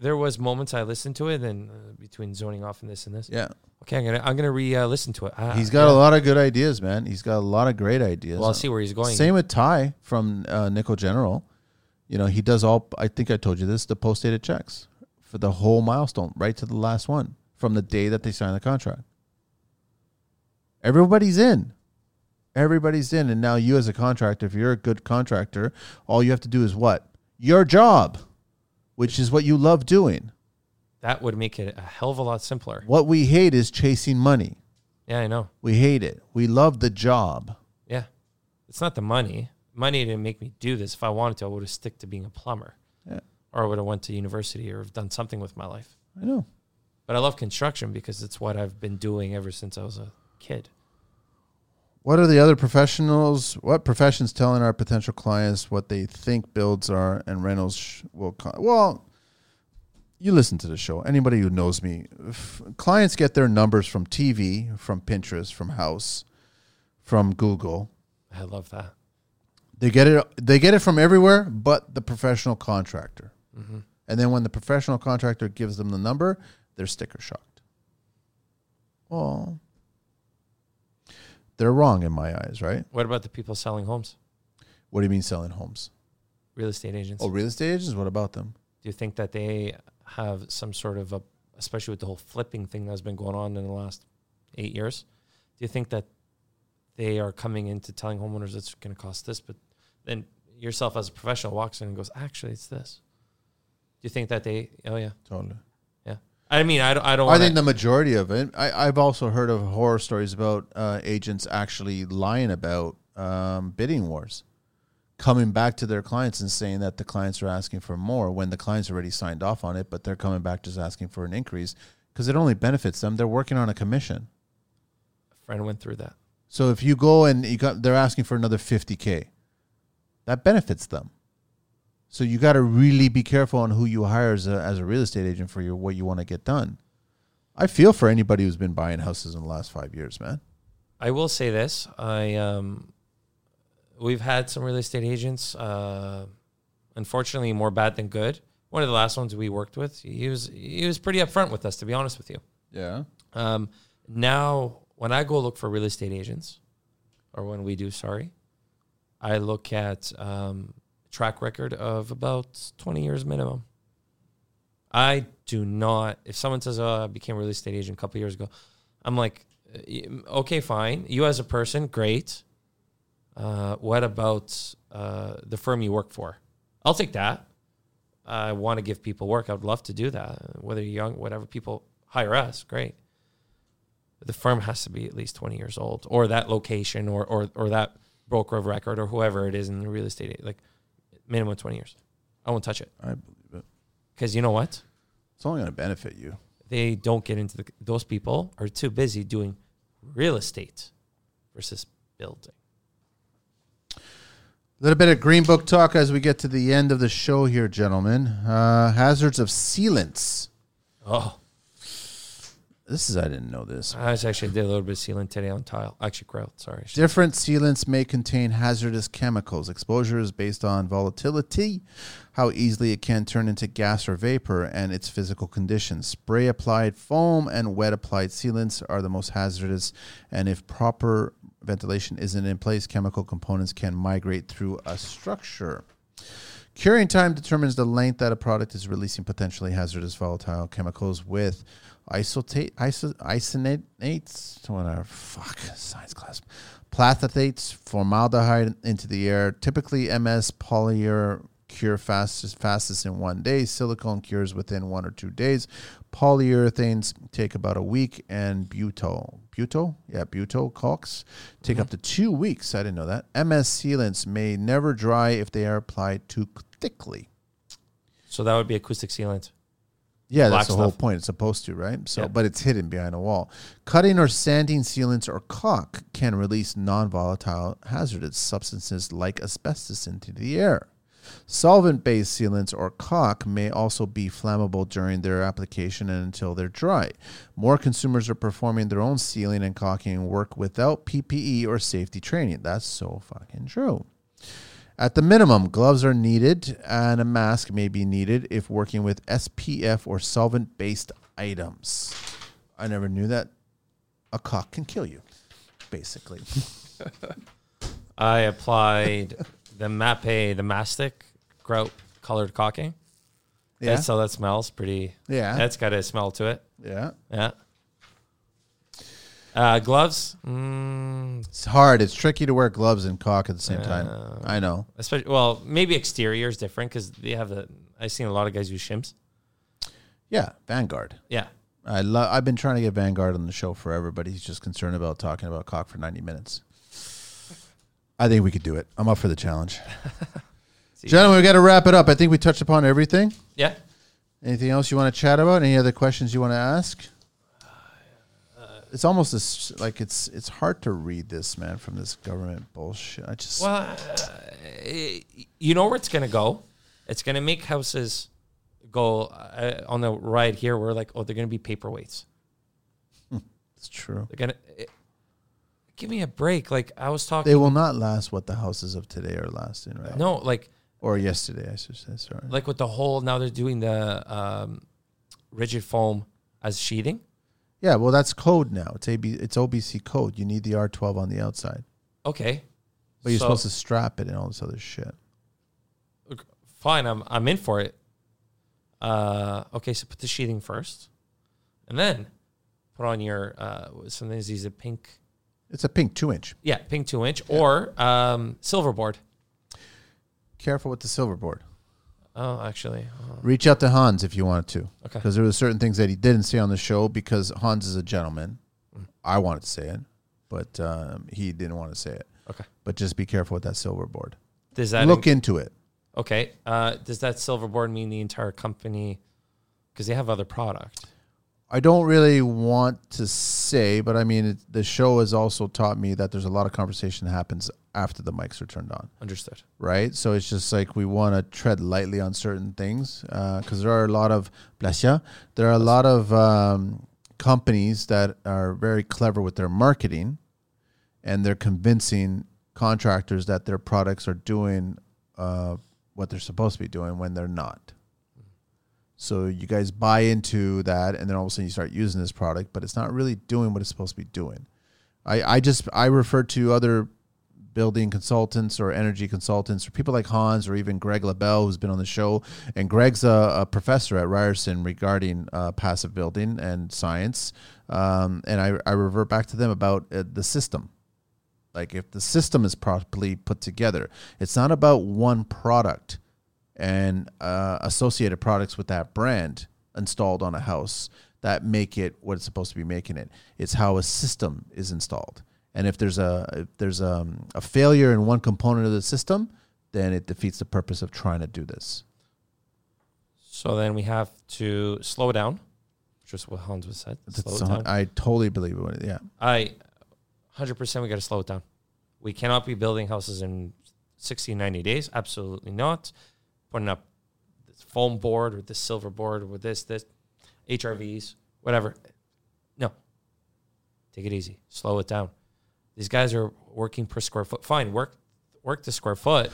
Speaker 1: there was moments I listened to it, and uh, between zoning off and this and this.
Speaker 2: Yeah.
Speaker 1: Okay, I'm gonna I'm gonna re uh, listen to it. Ah,
Speaker 2: He's got
Speaker 1: yeah.
Speaker 2: a lot of good ideas, man. He's got a lot of great ideas.
Speaker 1: Well, I'll see where he's going.
Speaker 2: Same with Ty from uh, Nickel General. You know, he does all. I think I told you this: the post dated checks for the whole milestone, right to the last one, from the day that they signed the contract. Everybody's in. Everybody's in, and now you, as a contractor, if you're a good contractor, all you have to do is what your job, which is what you love doing.
Speaker 1: That would make it a hell of a lot simpler.
Speaker 2: What we hate is chasing money.
Speaker 1: Yeah, I know.
Speaker 2: We hate it. We love the job.
Speaker 1: Yeah, it's not the money. Money didn't make me do this. If I wanted to, I would have stick to being a plumber,
Speaker 2: Yeah.
Speaker 1: or I would have went to university or have done something with my life.
Speaker 2: I know.
Speaker 1: But I love construction because it's what I've been doing ever since I was a kid.
Speaker 2: What are the other professionals? What professions telling our potential clients what they think builds are and rentals sh- will? Co- well, you listen to the show. Anybody who knows me, f- clients get their numbers from TV, from Pinterest, from House, from Google.
Speaker 1: I love that.
Speaker 2: They get it. They get it from everywhere, but the professional contractor.
Speaker 1: Mm-hmm.
Speaker 2: And then when the professional contractor gives them the number, they're sticker shocked. Well, they're wrong in my eyes, right?
Speaker 1: What about the people selling homes,
Speaker 2: What do you mean selling homes?
Speaker 1: real estate agents?
Speaker 2: Oh, real estate agents. What about them?
Speaker 1: Do you think that they have some sort of a, especially with the whole flipping thing that's been going on in the last eight years? Do you think that they are coming into telling homeowners it's going to cost this, but then yourself as a professional walks in and goes, actually, it's this? Do you think that they, oh, yeah.
Speaker 2: Totally.
Speaker 1: Yeah. I mean, I don't, I don't
Speaker 2: I
Speaker 1: want
Speaker 2: think the majority of it. I, I've also heard of horror stories about uh, agents actually lying about um, bidding wars coming back to their clients and saying that the clients are asking for more when the clients already signed off on it, but they're coming back just asking for an increase because it only benefits them. They're working on a commission.
Speaker 1: A friend went through that.
Speaker 2: So if you go and you got, they're asking for another 50K, that benefits them. So you got to really be careful on who you hire as a, as a real estate agent for your what you want to get done. I feel for anybody who's been buying houses in the last five years, man.
Speaker 1: I will say this: I um, we've had some real estate agents. Uh, unfortunately, more bad than good. One of the last ones we worked with, he was he was pretty upfront with us, to be honest with you.
Speaker 2: Yeah.
Speaker 1: Um, now, when I go look for real estate agents, or when we do, sorry, I look at um, track record of about twenty years minimum. I do not. If someone says, "Oh, I became a real estate agent a couple years ago," I'm like, "Eh, "Okay, fine. You as a person, great. Uh, what about uh, the firm you work for? I'll take that. I want to give people work. I'd love to do that. Whether you're young, whatever, people hire us, great. The firm has to be at least 20 years old, or that location, or or or that broker of record, or whoever it is in the real estate, like minimum 20 years. I won't touch it
Speaker 2: I believe it.
Speaker 1: because you know what?
Speaker 2: It's only going to benefit you.
Speaker 1: They don't get into the. Those people are too busy doing real estate versus building.
Speaker 2: A little bit of green book talk as we get to the end of the show here, gentlemen. Uh, hazards of sealants.
Speaker 1: Oh,
Speaker 2: This is I didn't know this.
Speaker 1: I was actually did a little bit of sealing today on tile. Actually, grout. Sorry.
Speaker 2: Different sealants may contain hazardous chemicals. Exposure is based on volatility, how easily it can turn into gas or vapor, and its physical condition. Spray applied foam and wet applied sealants are the most hazardous, and if proper ventilation isn't in place, chemical components can migrate through a structure. Curing time determines the length that a product is releasing potentially hazardous volatile chemicals with isotate, iso, isonates, whatever, fuck, science class, plathathates, formaldehyde into the air. Typically, MS polyur cure fastest, fastest in one day. Silicone cures within one or two days. Polyurethanes take about a week, and butyl, butyl, yeah, butyl caulks take up to two weeks. I didn't know that. MS sealants may never dry if they are applied too thickly.
Speaker 1: So that would be acoustic sealant.
Speaker 2: Yeah,
Speaker 1: Black
Speaker 2: that's the whole
Speaker 1: stuff.
Speaker 2: point. It's supposed to, right? So,
Speaker 1: Yeah.
Speaker 2: but it's hidden behind a wall. Cutting or sanding sealants or caulk can release non-volatile hazardous substances like asbestos into the air. Solvent-based sealants or caulk may also be flammable during their application and until they're dry. More consumers are performing their own sealing and caulking work without PPE or safety training. That's so fucking true. At the minimum, gloves are needed and a mask may be needed if working with SPF or solvent based items. I never knew that a cock can kill you, basically.
Speaker 1: I applied the Mappe, the Mastic grout colored caulking.
Speaker 2: Yeah.
Speaker 1: That's how that smells pretty.
Speaker 2: Yeah.
Speaker 1: That's got a smell to it.
Speaker 2: yeah.
Speaker 1: Yeah. Uh, gloves, mm,
Speaker 2: It's hard. It's tricky to wear gloves and cock at the same time. I know.
Speaker 1: especially well, maybe exterior is different because they have the. I've seen a lot of guys use shims.
Speaker 2: Yeah. Vanguard.
Speaker 1: Yeah,
Speaker 2: I love. I've been trying to get Vanguard on the show forever, but he's just concerned about talking about cock for ninety minutes. I think we could do it. I'm up for the challenge, gentlemen. We got to wrap it up. I think we touched upon everything.
Speaker 1: yeah.
Speaker 2: Anything else you want to chat about? Any other questions you want to ask? It's almost as like it's it's hard to read this man from this government bullshit. I just
Speaker 1: Well, uh, you know where it's gonna go. It's gonna make houses go uh, on the ride here. We're like, oh, they're gonna be paperweights.
Speaker 2: it's true.
Speaker 1: They're gonna eh, give me a break. Like I was talking.
Speaker 2: They will not last what the houses of today are lasting, right?
Speaker 1: no, like
Speaker 2: Or yesterday, I should say. Sorry.
Speaker 1: like with the whole now they're doing the um, rigid foam as sheathing.
Speaker 2: yeah, well, that's code now. It's AB, it's OBC code. You need the R12 on the outside,
Speaker 1: Okay,
Speaker 2: but you're
Speaker 1: So-
Speaker 2: supposed to strap it and all this other shit.
Speaker 1: fine, I'm I'm in for it. Uh, okay, so put the sheathing first, and then put on your uh, sometimes these are pink,
Speaker 2: It's a pink two inch.
Speaker 1: yeah, pink two inch or um, silver board.
Speaker 2: Careful with the silver board.
Speaker 1: Oh, actually, oh,
Speaker 2: Reach out to Hans if you want to.
Speaker 1: Okay.
Speaker 2: Because there were certain things that he didn't say on the show because Hans is a gentleman.
Speaker 1: Mm.
Speaker 2: I wanted to say it, but um, he didn't want to say it.
Speaker 1: okay.
Speaker 2: But just be careful with that silver board.
Speaker 1: Does that
Speaker 2: Look into it.
Speaker 1: okay? Uh, does that silverboard mean the entire company? Because they have other product.
Speaker 2: I don't really want to say, but I mean, it, the show has also taught me that there's a lot of conversation that happens after the mics are turned on,
Speaker 1: Understood.
Speaker 2: right? So it's just like we want to tread lightly on certain things because there are a lot of bless ya, there are a lot of um, companies that are very clever with their marketing, and they're convincing contractors that their products are doing uh, what they're supposed to be doing when they're not. So you guys buy into that, and then all of a sudden you start using this product, but it's not really doing what it's supposed to be doing. I, I just I refer to other building consultants or energy consultants or people like Hans or even Greg LaBelle who's been on the show and Greg's a, a professor at Ryerson regarding uh, passive building and science um, and I, I revert back to them about uh, the system like if the system is properly put together it's not about one product and uh, associated products with that brand installed on a house that make it what it's supposed to be making it it's how a system is installed and if there's a if there's a, a failure in one component of the system then it defeats the purpose of trying to do this
Speaker 1: So then we have to slow down, which is what Hans was said. Slow
Speaker 2: That's
Speaker 1: it down.
Speaker 2: on- i totally believe it yeah
Speaker 1: I, hundred percent, we got to slow it down. We cannot be building houses in 60, 90 days. Absolutely not. Putting up this foam board or this silver board or this, this, HRVs, whatever. No. Take it easy. Slow it down. These guys are working per square foot. Fine, work, work the square foot.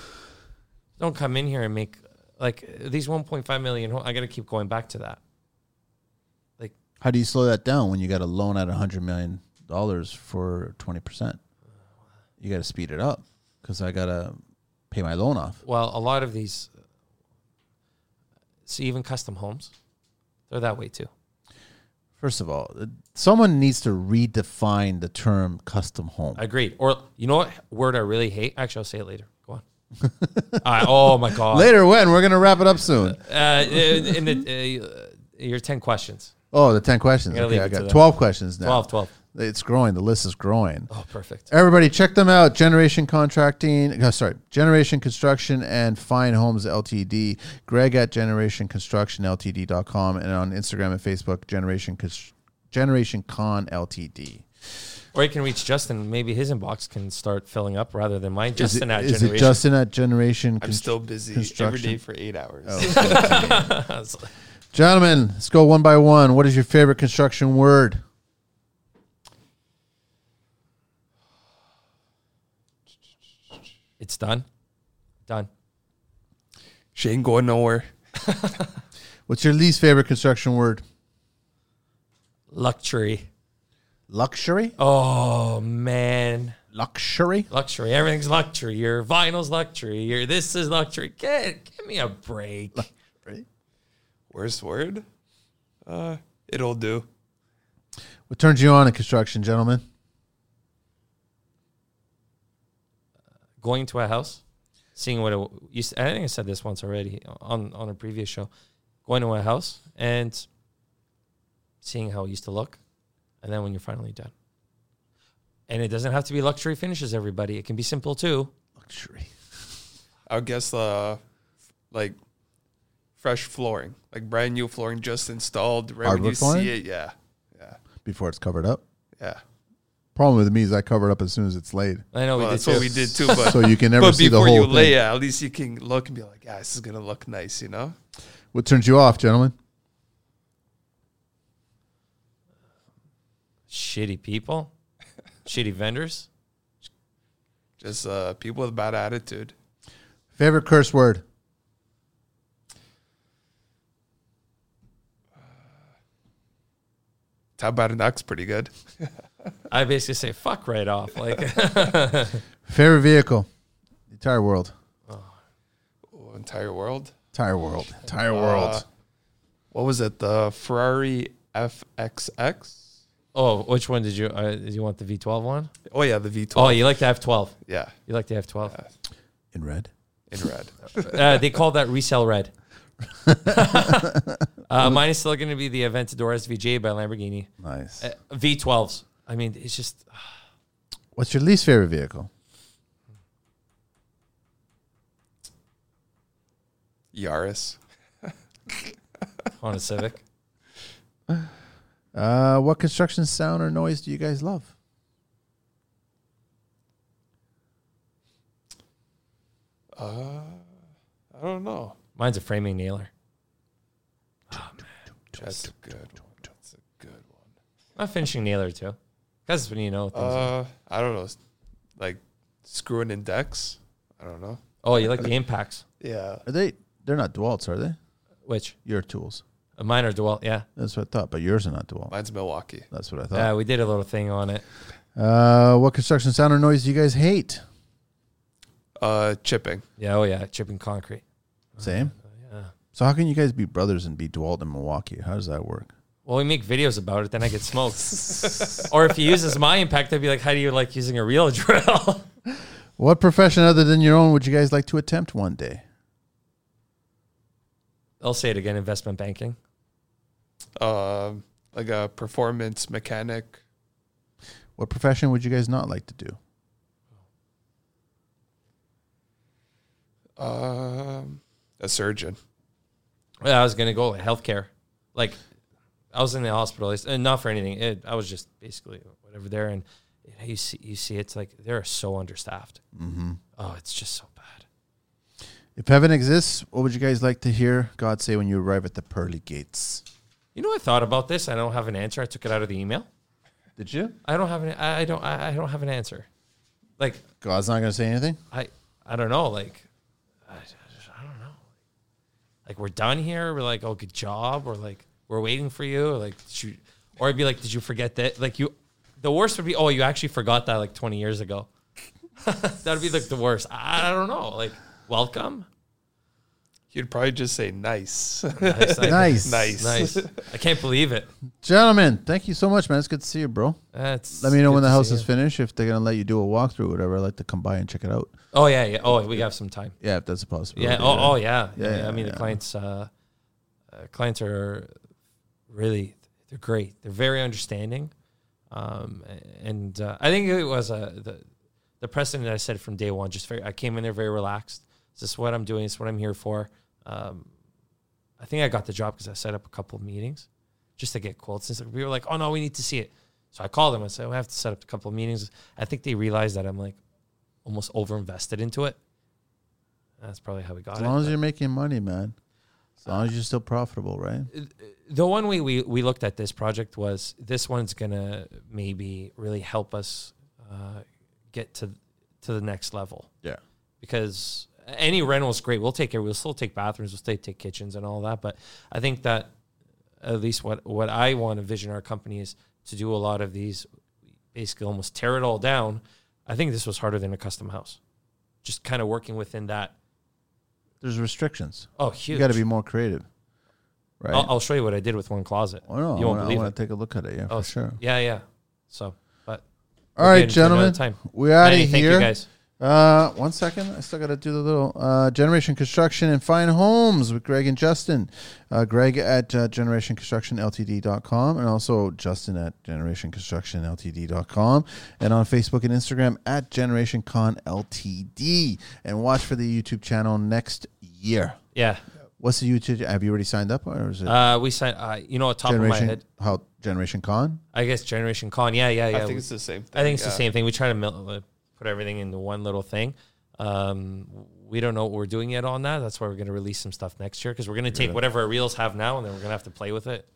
Speaker 1: Don't come in here and make like these 1.5 million. ho- I got to keep going back to that.
Speaker 2: how do you slow that down when you got a loan at 100 million dollars for 20% you got to speed it up because i got to pay my loan off
Speaker 1: Well, a lot of these, see, even custom homes, they're that way too.
Speaker 2: First of all, uh, someone needs to redefine the term custom home.
Speaker 1: Agreed. Or you know what word I really hate? Actually, I'll say it later. Go on. I, oh my god.
Speaker 2: Later, when we're gonna wrap it up soon.
Speaker 1: Uh, in the uh, your ten questions,
Speaker 2: Oh, the ten questions.
Speaker 1: Gotta
Speaker 2: Okay,
Speaker 1: leave
Speaker 2: I
Speaker 1: it to
Speaker 2: got
Speaker 1: them.
Speaker 2: twelve questions now.
Speaker 1: 12, 12.
Speaker 2: It's growing. The list is growing.
Speaker 1: Oh, perfect.
Speaker 2: Everybody, check them out. Generation Contracting, uh, sorry, Generation Construction and Fine Homes Ltd. Greg at Generation Construction Ltd.com and on Instagram and Facebook, Generation Cons- Generation Con Ltd.
Speaker 1: Or you can reach Justin. Maybe his inbox can start filling up rather than mine.
Speaker 2: Is
Speaker 1: Justin
Speaker 2: it-
Speaker 1: at
Speaker 2: is
Speaker 1: generation.
Speaker 2: it Justin at Generation?
Speaker 3: I'm
Speaker 2: Constr-
Speaker 3: still busy every
Speaker 2: construction. Oh.
Speaker 3: day for eight hours.
Speaker 2: Gentlemen, let's go one by one. What is your favorite construction word?
Speaker 1: it's done. Done.
Speaker 3: She ain't going nowhere.
Speaker 2: What's your least favorite construction word?
Speaker 1: Luxury.
Speaker 2: Luxury?
Speaker 1: Oh man.
Speaker 2: Luxury?
Speaker 1: Luxury. Everything's luxury. Your vinyl's luxury. Your this is luxury. Get give me a break.
Speaker 3: Worst word? Uh, it'll do.
Speaker 2: What turns you on in construction, gentlemen?
Speaker 1: going to a house, seeing what it you. s- I think I said this once already on on a previous show. Going to a house and seeing how it used to look, and then when you're finally done. And it doesn't have to be luxury finishes, everybody. It can be simple too.
Speaker 2: Luxury.
Speaker 3: I would guess uh, like fresh flooring, like brand new flooring just installed. Right when
Speaker 2: Hardwood
Speaker 3: you
Speaker 2: flooring?
Speaker 3: see it, yeah, yeah,
Speaker 2: Before it's covered up.
Speaker 3: yeah.
Speaker 2: Problem with me is I cover it up as soon as it's laid.
Speaker 1: I know
Speaker 3: Well,
Speaker 1: Oh, we did
Speaker 3: that's
Speaker 1: too.
Speaker 3: what we did too. But
Speaker 2: So you can never
Speaker 3: but
Speaker 2: see the
Speaker 3: before
Speaker 2: whole
Speaker 3: you
Speaker 2: thing.
Speaker 3: lay it, at least you can look and be like, yeah, this is gonna look nice, you know.
Speaker 2: What turns you off, gentlemen?
Speaker 1: Shitty people, shitty vendors.
Speaker 3: Just uh, people with bad attitude.
Speaker 2: Favorite curse word?
Speaker 3: Tabarnak's pretty good.
Speaker 1: I basically say fuck right off. Like
Speaker 2: Favorite vehicle? Entire world.
Speaker 3: Oh, entire world.
Speaker 2: Entire world. Entire
Speaker 3: Uh, what was it? The Ferrari FXX.
Speaker 1: oh, which one did you? Uh, did you want the V12 one?
Speaker 3: Oh yeah, the V12.
Speaker 1: Oh, you like the F12.
Speaker 3: yeah,
Speaker 1: You like the F12.
Speaker 2: In red.
Speaker 3: in red.
Speaker 1: uh, they call that resale red. uh, mine is still going to be the Aventador SVJ by Lamborghini.
Speaker 2: Nice.
Speaker 1: Uh, V12s. I mean, it's just
Speaker 2: What's your least favorite vehicle?
Speaker 3: Yaris.
Speaker 1: Honda Civic.
Speaker 2: Uh, what construction sound or noise do you guys love?
Speaker 3: Uh, I don't know.
Speaker 1: Mine's a framing nailer.
Speaker 3: That's a good one. That's a good one.
Speaker 1: I'm finishing nailer too. That's when you know. Things
Speaker 3: Uh, I don't know. Like screwing in decks. I don't know.
Speaker 1: oh, you like the impacts?
Speaker 3: Yeah.
Speaker 2: Are they? They're not Dewalt's, are they?
Speaker 1: Which uh,
Speaker 2: Your tools.
Speaker 1: a minor dwell? Yeah,
Speaker 2: That's what I thought, but yours are not Dewalt.
Speaker 3: Mine's Milwaukee.
Speaker 2: That's what I
Speaker 1: yeah.
Speaker 3: Uh,
Speaker 2: thought.
Speaker 1: we did a little thing on it.
Speaker 2: Uh, what construction sound or noise do you guys hate?
Speaker 3: Uh, chipping.
Speaker 1: Yeah, oh yeah, chipping concrete.
Speaker 2: Same.
Speaker 1: Oh, yeah.
Speaker 2: So how can you guys be brothers and be Dewalt in Milwaukee? How does that work?
Speaker 1: Well, we make videos about it. Then I get smoked. or if he uses my impact, I'd be like, "How do you like using a real drill?"
Speaker 2: What profession other than your own would you guys like to attempt one day?
Speaker 1: I'll say it again: investment banking.
Speaker 3: Um, like a performance mechanic.
Speaker 2: What profession would you guys not like to do?
Speaker 3: Um, a surgeon.
Speaker 1: Yeah, I was gonna go with healthcare. Like, I was in the hospital, it's- and not for anything. It, I was just basically whatever there, and you see, you see, it's like they're so understaffed.
Speaker 2: Mm-hmm.
Speaker 1: Oh, it's just so bad.
Speaker 2: If heaven exists, what would you guys like to hear God say when you arrive at the pearly gates?
Speaker 1: You know, I thought about this. I don't have an answer. I took it out of the email.
Speaker 2: Did you?
Speaker 1: I don't have an. I I don't. I I don't have an answer. Like
Speaker 2: God's not going to say anything.
Speaker 1: I. I don't know. Like I, I don't know. Like we're done here. We're like, oh, good job. Or like we're waiting for you. Or like did you, or I'd be like, did you forget that? Like you. The worst would be, oh, you actually forgot that like 20 years ago. That'd be like the worst. I, I don't know. Like welcome.
Speaker 3: He'd probably just say nice.
Speaker 1: Nice.
Speaker 2: Nice.
Speaker 3: Nice.
Speaker 1: Nice. I can't believe it.
Speaker 2: Gentlemen, thank you so much, man. It's good to see you, bro.
Speaker 1: That's
Speaker 2: Let me know
Speaker 1: good
Speaker 2: when the
Speaker 1: to
Speaker 2: house
Speaker 1: see
Speaker 2: is
Speaker 1: you.
Speaker 2: finished. If they're going to let you do a walkthrough or whatever, I'd like to come by and check it out.
Speaker 1: Oh yeah, yeah. Oh, we have some time.
Speaker 2: Yeah, if that's a possibility.
Speaker 1: Yeah. Oh, oh yeah.
Speaker 2: Yeah,
Speaker 1: Yeah.
Speaker 2: yeah,
Speaker 1: I mean,
Speaker 2: yeah.
Speaker 1: the clients, uh, uh, clients are really they're great. They're very understanding, um, and uh, I think it was uh, the the precedent I said from day one. Just very, I came in there very relaxed. This is what I'm doing. This is what I'm here for. Um, I think I got the job because I set up a couple of meetings just to get quotes. And so we were like, "Oh no, we need to see it." So I called them. I said, "We have to set up a couple of meetings." I think they realized that I'm like almost over invested into it. That's probably how we got
Speaker 2: As
Speaker 1: it.
Speaker 2: long as
Speaker 1: but-
Speaker 2: you're making money, man. As long as you're still profitable, right?
Speaker 1: Uh, the one way we, we looked at this project was this one's gonna maybe really help us uh, get to to the next level
Speaker 2: Yeah.
Speaker 1: because any rental is great. We'll take it. We'll still take bathrooms. We'll still take kitchens and all that. But I think that at least what what I want to vision our company is to do a lot of these, basically almost tear it all down. I think this was harder than a custom house, just kind of working within that.
Speaker 2: There's restrictions.
Speaker 1: Oh, huge! Oh,
Speaker 2: You got to be more creative, right?
Speaker 1: I'll, I'll show you what I did with one closet.
Speaker 2: oh, no,
Speaker 1: you won't
Speaker 2: I
Speaker 1: believe
Speaker 2: want
Speaker 1: it.
Speaker 2: to take a look at it. Yeah,
Speaker 1: Oh,
Speaker 2: for sure.
Speaker 1: Yeah, yeah. So, but
Speaker 2: All right,
Speaker 1: again, for another time.
Speaker 2: gentlemen, we're out of
Speaker 1: Manny,
Speaker 2: here.
Speaker 1: thank you guys.
Speaker 2: Uh, one second. I still got to do the little uh, Generation Construction and Fine Homes with Greg and Justin. Uh, Greg at uh, generationconstructionltd.com and also Justin at generationconstructionltd.com and on Facebook and Instagram at generationconltd. And watch for the YouTube channel next year.
Speaker 1: Yeah,
Speaker 2: What's the YouTube? Have you already signed up or is it
Speaker 1: uh, we signed. Uh, you know, at top of my
Speaker 2: Generation
Speaker 1: head,
Speaker 2: how Generation Con?
Speaker 1: I guess Generation Con. Yeah, yeah, yeah.
Speaker 3: I think
Speaker 1: We-
Speaker 3: it's the same thing.
Speaker 1: I think it's the
Speaker 3: yeah.
Speaker 1: same thing. We try to mil- uh, put everything into one little thing. Um, we don't know what we're doing yet on that. That's why we're going to release some stuff next year because we're going to take whatever our reels have now and then we're going to have to play with it.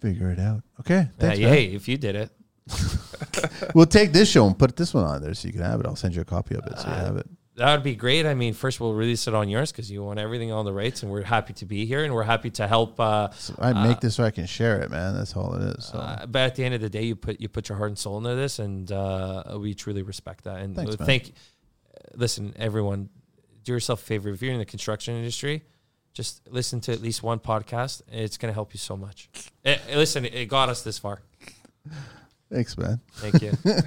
Speaker 2: Figure it out. Okay,
Speaker 1: Uh, Yeah,
Speaker 2: thanks. man.
Speaker 1: hey, if you did it,
Speaker 2: We'll take this show and put this one on there so you can have it. I'll send you a copy of it so you
Speaker 1: Uh,
Speaker 2: have it.
Speaker 1: that would be great. I mean, first we'll release it on yours because you want everything on the rates, and we're happy to be here and we're happy to help. Uh,
Speaker 2: So I make this so I can share it, man. That's all it is. So
Speaker 1: Uh, but at the end of the day, you put you put your heart and soul into this, and uh, we truly respect that. And uh,
Speaker 2: Thanks, man.
Speaker 1: thank. Listen, everyone, do yourself a favor. If you're in the construction industry, just listen to at least one podcast. It's going to help you so much. Eh, eh, listen, it got us this far.
Speaker 2: thanks, man.
Speaker 1: Thank you. I'm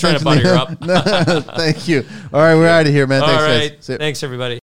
Speaker 1: just trying to butter you up.
Speaker 2: Leo. Thank you. All right, we're out of here, man.
Speaker 1: All
Speaker 2: thanks,
Speaker 1: right,
Speaker 2: guys. See ya.
Speaker 1: thanks everybody.